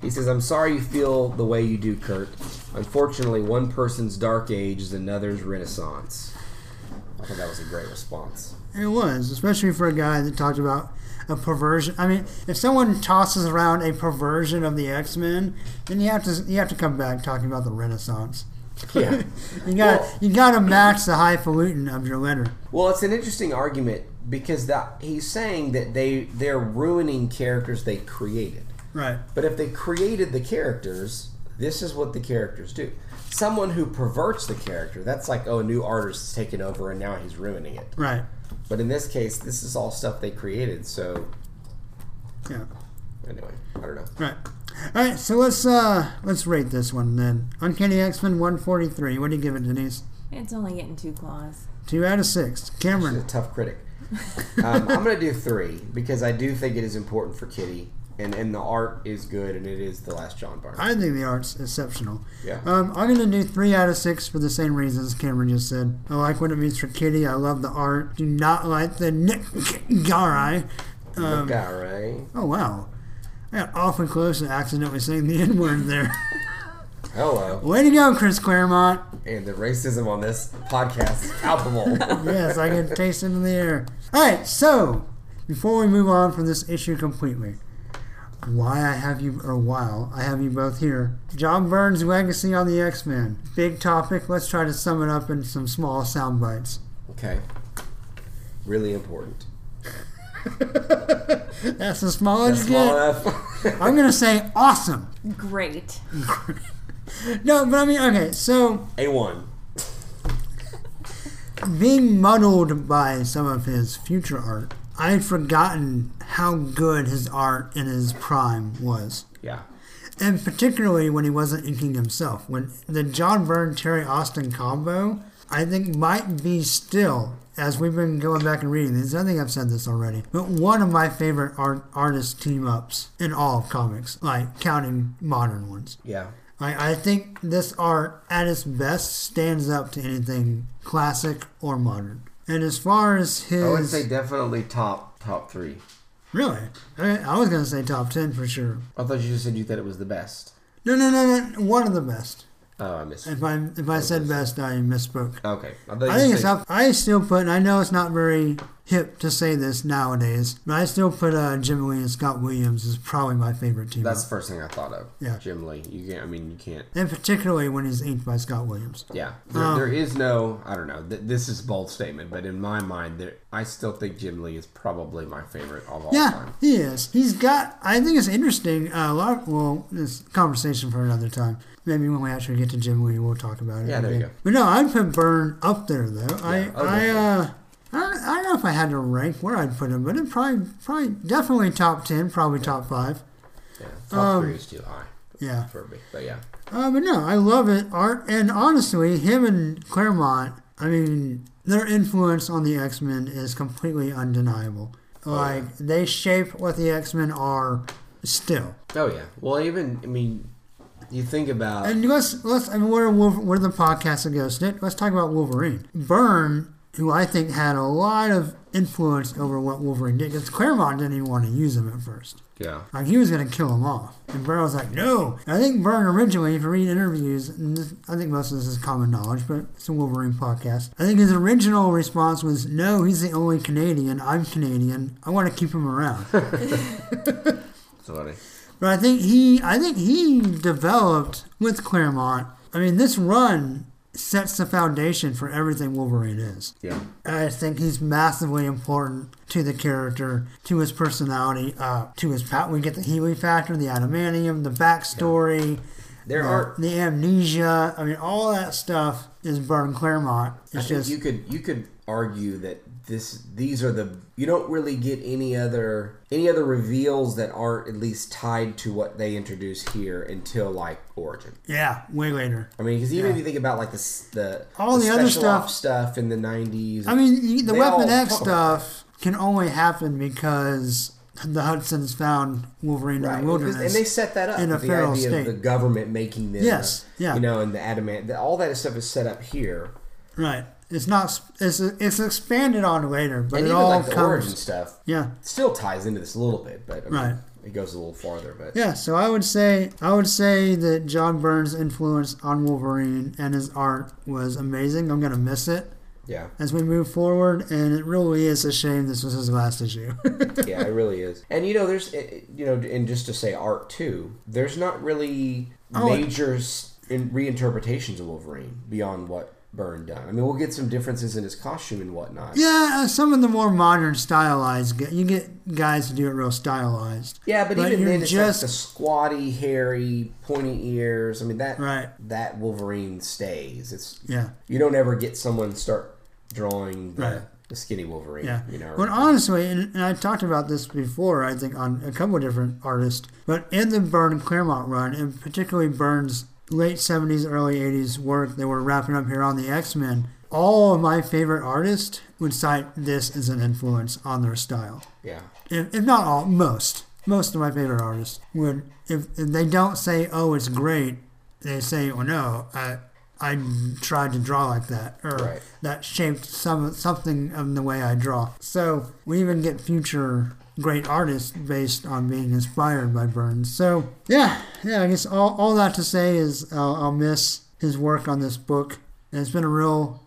[SPEAKER 3] He says, I'm sorry you feel the way you do, Kurt. Unfortunately, one person's dark age is another's renaissance. I thought that was a great response.
[SPEAKER 2] It was, especially for a guy that talked about a perversion. I mean, if someone tosses around a perversion of the X Men, then you have to you have to come back talking about the Renaissance.
[SPEAKER 3] Yeah.
[SPEAKER 2] You got
[SPEAKER 3] Well-
[SPEAKER 2] you got to match the highfalutin of your letter.
[SPEAKER 3] well, it's an interesting argument because that he's saying that they they're ruining characters they created.
[SPEAKER 2] Right.
[SPEAKER 3] But if they created the characters, this is what the characters do. Someone who perverts the character, that's like, oh, a new artist has taken over and now he's ruining it.
[SPEAKER 2] Right.
[SPEAKER 3] But in this case, this is all stuff they created. So
[SPEAKER 2] Yeah.
[SPEAKER 3] anyway, I don't know.
[SPEAKER 2] Right. All right. So let's uh let's rate this one then. Uncanny X Men one forty three. What do you give it, Denise?
[SPEAKER 1] It's only getting two claws.
[SPEAKER 2] Two out of six.
[SPEAKER 3] She's
[SPEAKER 2] Cameron.
[SPEAKER 3] a tough critic. Um, I'm gonna do three because I do think it is important for Kitty, and and the art is good, and it is the last John Barnes.
[SPEAKER 2] I think the art's exceptional.
[SPEAKER 3] Yeah.
[SPEAKER 2] Um, I'm gonna do three out of six for the same reasons Cameron just said. I like what it means for Kitty. I love the art. Do not like the Nick Garai.
[SPEAKER 3] Look out, right?
[SPEAKER 2] Oh wow, I got awfully close to accidentally saying the N word there.
[SPEAKER 3] Hello.
[SPEAKER 2] Way to go, Chris Claremont.
[SPEAKER 3] And the racism on this podcast is palpable.
[SPEAKER 2] yes, I can taste it in the air. All right, so before we move on from this issue completely, why I have you, or while I have you both here, John Burns' legacy on the X Men. Big topic. Let's try to sum it up in some small sound bites.
[SPEAKER 3] okay. Really important.
[SPEAKER 2] That's as small as you
[SPEAKER 3] Small
[SPEAKER 2] get.
[SPEAKER 3] enough.
[SPEAKER 2] I'm gonna say awesome.
[SPEAKER 1] Great.
[SPEAKER 2] No, but I mean, okay, so
[SPEAKER 3] A one.
[SPEAKER 2] being muddled by some of his future art, I had forgotten how good his art in his prime was.
[SPEAKER 3] Yeah.
[SPEAKER 2] And particularly when he wasn't inking himself. When the John Byrne Terry Austin combo, I think might be still, as we've been going back and reading these, I think I've said this already, but one of my favorite art, artist team ups in all of comics, like counting modern ones.
[SPEAKER 3] Yeah.
[SPEAKER 2] I, I think this art at its best stands up to anything classic or modern. And as far as his
[SPEAKER 3] I would say definitely top top three.
[SPEAKER 2] really, I, I was gonna say top ten for sure.
[SPEAKER 3] I thought you just said you thought it was the best.
[SPEAKER 2] No, no, no, no, one of the best.
[SPEAKER 3] Oh, I missed.
[SPEAKER 2] If I if I said best, I misspoke.
[SPEAKER 3] Okay. I,
[SPEAKER 2] I think it's up. I still put. and I know it's not very hip to say this nowadays, but I still put uh, Jim Lee and Scott Williams is probably my favorite team.
[SPEAKER 3] That's the first thing I thought of.
[SPEAKER 2] Yeah.
[SPEAKER 3] Jim Lee. You can't. I mean, you can't.
[SPEAKER 2] and particularly when he's inked by Scott Williams.
[SPEAKER 3] Yeah. There,
[SPEAKER 2] Um,
[SPEAKER 3] there is no. I don't know. Th- this is a bold statement, but in my mind, there, I still think Jim Lee is probably my favorite of all
[SPEAKER 2] Yeah,
[SPEAKER 3] time.
[SPEAKER 2] he is. He's got. I think it's interesting. Uh, a lot. Of, well, this conversation for another time. Maybe when we actually get to Jim Lee, we'll talk about it.
[SPEAKER 3] Yeah, there you
[SPEAKER 2] Okay.
[SPEAKER 3] go.
[SPEAKER 2] But no, I'd put Burn up there though. I,
[SPEAKER 3] oh,
[SPEAKER 2] I,
[SPEAKER 3] definitely.
[SPEAKER 2] uh, I don't, I don't know if I had to rank where I'd put him, but it probably, probably, definitely top ten, probably top five.
[SPEAKER 3] Yeah. Top
[SPEAKER 2] Um,
[SPEAKER 3] three is too high
[SPEAKER 2] Yeah.
[SPEAKER 3] for me. But yeah.
[SPEAKER 2] Uh, but no, I love it. Art and honestly, him and Claremont. I mean, their influence on the X Men is completely undeniable. Like they shape what the X Men are still.
[SPEAKER 3] Oh yeah. Well, even I mean, you think about.
[SPEAKER 2] And let's let's I mean, we're Wolver- we're the podcast that goes Nick, Let's talk about Wolverine. Byrne, who I think had a lot of influence over what Wolverine did, because Claremont didn't even want to use him at first.
[SPEAKER 3] yeah.
[SPEAKER 2] Like he was gonna kill him off, and Byrne was like, "No." And I think Byrne originally, if you read interviews, and this, I think most of this is common knowledge, but it's a Wolverine podcast. I think his original response was, "No, he's the only Canadian. I'm Canadian. I want to keep him around."
[SPEAKER 3] Sorry.
[SPEAKER 2] But I think he, I think he developed with Claremont. I mean, this run sets the foundation for everything Wolverine is.
[SPEAKER 3] Yeah.
[SPEAKER 2] I think he's massively important to the character, to his personality, uh, to his pat. We get the Healy factor, the adamantium, the backstory,
[SPEAKER 3] There
[SPEAKER 2] the,
[SPEAKER 3] are.
[SPEAKER 2] the amnesia. I mean, all that stuff is Burn Claremont.
[SPEAKER 3] I
[SPEAKER 2] It's
[SPEAKER 3] think
[SPEAKER 2] just
[SPEAKER 3] you could you could argue that this these are the you don't really get any other any other reveals that aren't at least tied to what they introduce here until like origin.
[SPEAKER 2] yeah, way later.
[SPEAKER 3] I mean, because even if you think about like the s- the
[SPEAKER 2] All the other
[SPEAKER 3] special
[SPEAKER 2] stuff-
[SPEAKER 3] ops stuff in the nineties.
[SPEAKER 2] I mean, you- the
[SPEAKER 3] They
[SPEAKER 2] Weapon
[SPEAKER 3] all
[SPEAKER 2] X
[SPEAKER 3] talk about
[SPEAKER 2] stuff can only happen because the Hudsons found Wolverine in the wilderness.
[SPEAKER 3] And they set that up
[SPEAKER 2] in a
[SPEAKER 3] with the
[SPEAKER 2] feral
[SPEAKER 3] idea
[SPEAKER 2] state.
[SPEAKER 3] of the government making this.
[SPEAKER 2] Yes, yeah.
[SPEAKER 3] You know, and the adamant, the, all that stuff is set up here.
[SPEAKER 2] right. It's not. s- It's it's expanded on later, but
[SPEAKER 3] And
[SPEAKER 2] it
[SPEAKER 3] even
[SPEAKER 2] all
[SPEAKER 3] like the
[SPEAKER 2] comes.
[SPEAKER 3] origin stuff
[SPEAKER 2] Yeah.
[SPEAKER 3] still ties into this a little bit, but I mean,
[SPEAKER 2] Right.
[SPEAKER 3] it goes a little farther. But
[SPEAKER 2] Yeah, so I would say I would say that John Burns' influence on Wolverine and his art was amazing. I'm gonna miss it
[SPEAKER 3] yeah,
[SPEAKER 2] as we move forward, and it really is a shame this was his last issue.
[SPEAKER 3] yeah, it really is. And you know, there's it- it- you know, and just to say art too, there's not really
[SPEAKER 2] Oh, it-
[SPEAKER 3] major s in reinterpretations of Wolverine beyond what Byrne done. I mean, we'll get some differences in his costume and whatnot.
[SPEAKER 2] yeah, uh, some of the more modern stylized g- you get guys to do it real stylized.
[SPEAKER 3] Yeah, but, even
[SPEAKER 2] you're
[SPEAKER 3] then, it's
[SPEAKER 2] just
[SPEAKER 3] just the squatty, hairy, pointy ears. I mean that
[SPEAKER 2] Right.
[SPEAKER 3] that Wolverine stays. It's
[SPEAKER 2] yeah,
[SPEAKER 3] you don't ever get someone start drawing the,
[SPEAKER 2] Right.
[SPEAKER 3] the skinny Wolverine.
[SPEAKER 2] yeah.
[SPEAKER 3] you know. or-
[SPEAKER 2] but honestly, and, and I talked about this before, I think on a couple of different artists, but in the Byrne Claremont run, and particularly Byrne's late '70s, early '80s work that we're wrapping up here on the X Men. All of my favorite artists would cite this as an influence on their style.
[SPEAKER 3] yeah,
[SPEAKER 2] If, if not all, most. Most of my favorite artists would, if, if they don't say, oh, it's great, they say, well, no, I, I tried to draw like that, or
[SPEAKER 3] Right.
[SPEAKER 2] that shaped some something of the way I draw. So we even get future great artists based on being inspired by Burns. So yeah, yeah, I guess all, all that to say is I'll, I'll miss his work on this book. And it's been a real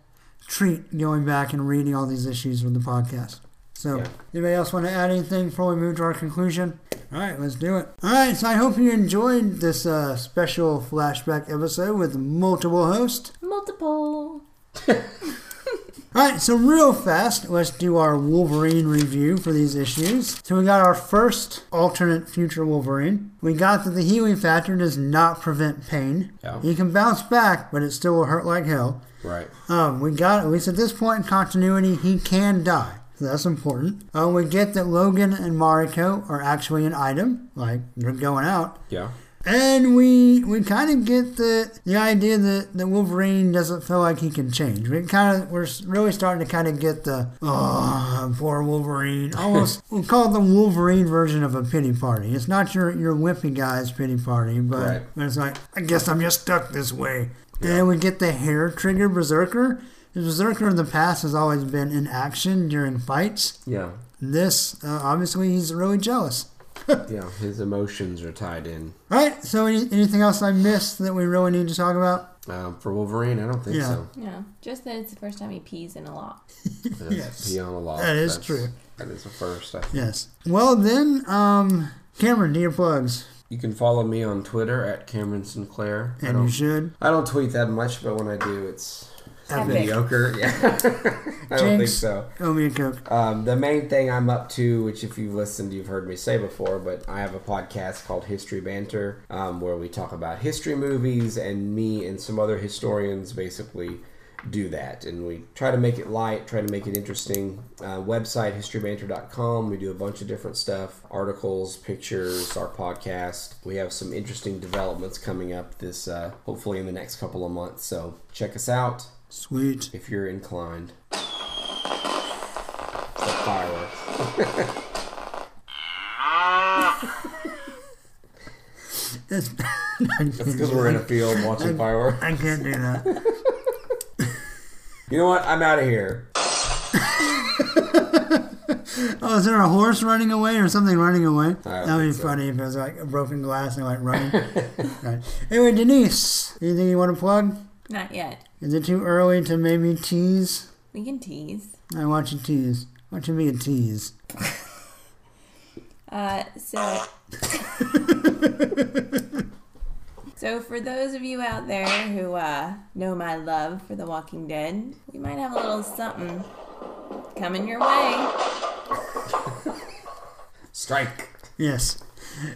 [SPEAKER 2] treat going back and reading all these issues with the podcast. So,
[SPEAKER 3] Yeah.
[SPEAKER 2] anybody else want to add anything before we move to our conclusion? All right, let's do it. All right, so I hope you enjoyed this uh, special flashback episode with multiple hosts.
[SPEAKER 1] Multiple.
[SPEAKER 2] All right, so real fast, let's do our Wolverine review for these issues. So we got our first alternate future Wolverine. We got that the healing factor does not prevent pain.
[SPEAKER 3] Yeah.
[SPEAKER 2] He can bounce back, but it still will hurt like hell.
[SPEAKER 3] right.
[SPEAKER 2] Um, we got at least at this point in continuity, he can die. So that's important. Uh, we get that Logan and Mariko are actually an item, like they're going out.
[SPEAKER 3] Yeah,
[SPEAKER 2] And we we kind of get the the idea that, that Wolverine doesn't feel like he can change. We kind of we're s- really starting to kind of get the oh poor Wolverine. Almost we'll call it the Wolverine version of a pity party. It's not your your wimpy guy's pity party, but
[SPEAKER 3] Right.
[SPEAKER 2] but it's like I guess I'm just stuck this way. And then we get the hair trigger berserker. The berserker in the past has always been in action during fights.
[SPEAKER 3] yeah,
[SPEAKER 2] This uh, obviously he's really jealous.
[SPEAKER 3] yeah. His emotions are tied in.
[SPEAKER 2] All right. So, any, anything else I missed that we really need to talk about?
[SPEAKER 3] Um, for Wolverine, I don't think
[SPEAKER 2] Yeah.
[SPEAKER 3] so.
[SPEAKER 1] Yeah, just that it's the first time he pees in a lot.
[SPEAKER 3] That's
[SPEAKER 2] Yes.
[SPEAKER 3] beyond a lot.
[SPEAKER 2] That is
[SPEAKER 3] That's-
[SPEAKER 2] true.
[SPEAKER 3] That is a first. I think.
[SPEAKER 2] Yes. Well, then, um, Cameron, do your plugs,
[SPEAKER 3] You can follow me on Twitter at Cameron Sinclair. I
[SPEAKER 2] and you
[SPEAKER 3] don't,
[SPEAKER 2] should.
[SPEAKER 3] I don't tweet that much, but when I do, it's
[SPEAKER 1] Epic.
[SPEAKER 3] mediocre. Yeah, I don't think
[SPEAKER 2] Jinx.
[SPEAKER 3] so.
[SPEAKER 2] Owe me a coke.
[SPEAKER 3] Um, the main thing I'm up to, which if you've listened, you've heard me say before, but I have a podcast called History Banter, um, where we talk about history movies, and me and some other historians basically do that, and we try to make it light, try to make it interesting. Uh, website historybanter.com. We do a bunch of different stuff: articles, pictures, our podcast. We have some interesting developments coming up this, uh, hopefully in the next couple of months. So check us out
[SPEAKER 2] Sweet.
[SPEAKER 3] if you're inclined. It's like fireworks.
[SPEAKER 2] That's, I, can't,
[SPEAKER 3] Because we're in a field watching fireworks.
[SPEAKER 2] I can't do that.
[SPEAKER 3] You know what? I'm out of here.
[SPEAKER 2] Oh, is there a horse running away or something running away?
[SPEAKER 3] I don't
[SPEAKER 2] That would be
[SPEAKER 3] think so.
[SPEAKER 2] funny if it was like a broken glass and like running. right. Anyway, Denise, anything you want to plug?
[SPEAKER 1] Not yet.
[SPEAKER 2] Is it too early to maybe tease?
[SPEAKER 1] We can tease.
[SPEAKER 2] I want you tease. Watch you be a tease.
[SPEAKER 1] Uh, so So, for those of you out there who uh, know my love for The Walking Dead, we might have a little something coming your way.
[SPEAKER 3] Strike.
[SPEAKER 2] Yes.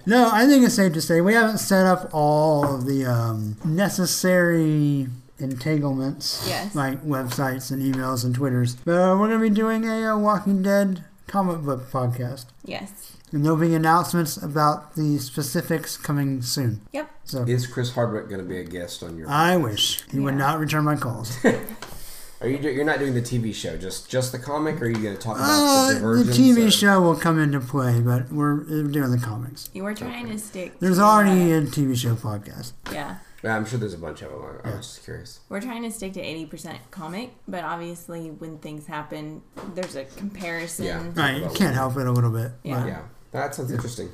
[SPEAKER 2] No, I think it's safe to say we haven't set up all of the um, necessary entanglements,
[SPEAKER 1] Yes.
[SPEAKER 2] like websites and emails and Twitters. But uh, we're going to be doing a, uh Walking Dead comic book podcast.
[SPEAKER 1] Yes.
[SPEAKER 2] And there'll be announcements about the specifics coming soon.
[SPEAKER 1] Yep.
[SPEAKER 2] So
[SPEAKER 3] Is Chris Hardwick going to be a guest on your?
[SPEAKER 2] I wish he would
[SPEAKER 1] Yeah.
[SPEAKER 2] not return my calls.
[SPEAKER 3] Are you? do- You're not doing the TV show, just just the comic. Or are you going to talk about
[SPEAKER 2] Uh,
[SPEAKER 3] the
[SPEAKER 2] the
[SPEAKER 3] Divergence?
[SPEAKER 2] TV
[SPEAKER 3] or-
[SPEAKER 2] show will come into play, but we're uh, doing the comics.
[SPEAKER 1] You were trying to stick.
[SPEAKER 2] There's
[SPEAKER 1] to,
[SPEAKER 2] already a TV show podcast.
[SPEAKER 1] uh, yeah.
[SPEAKER 3] Yeah, I'm sure there's a bunch of them. I- I was just curious.
[SPEAKER 1] We're trying to stick to 80% comic, but obviously, when things happen, there's a comparison.
[SPEAKER 3] Yeah.
[SPEAKER 2] Right, you can't help it a little bit. but-
[SPEAKER 1] Yeah.
[SPEAKER 3] Yeah, that sounds interesting.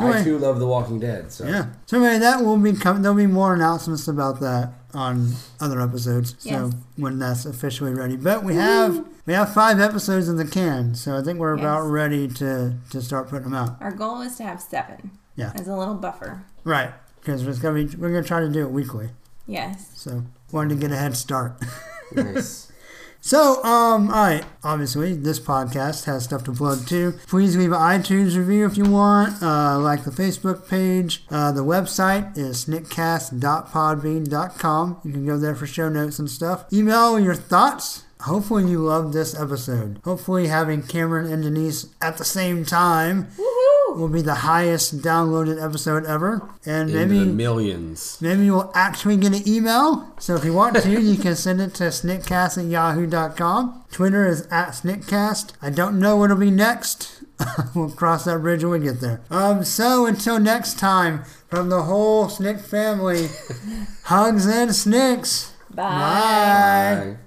[SPEAKER 2] anyway-
[SPEAKER 3] I too love The Walking Dead. So
[SPEAKER 2] Yeah. So anyway, that will be com- there'll be more announcements about that on other episodes. So
[SPEAKER 1] Yes.
[SPEAKER 2] when that's officially ready, but we have we have five episodes in the can, so I think we're about
[SPEAKER 1] Yes.
[SPEAKER 2] ready to to start putting them out.
[SPEAKER 1] Our goal is to have seven
[SPEAKER 2] Yeah.
[SPEAKER 1] as a little buffer.
[SPEAKER 2] Right. Because it's gonna be we're gonna try to do it weekly.
[SPEAKER 1] Yes.
[SPEAKER 2] So wanted to get a head start.
[SPEAKER 3] nice.
[SPEAKER 2] So, um, all right. Obviously, this podcast has stuff to plug too. Please leave an iTunes review if you want. Uh, like the Facebook page. Uh, the website is snickcast.podbean.com. You can go there for show notes and stuff. Email your thoughts. Hopefully, you loved this episode. Hopefully, having Cameron and Denise at the same time will be the highest downloaded episode ever. And maybe
[SPEAKER 3] Into the millions.
[SPEAKER 2] Maybe we'll actually get an email. So if you want to, you can send it to snickcast at yahoo.com. Twitter is at snickcast. I don't know what'll be next. we'll cross that bridge when we get there. Um, so until next time, from the whole snick family, hugs and snicks.
[SPEAKER 1] Bye.
[SPEAKER 2] Bye.
[SPEAKER 3] Bye.